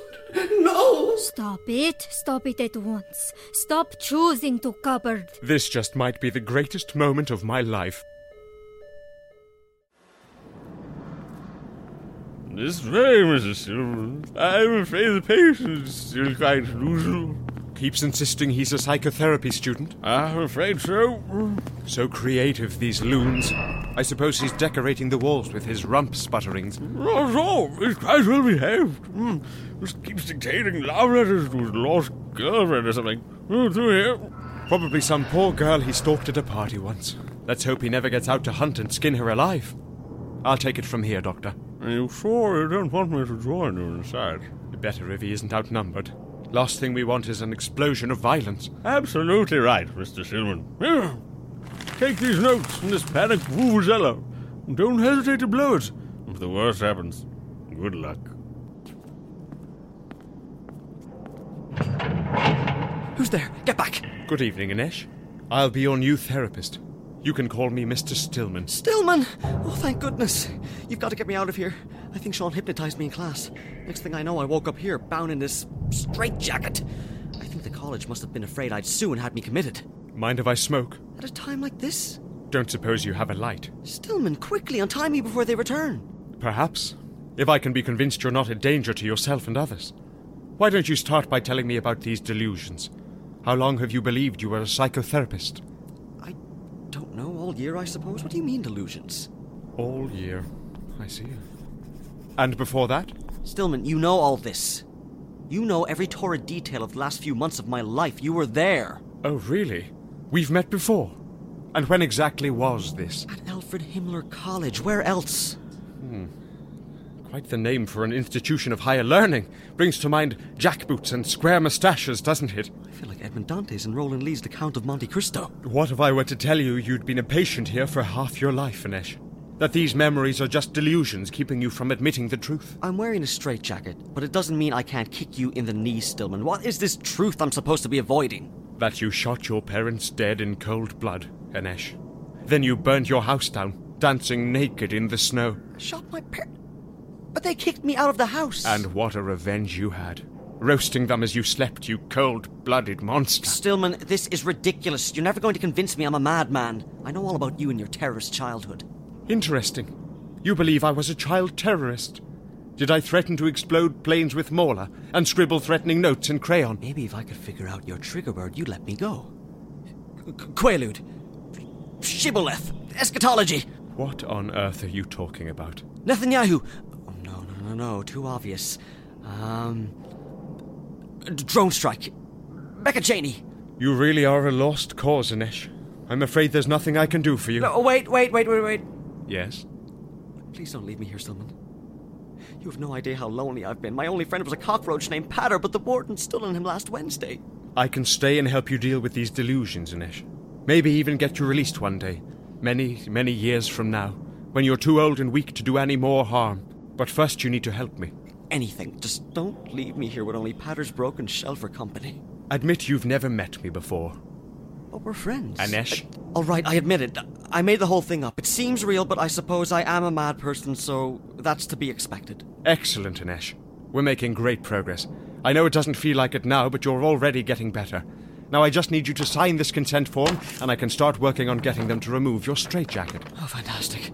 S5: No!
S10: Stop it, stop it at once. Stop choosing to cupboard.
S9: This just might be the greatest moment of my life.
S11: This way, Mrs. Silverman. I'm afraid the patient is still quite loose.
S9: Keeps insisting he's a psychotherapy student.
S11: I'm afraid so.
S15: Mm.
S9: So creative, these loons. I suppose he's decorating the walls with his rump sputterings.
S11: Not so. It's quite well behaved. Hmm. Just keeps dictating love letters to his lost girlfriend or something. Oh, through here.
S9: Probably some poor girl he stalked at a party once. Let's hope he never gets out to hunt and skin her alive. I'll take it from here, Doctor.
S11: Are you sure you don't want me to join you inside?
S9: Better if he isn't outnumbered. Last thing we want is an explosion of violence.
S11: Absolutely right, Mr. Silverman. Yeah. Take these notes from this panicked Vuvuzela. Don't hesitate to blow it. If the worst happens, good luck.
S5: Who's there? Get back!
S9: Good evening, Inesh. I'll be your new therapist. You can call me Mr. Stillman.
S5: Stillman! Oh, thank goodness. You've got to get me out of here. I think Sean hypnotized me in class. Next thing I know, I woke up here, bound in this straitjacket. I think the college must have been afraid I'd sue and had me committed.
S9: Mind if I smoke?
S5: At a time like this?
S9: Don't suppose you have a light?
S5: Stillman, quickly, untie me before they return.
S9: Perhaps. If I can be convinced you're not a danger to yourself and others. Why don't you start by telling me about these delusions? How long have you believed you were a psychotherapist?
S5: I don't know. All year, I suppose. What do you mean, delusions?
S9: All year. I see. And before that?
S5: Stillman, you know all this. You know every torrid detail of the last few months of my life. You were there.
S9: Oh, really? We've met before. And when exactly was this?
S5: At Alfred Himmler College. Where else?
S9: Hmm. Quite the name for an institution of higher learning. Brings to mind jackboots and square moustaches, doesn't it?
S5: I feel like Edmond Dantes in Roland Lee's The Count of Monte Cristo.
S9: What if I were to tell you you'd been a patient here for half your life, Anesh? That these memories are just delusions keeping you from admitting the truth?
S5: I'm wearing a straitjacket, but it doesn't mean I can't kick you in the knee, Stillman. What is this truth I'm supposed to be avoiding?
S9: That you shot your parents dead in cold blood, Anesh. Then you burned your house down, dancing naked in the snow.
S5: I shot my parents. But they kicked me out of the house.
S9: And what a revenge you had. Roasting them as you slept, you cold blooded monster.
S5: Stillman, this is ridiculous. You're never going to convince me I'm a madman. I know all about you and your terrorist childhood.
S9: Interesting. You believe I was a child terrorist. Did I threaten to explode planes with Mauler and scribble threatening notes in crayon?
S5: Maybe if I could figure out your trigger word, you'd let me go. Quaalude. Shibboleth. Eschatology.
S9: What on earth are you talking about?
S5: Netanyahu no, no, too obvious. Um. Drone strike. Becca Cheney.
S9: You really are a lost cause, Anesh. I'm afraid there's nothing I can do for you.
S5: No, wait, wait, wait, wait, wait.
S9: Yes?
S5: Please don't leave me here, Stillman. You have no idea how lonely I've been. My only friend was a cockroach named Patter, but the warden stood on him last Wednesday.
S9: I can stay and help you deal with these delusions, Anesh. Maybe even get you released one day. Many, many years from now, when you're too old and weak to do any more harm. But first, you need to help me.
S5: Anything. Just don't leave me here with only Patter's broken shell for company.
S9: Admit you've never met me before.
S5: But we're friends.
S9: Anesh.
S5: I, all right, I admit it. I made the whole thing up. It seems real, but I suppose I am a mad person, so that's to be expected.
S9: Excellent, Anesh. We're making great progress. I know it doesn't feel like it now, but you're already getting better. Now I just need you to sign this consent form, and I can start working on getting them to remove your straitjacket.
S5: Oh, fantastic.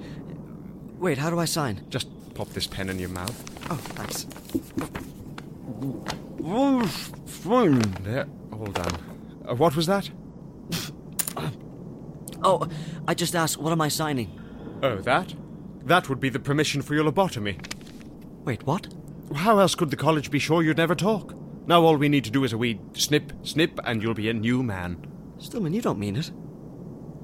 S5: Wait, how do I sign?
S9: Just pop this pen in your mouth.
S5: Oh, thanks.
S9: Oh, There, all done. Uh, what was that?
S5: oh, I just asked, what am I signing?
S9: Oh, that? That would be the permission for your lobotomy.
S5: Wait, what?
S9: How else could the college be sure you'd never talk? Now all we need to do is a wee snip, snip, and you'll be a new man.
S5: Stillman, you don't mean it.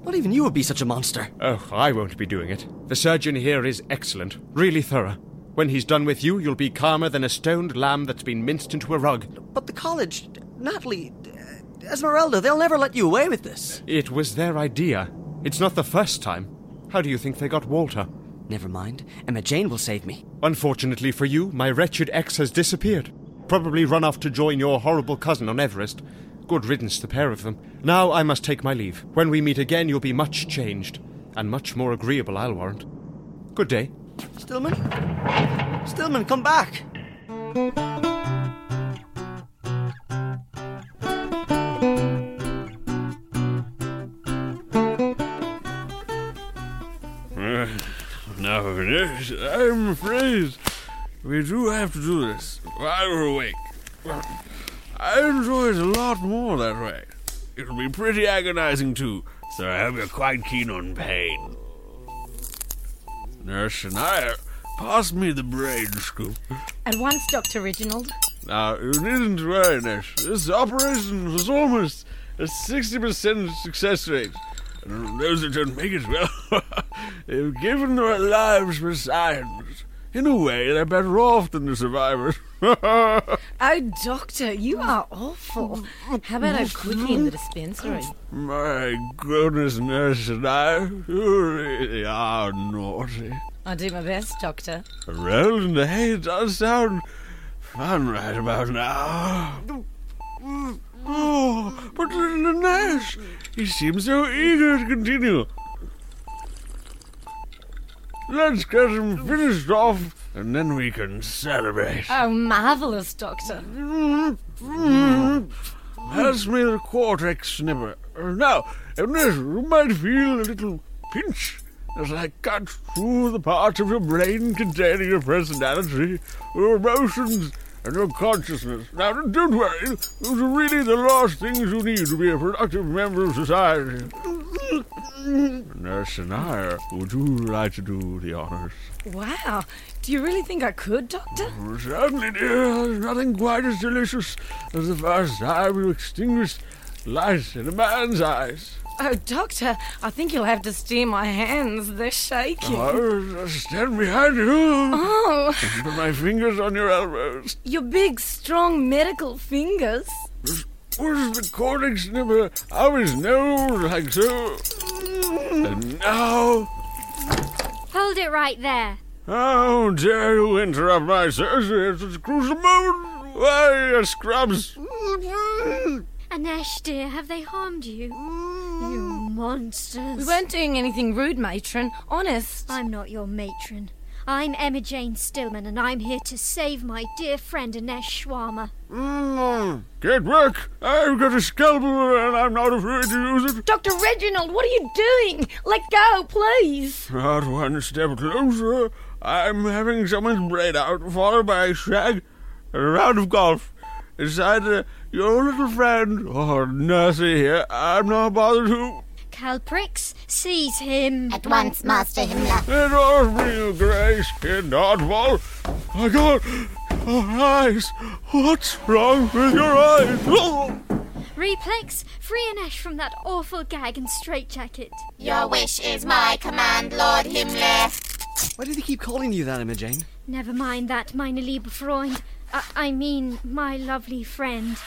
S5: Not even you would be such a monster.
S9: Oh, I won't be doing it. The surgeon here is excellent, really thorough. When he's done with you, you'll be calmer than a stoned lamb that's been minced into a rug.
S5: But the college, Natalie, uh, Esmeralda, they'll never let you away with this.
S9: It was their idea. It's not the first time. How do you think they got Walter?
S5: Never mind. Emma Jane will save me.
S9: Unfortunately for you, my wretched ex has disappeared. Probably run off to join your horrible cousin on Everest. Good riddance, the pair of them. Now I must take my leave. When we meet again, you'll be much changed, and much more agreeable, I'll warrant. Good day.
S5: Stillman? Stillman, come back!
S11: Uh, now, yes, I'm afraid we do have to do this while we're awake. I enjoy it a lot more that way. It'll be pretty agonizing too, so I hope you're quite keen on pain. Nurse Shania, pass me the brain scoop.
S7: At once, Dr. Reginald.
S11: Now, you needn't worry, Nash. This operation was almost a 60% success rate. And those that don't make it, well, they've given their lives for science. In a way, they're better off than the survivors.
S7: uh, Oh, Doctor, you are awful. How about a quickie in the dispensary?
S11: My goodness, nurse and I, you really are naughty.
S7: I'll do my best, Doctor.
S11: Well, nay, it does sound fun right about now. Oh, but little Nash, he seems so eager to continue. Let's get him finished off, and then we can celebrate.
S7: Oh, marvelous, Doctor.
S11: Pass me the cortex snipper. Now, Ernest, you might feel a little pinch as I cut through the part of your brain containing your personality, your emotions, and your consciousness. Now, don't worry, those are really the last things you need to be a productive member of society. Nurse and I, would you like to do the honors?
S7: Wow. Do you really think I could, Doctor?
S11: Certainly, dear, there's nothing quite as delicious as the first time you extinguished light in a man's eyes.
S7: Oh, Doctor, I think you'll have to steer my hands. They're shaking.
S11: Oh, stand behind you.
S7: Oh.
S11: Put my fingers on your elbows.
S7: Your big, strong medical fingers.
S11: Where's the cortex snipper? I always know like so. And now.
S10: Hold it right there.
S11: How dare you interrupt my surgery at such a crucial moment? Why, you scrubs?
S10: Anesh, dear, have they harmed you? You monsters.
S7: We weren't doing anything rude, matron. Honest.
S10: I'm not your matron. I'm Emma Jane Stillman, and I'm here to save my dear friend Anesh Schwammer.
S11: Get work! I've got a scalpel and I'm not afraid to use it.
S7: Dr. Reginald, what are you doing? Let go, please.
S11: Not one step closer. I'm having someone's brain out, followed by a shag and a round of golf. It's either your little friend or Nursey here. I'm not bothered who.
S10: Calprix, seize him.
S3: At once, Master Himmler.
S11: It off me, you grey skinned oddball. I got your eyes. What's wrong with your eyes? Oh!
S10: Replex, free Anesh from that awful gag and straitjacket.
S21: Your wish is my command, Lord Himmler.
S19: Why do they keep calling you that, Emma Jane?
S10: Never mind that, meine liebe Freund. I, I mean, my lovely friend.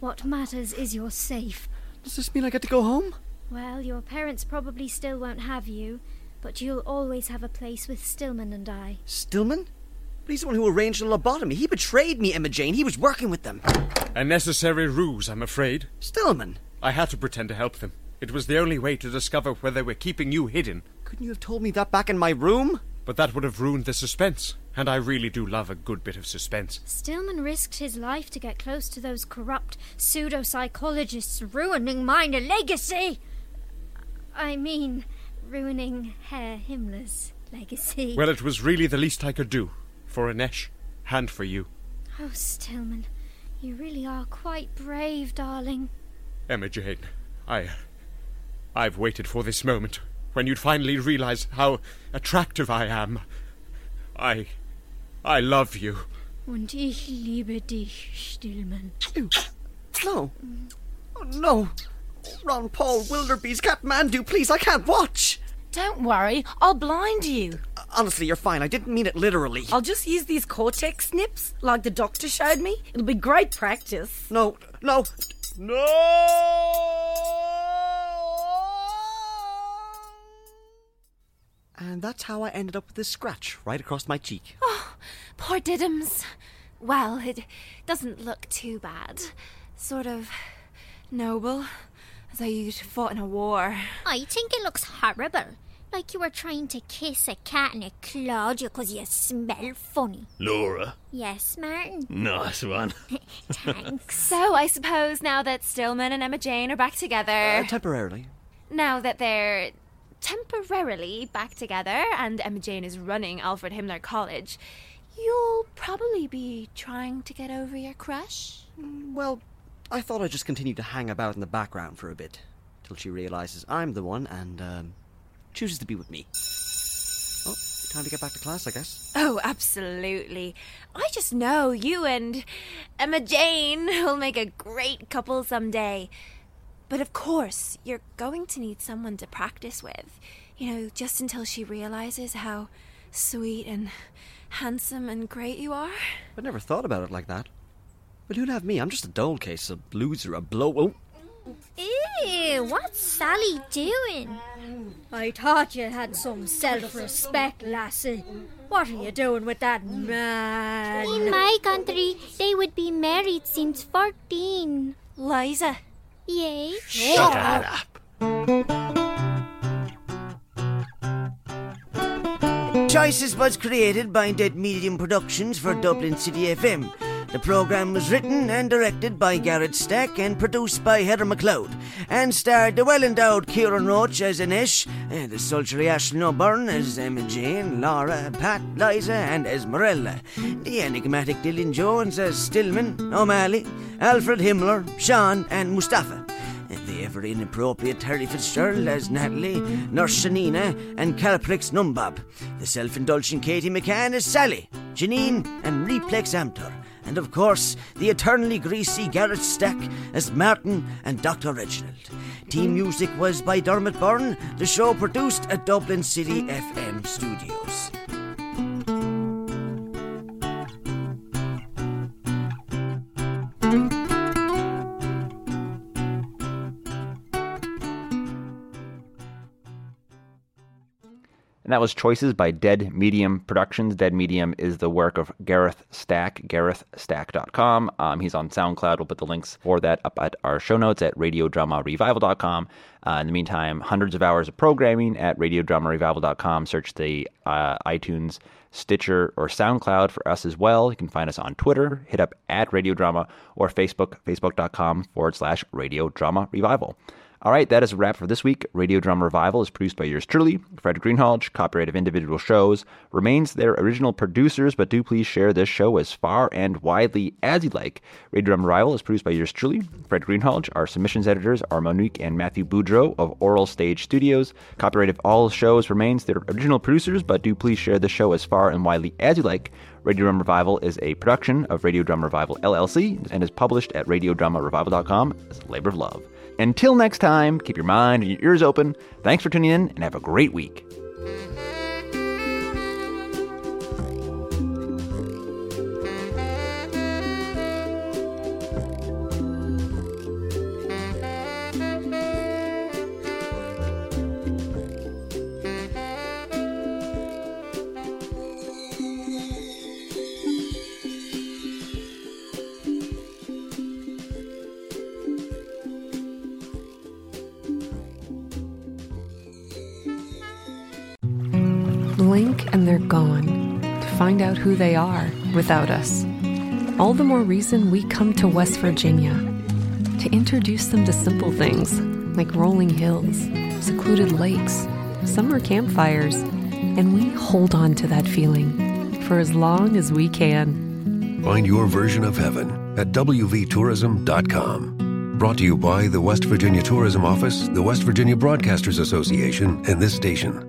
S10: What matters is you're safe.
S19: Does this mean I get to go home?
S10: Well, your parents probably still won't have you, but you'll always have a place with Stillman and I.
S5: Stillman? But he's the one who arranged the lobotomy. He betrayed me, Emma Jane. He was working with them.
S1: A necessary ruse, I'm afraid.
S5: Stillman?
S1: I had to pretend to help them. It was the only way to discover where they were keeping you hidden.
S19: Couldn't you have told me that back in my room?
S1: But that would have ruined the suspense, and I really do love a good bit of suspense.
S10: Stillman risked his life to get close to those corrupt pseudo-psychologists ruining mine legacy! I mean, ruining Herr Himmler's legacy.
S1: Well, it was really the least I could do. For Anesh, and for you.
S10: Oh, Stillman, you really are quite brave, darling.
S1: Emma Jane, I. I've waited for this moment, when you'd finally realize how attractive I am. I. I love you.
S10: Und ich liebe dich, Stillman.
S5: No. Oh, no. Ron Paul, Wilderbees, Kathmandu, please, I can't watch.
S7: Don't worry, I'll blind you.
S5: Honestly, you're fine. I didn't mean it literally.
S7: I'll just use these cortex snips like the doctor showed me. It'll be great practice.
S5: No, no, And that's how I ended up with this scratch right across my cheek.
S12: Oh, poor Diddums. Well, it doesn't look too bad. Sort of noble, as though you'd fought in a war.
S18: I think it looks horrible. Like you were trying to kiss a cat and it clawed you 'cause you smell funny.
S6: Laura,
S18: Yes, Martin?
S6: Mm. nice one.
S12: So I suppose now that Stillman and Emma Jane are back together.
S7: Eh.
S19: Uh, temporarily.
S12: now that they're temporarily back together and Emma Jane is running Alfred Himmler College, you'll probably be trying to get over your crush.
S5: Well, I thought I'd just continue to hang about in the background for a bit, till she realizes I'm the one and um, chooses to be with me. Oh, time to get back to class, I guess.
S12: Oh, absolutely. I just know you and Emma Jane will make a great couple someday. But of course, you're going to need someone to practice with. You know, just until she realizes how sweet and handsome and great you are.
S5: I never thought about it like that. But who'd have me? I'm just a dole case, a loser, a blow. Oh,
S31: Ew, what's Sally doing?
S10: I thought you had some self respect, lassie. What are you doing with that man?
S18: In my country, they would be married since 14. Liza. Yay.
S32: Shut up.
S14: Choices was created by Dead Medium Productions for Dublin City FM. The programme was written and directed by Garrett Stack and produced by Heather McLeod, and starred the well endowed Kieran Roach as Anish, eh, the sultry Ashley O'Byrne as Emma Jane, Laura, Pat, Liza, and Esmerella, the enigmatic Dylan Jones as Stillman, O'Malley, Alfred Himmler, Sean, and Mustafa. The ever inappropriate Terry Fitzgerald as Natalie, Nurse Shanina, and Calprix Numbab. The self indulgent Katie McCann as Sally, Janine, and Replex Amtor. And of course, the eternally greasy Garrett Stack as Martin and Dr. Reginald. Team music was by Dermot Byrne, the show produced at Dublin City FM Studios.
S1: And that was Choices by Dead Medium Productions. Dead Medium is the work of Gareth Stack, garethstack.com. Um, he's on SoundCloud. We'll put the links for that up at our show notes at radiodramarevival.com. Uh, in the meantime, hundreds of hours of programming at radiodramarevival.com. Search the uh, iTunes, Stitcher, or SoundCloud for us as well. You can find us on Twitter. Hit up at radiodrama or Facebook, facebook.com forward slash radiodramarevival. All right, that is a wrap for this week. Radio Drama Revival is produced by yours truly, Fred Greenhalgh. Copyright of individual shows remains their original producers, but do please share this show as far and widely as you like. Radio Drama Revival is produced by yours truly, Fred Greenhalgh. Our submissions editors are Monique and Matthew Boudreau of Oral Stage Studios. Copyright of all shows remains their original producers, but do please share this show as far and widely as you like. Radio Drum Revival is a production of Radio Drum Revival LLC and is published at radiodramarevival.com as a labor of love. Until next time, keep your mind and your ears open. Thanks for tuning in and have a great week.
S33: Blink and they're gone to find out who they are without us. All the more reason we come to West Virginia to introduce them to simple things like rolling hills, secluded lakes, summer campfires, and we hold on to that feeling for as long as we can.
S15: Find your version of heaven at wvtourism.com. Brought to you by the West Virginia Tourism Office, the West Virginia Broadcasters Association, and this station.